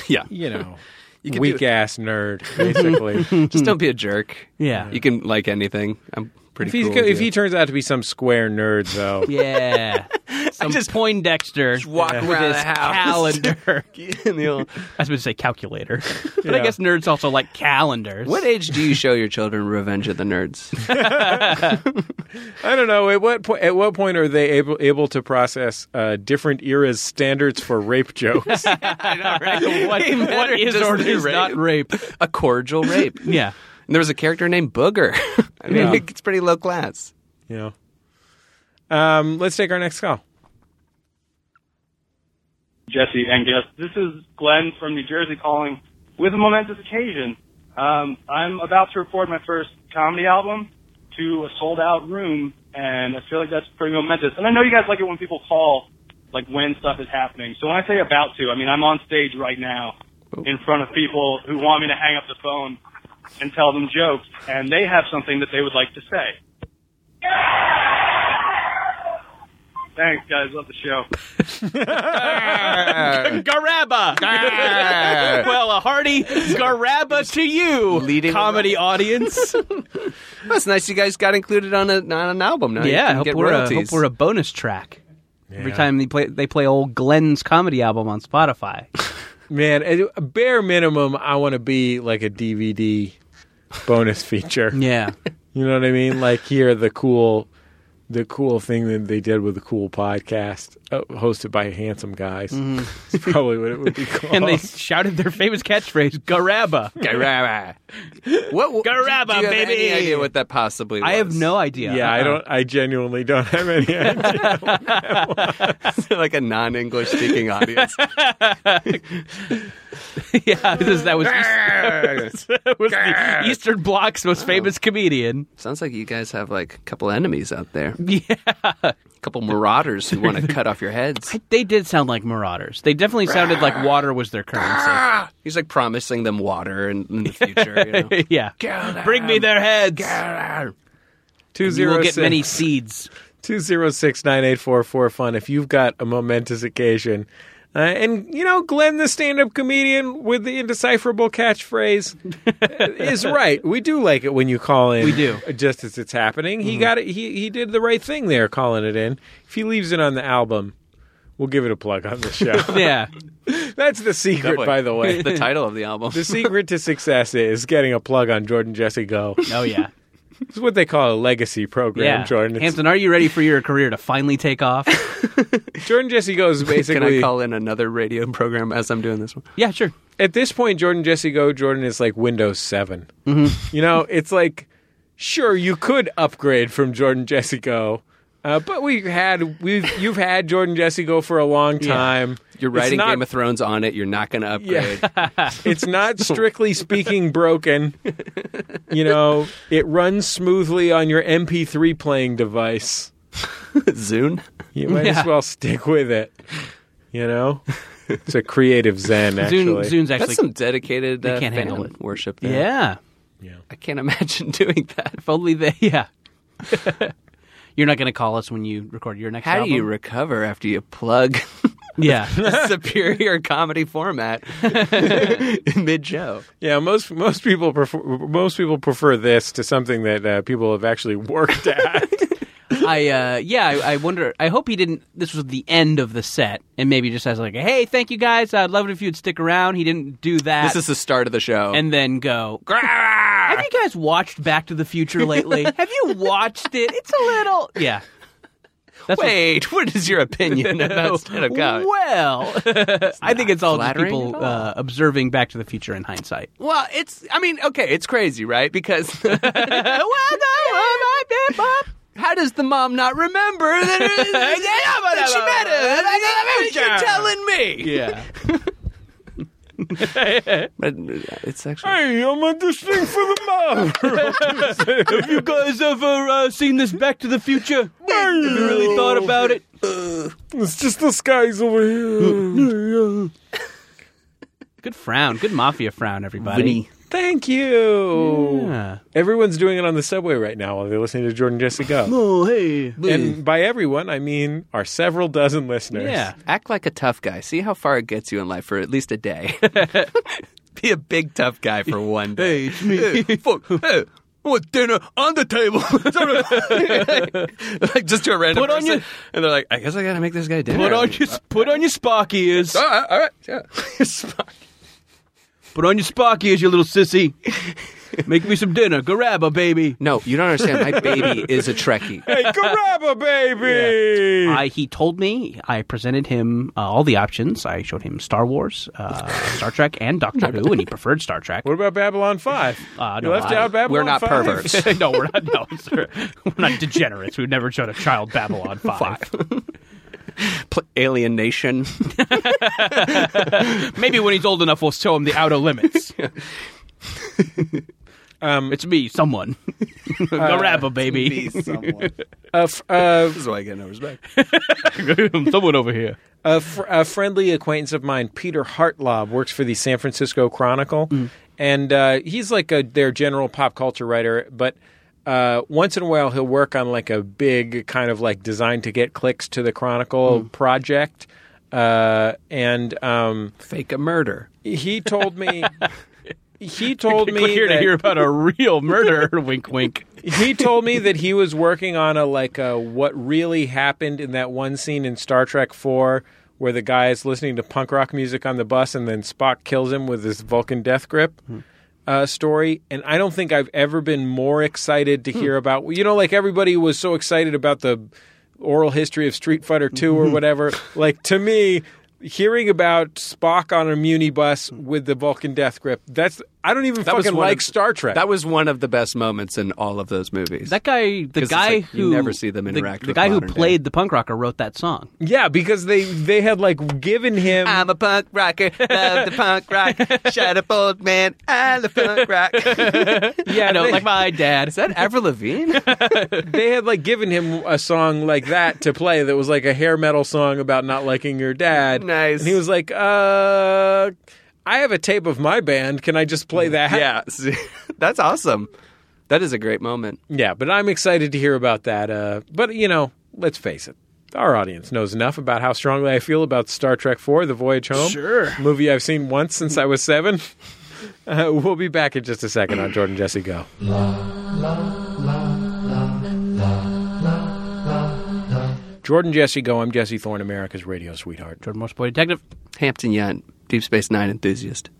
yeah.
you know,
can do
weak ass nerd. Basically,
Just don't be a jerk.
Yeah.
You can like anything. I'm pretty
if, he's
cool.
go-
with
if
you.
he turns out to be some square nerd, though,
Yeah. Some Poindexter.
walk around
with his
the house. [LAUGHS]
calendar.
In the old-
I was going to say
[LAUGHS]
calculator. But I
Yeah.
guess nerds also like calendars. [LAUGHS]
what age do you show your children Revenge of the Nerds?
I don't know. At what po- at what point are they able able to process uh, different eras standards for rape jokes?
what,
matter,
what is
does
or
it
is
rape?
not rape?
a cordial rape.
[LAUGHS]
and
Yeah.
there was a character named Booger. [LAUGHS] I mean,
Yeah.
it's pretty low class.
you know. Um, let's take our next call.
Jesse and guest. This is Glenn from New Jersey calling with a momentous occasion. Um, I'm about to record my first comedy album to a sold out room, and I feel like that's pretty momentous. And I know you guys like it when people call, like when stuff is happening. So when I say about to, I mean I'm on stage right now in front of people who want me to hang up the phone and tell them jokes, and they have something that they would like to say. Thanks, guys. Love the show.
Garabba. [LAUGHS] well, a hearty Garabba to you,
leading
comedy
[LAUGHS]
audience.
That's nice. You guys got included on, a, on an album now. You
yeah, I
can
hope
get
we're, a,
royalties.
hope
[LAUGHS]
we're a bonus track. Every time they play, they play old Glenn's comedy album on Spotify.
Man, at a bare minimum, I want to be like a DVD bonus feature.
[LAUGHS] Yeah,
You know what I mean? Like here, the cool, the cool thing that they did with the cool podcast uh, hosted by handsome guys. It's probably what it would be called.
[LAUGHS] and they shouted their famous catchphrase, "Garabba."
Garabba. What, what,
Garabba,
do you have
baby.
Any idea what that possibly was?
I have no idea.
yeah, I
[LAUGHS] Uh-uh.
don't. I genuinely don't have
[LAUGHS]
any idea.
[LAUGHS] like a non-English
[LAUGHS]
speaking audience.
yeah, this, that was, [LAUGHS] that was the Eastern Bloc's most famous comedian. [LAUGHS]
Sounds like you guys have like a couple enemies out there, a
Yeah,
couple marauders
[LAUGHS]
who want to cut off your heads.
they did sound like marauders. They definitely sounded like water was their currency.
He's like promising them water in, in the future. You know?
[LAUGHS] yeah,
them.
bring me their heads.
Two
You
zero
will get
six
[LAUGHS] many seeds.
two zero six nine eight four four fun. If you've got a momentous occasion, uh, and you know Glenn, the stand-up comedian with the indecipherable catchphrase, uh,
[LAUGHS]
is right. We do like it when you call in.
We do. Mm-hmm.
just as it's happening. He got it. He he did the right thing there, calling it in. If he leaves it on the album, we'll give it a plug on the show.
[LAUGHS] Yeah,
That's the secret, by the
[LAUGHS]
way.
the title of the album.
The secret to success is getting a plug on Jordan Jesse Go.
oh yeah,
It's what they call a legacy program,
yeah.
Jordan. It's-
Hampton, are you ready for your career to finally take off?
Jordan Jesse Go
[LAUGHS]
is
[LAUGHS] Can
basically
I call in another radio program as I'm doing this one?
[LAUGHS] yeah, sure.
at this point, Jordan Jesse Go, Jordan is like Windows 7.
Mm-hmm.
You know, it's like, sure, you could upgrade from Jordan Jesse Go. Uh, but we've had we've you've had Jordan Jesse go for a long time.
You're
It's
writing
not- [LAUGHS]
Game of Thrones on it. You're not going to upgrade. [LAUGHS]
It's not strictly speaking broken. You know, it runs smoothly on your MP3 playing device.
Zune.
You might as
Yeah.
well stick with it. You know, it's a creative [LAUGHS] zen.
Zune,
Actually,
Zune's actually
That's some dedicated
They
uh,
can't handle
fan
it.
worship. There.
yeah. [LAUGHS]
I can't [LAUGHS] imagine doing that.
If only they yeah. [LAUGHS] You're not going to call us when you record your next
How
album.
do you recover after you plug [LAUGHS]
yeah. [LAUGHS]
a superior [LAUGHS] comedy format [LAUGHS] mid show?
yeah. Most most people prefer most people prefer this to something that uh, people have actually worked at.
I uh, yeah, I, I wonder. I hope he didn't. This was the end of the set, and maybe just as like, hey, thank you guys. I'd love it if you'd stick around. He didn't do that,
This is the start of the show.
and then go. "Grr." Have you guys watched Back to the Future lately? [LAUGHS] Have you watched it? It's a little yeah. That's [LAUGHS] what-
[LAUGHS] wait, what is
[LAUGHS]
your opinion about stand-up comedy?
well, [LAUGHS] I think it's all just
flattering
people
at all.
Uh, observing Back to the Future in hindsight.
Well, it's. I mean, okay, it's crazy, right? Because [LAUGHS] how does the mom not remember that,
[LAUGHS]
that she met him?
uh,
You're telling me.
Yeah,
But uh, it's
[LAUGHS]
actually.
hey, I'm at this thing for the mob.
[LAUGHS] you guys ever uh, seen this Back to the Future? Have you really thought about it?
it's just the skies over here.
Good frown. Good mafia frown, everybody.
Thank you.
Yeah.
Everyone's doing it on the subway right now while they're listening to Jordan Jesse Go.
Oh, hey.
and by everyone, I mean our several dozen listeners. [LAUGHS]
Yeah.
Act like a tough guy. See how far it gets you in life for at least a day. [LAUGHS] Be a big tough guy for one day.
it's me.
Hey, fuck. Hey, I want dinner on the table. [LAUGHS] like just to a random
Put on
person.
your-
and they're like, I guess I gotta make this guy dinner.
Put on your put on your Spock ears.
All right, all right, yeah. Spock.
Put on your Spock ears, you little sissy. Make me some dinner. Grab a baby.
No, you don't understand. My baby [LAUGHS] is a Trekkie.
Hey, Caraba, baby!
I, he told me I presented him uh, all the options. I showed him Star Wars, uh, Star Trek, and Doctor Who, and he preferred Star Trek.
What about Babylon 5?
Uh,
you
no,
left
I-
out Babylon
We're not
5?
perverts.
[LAUGHS] no, we're not. No, sir. we're not degenerates. We've never shown a child Babylon Five.
[LAUGHS] Pl- Alien Nation.
[LAUGHS] Maybe when he's old enough, we'll show him the outer
[LAUGHS]
limits. um, it's me, someone.
[LAUGHS]
Grab a baby. [LAUGHS]
someone.
[LAUGHS] A, f- uh,
This is why I get no [LAUGHS] respect.
someone over here.
a, fr- a friendly acquaintance of mine, Peter Hartlob, works for the San Francisco Chronicle,
Mm.
and uh, he's like a, their general pop culture writer. But uh, once in a while, he'll work on like a big kind of like designed to get clicks to the Chronicle
Mm.
project. Uh, and um,
Fake a murder.
he told
[LAUGHS]
me, he told me
Click here to
that-
hear about a real
[LAUGHS]
murder. wink, wink.
he told me that he was working on a like a what really happened in that one scene in Star Trek Four where the guy is listening to punk rock music on the bus and then Spock kills him with his Vulcan death grip.
Hmm.
Uh, story and I don't think I've ever been more excited to
Hmm.
hear about you know like everybody was so excited about the oral history of Street Fighter 2
Mm-hmm.
or
[LAUGHS]
whatever like to me hearing about Spock on a muni bus with the Vulcan death grip that's I don't even fucking
Hmm. one
like
of-
Star Trek
That was one of the best moments in all of those movies.
That guy, the
'Cause it's
guy
like
who
you never see them
the-
interact
The,
with
guy who
modern day.
played the punk rocker wrote that song.
Yeah, because they they had like given him
I'm a punk rocker, [LAUGHS] love the
[LAUGHS]
punk rock. Shut up, old man. I love punk rock.
Yeah, I know,
they-
like my dad.
Is that Avril Lavigne?
[LAUGHS] they had like given him a song like that to play that was like a hair metal song about not liking your dad.
Nice.
And he was like, "Uh, I have a tape of my band. Can I just play that?"
[LAUGHS] yeah, see, [LAUGHS] that's awesome. That is a great moment.
Yeah, but I'm excited to hear about that. Uh, but you know, let's face it. Our audience knows enough about how strongly I feel about Star Trek IV: The Voyage Home. Sure, movie I've seen once since I was seven. Uh, we'll be back in just a second on Jordan Jesse Go. Jordan Jesse Go. I'm Jesse Thorne, America's radio sweetheart.
Jordan Morse, boy detective.
Hampton Yunt, Deep Space Nine enthusiast.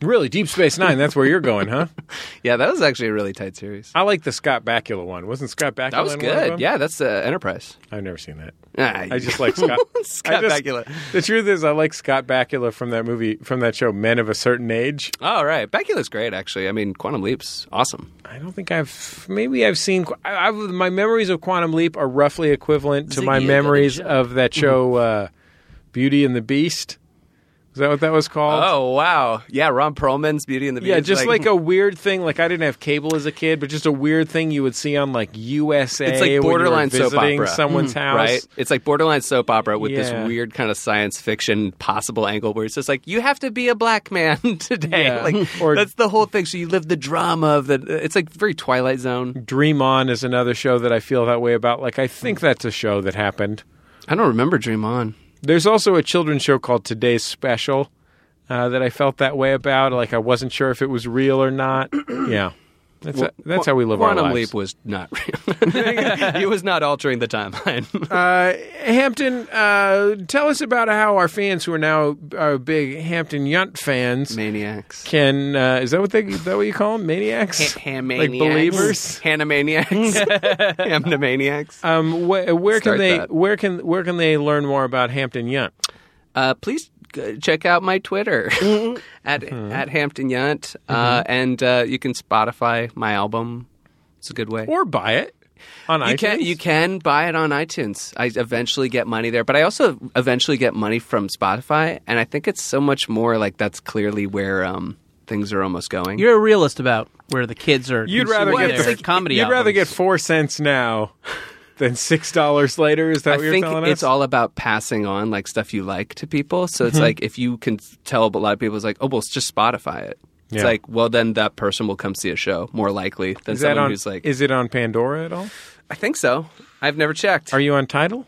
Really, Deep Space Nine. That's where you're going, huh?
Yeah, that was actually a really tight series.
I like the Scott Bakula one. Wasn't Scott Bakula?
That was
in one of
good.
them?
Yeah, that's uh, Enterprise.
I've never seen that.
Ah,
I just like Scott.
Scott
I just-
Bakula.
The truth is, I like Scott Bakula from that movie, from that show, Men of a Certain Age.
[LAUGHS] All right, Bakula's great actually. I mean, Quantum Leap's awesome.
I don't think I've. Maybe I've seen. I, I've, my memories of Quantum Leap are roughly equivalent to
Ziggy
my
and
memories
Dudley Show.
of that show,
Mm-hmm.
uh, Beauty and the Beast. Is that what that was called?
Oh wow, yeah, Ron Perlman's Beauty and the Beast.
Yeah, just like, a weird thing. Like I didn't have cable as a kid, but just a weird thing you would see on like USA.
It's
when you
like
were
borderline soap
visiting
opera. Mm-hmm.
Someone's house,
Right? It's like borderline soap opera with
Yeah.
this weird kind of science fiction possible angle where it's just like you have to be a black man today.
Yeah.
Like
Or-
that's the whole thing. So you live the drama of the it's like very Twilight Zone.
Dream On is another show that I feel that way about. Like I think that's a show that happened.
I don't remember Dream On.
There's also a children's show called Today's Special uh, that I felt that way about. Like I wasn't sure if it was real or not.
[CLEARS THROAT]
yeah, that's that's how we live
Quantum
our lives.
Leap was not real. he was not altering the timeline.
Uh, Hampton, uh, tell us about how our fans who are now our big Hampton Yunt fans
Maniacs.
can uh, is that what they is that what you call them
[LAUGHS]
maniacs like believers
Hanamaniacs. Hamnomaniacs.
um wh- where can
Start
they
that.
where can where can they learn more about Hampton Yunt
Uh, please g- check out my Twitter [LAUGHS] at
Mm-hmm.
at Hampton Yunt, uh, and uh, you can Spotify my album. It's a good way.
or buy it on
you
iTunes
can you can buy it on iTunes. I eventually get money there, but I also eventually get money from Spotify, and I think it's so much more like that's clearly where um, things are almost going.
You're a realist about where the kids are.
you'd rather
Well,
get
it's
their
like-
comedy.
you'd rather get
albums.
4 cents now than 6 dollars later is that
I
what you're
think
telling
it's
us Mm-hmm.
all about passing on like stuff you like to people. So it's like if you can tell a lot of people, it's like, oh well, it's just Spotify it.
Yeah.
It's like, well, then that person will come see a show more likely than
is that
someone
on
who's like,
is it on Pandora at all
I think so. I've never checked.
are you on Tidal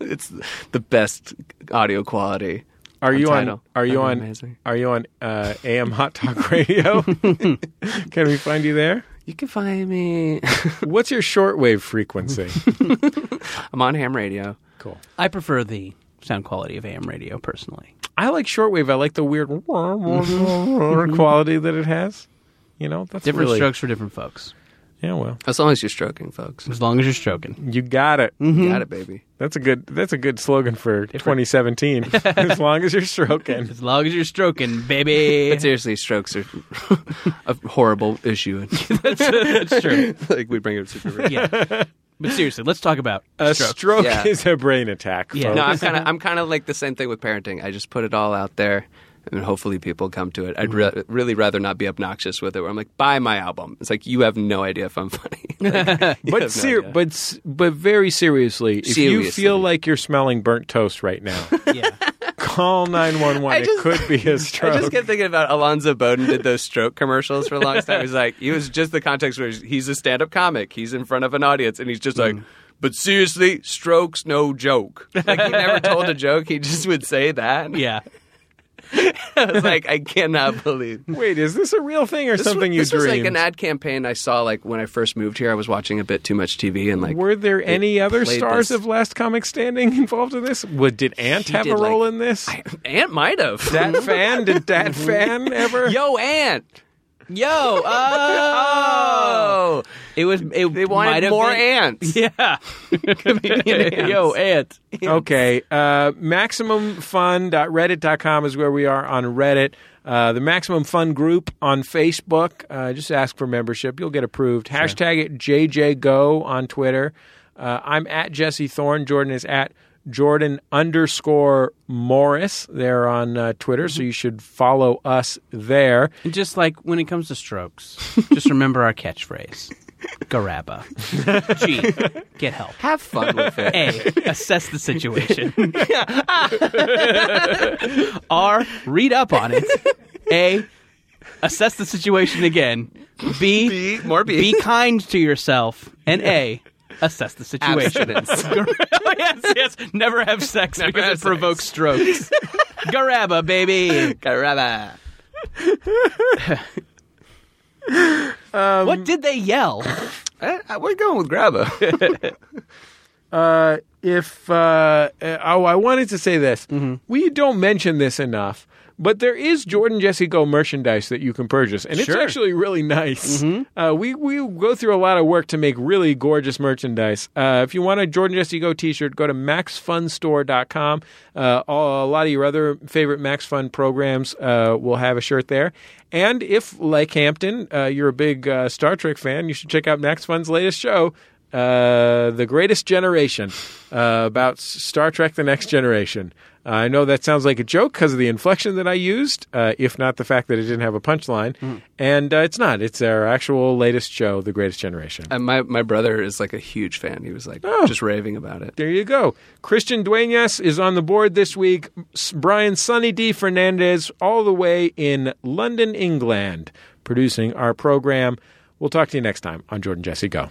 it's the best audio quality.
are you on
Tidal.
are you
That'd be
on
amazing.
are you on uh, AM Hot Talk [LAUGHS] Radio can we find you there
You can find me. [LAUGHS]
what's your shortwave frequency
I'm on ham radio.
cool
I prefer the sound quality of AM radio personally.
I like shortwave. I like the weird [LAUGHS] quality that it has. You know, that's
Different
really,
strokes for different folks.
Yeah, well,
As long as you're stroking, folks.
As long as you're stroking.
you got it.
You Got it, baby.
That's a good. That's a good slogan for 2017.
[LAUGHS]
as long as you're stroking.
As long as you're stroking, [LAUGHS] baby.
But seriously, strokes are [LAUGHS] a horrible
[LAUGHS]
issue.
That's true.
[LAUGHS] like we bring it up super rare.
Yeah. But seriously, let's talk about
A
stroke.
stroke,
Yeah.
is a brain attack.
Yeah.
folks.
No, I'm kind [LAUGHS] of I'm kind of like the same thing with parenting. I just put it all out there, and hopefully people come to it. I'd re- really rather not be obnoxious with it. Where I'm like, buy my album. It's like you have no idea if I'm [LAUGHS] funny. Like, you have no
but ser-
idea.
but s- but very seriously, if you
Seriously.
feel like you're smelling burnt toast right now,
[LAUGHS]
Yeah.
call nine one
I
one. It
just-
could be a stroke.
[LAUGHS] I just kept thinking about Alonzo Bowden did those stroke commercials for the longest time. He's like, he was just the context where he's a stand up comic. He's in front of an audience, and he's just like, but seriously, strokes no joke. Like he never told a joke. He just would say that.
Yeah.
[LAUGHS] I was like, I cannot believe.
Wait, is this a real thing or
This
something
was,
you
this was
dreamed?
like an ad campaign I saw like when I first moved here. I was watching a bit too much TV and like
Were there
they
any other
played
stars
this-
of Last Comic Standing involved in this? Would, did Ant
She
have
did,
a role
like-
in this?
Ant might have
that
[LAUGHS]
fan? Did that
Mhm.
fan ever?
yo Ant
Yo. [LAUGHS] Oh.
oh
It was. It
they
might
wanted
have
more
been- [LAUGHS] [LAUGHS]
ants
Yeah. [LAUGHS] Yo, ant.
[LAUGHS] Okay. Uh, MaximumFun.reddit.com is where we are on Reddit. Uh, the Maximum Fun group on Facebook. Uh, just ask for membership. You'll get approved. Hashtag it JJGo on Twitter. Uh, I'm at Jesse Thorne. Jordan is at Jordan underscore Morris there on uh, Twitter. So you should follow us there.
And just like when it comes to strokes, just remember our catchphrase. Garabba. G. Get help.
have fun with it
A. Assess the situation. [LAUGHS] R. Read up on it. A. Assess the situation again. B.
B, more B.
Be kind to yourself. And A. Assess the situation.
Abstinence.
[LAUGHS] yes, yes. Never have sex because
have
it
sex.
provokes
[LAUGHS]
strokes. Garabba, baby.
Garabba.
[LAUGHS] what did they yell?
Eh, eh, We're going with Grabba.
uh, if uh, uh, oh, I wanted to say this. We don't mention this enough, But there is Jordan Jesse Go merchandise that you can purchase, and it's
Sure.
actually really nice. Uh, we we go through a lot of work to make really gorgeous merchandise. Uh, if you want a Jordan Jesse Go T-shirt, go to maxfunstore.com. Uh, all, a lot of your other favorite Max Fun programs uh, will have a shirt there. And if, like Hampton, uh, you're a big uh, Star Trek fan, you should check out Max Fun's latest show. Uh, the Greatest Generation, uh, about S- Star Trek: The Next Generation. Uh, I know that sounds like a joke because of the inflection that I used, uh, if not the fact that it didn't have a punchline. And uh, it's not; it's our actual latest show, The Greatest Generation.
And my my brother is like a huge fan. He was like
Oh.
just raving about it.
there you go. Christian Duenas is on the board this week. S- Brian Sunny D. Fernandez, all the way in London, England, producing our program. We'll talk to you next time on Jordan Jesse Go.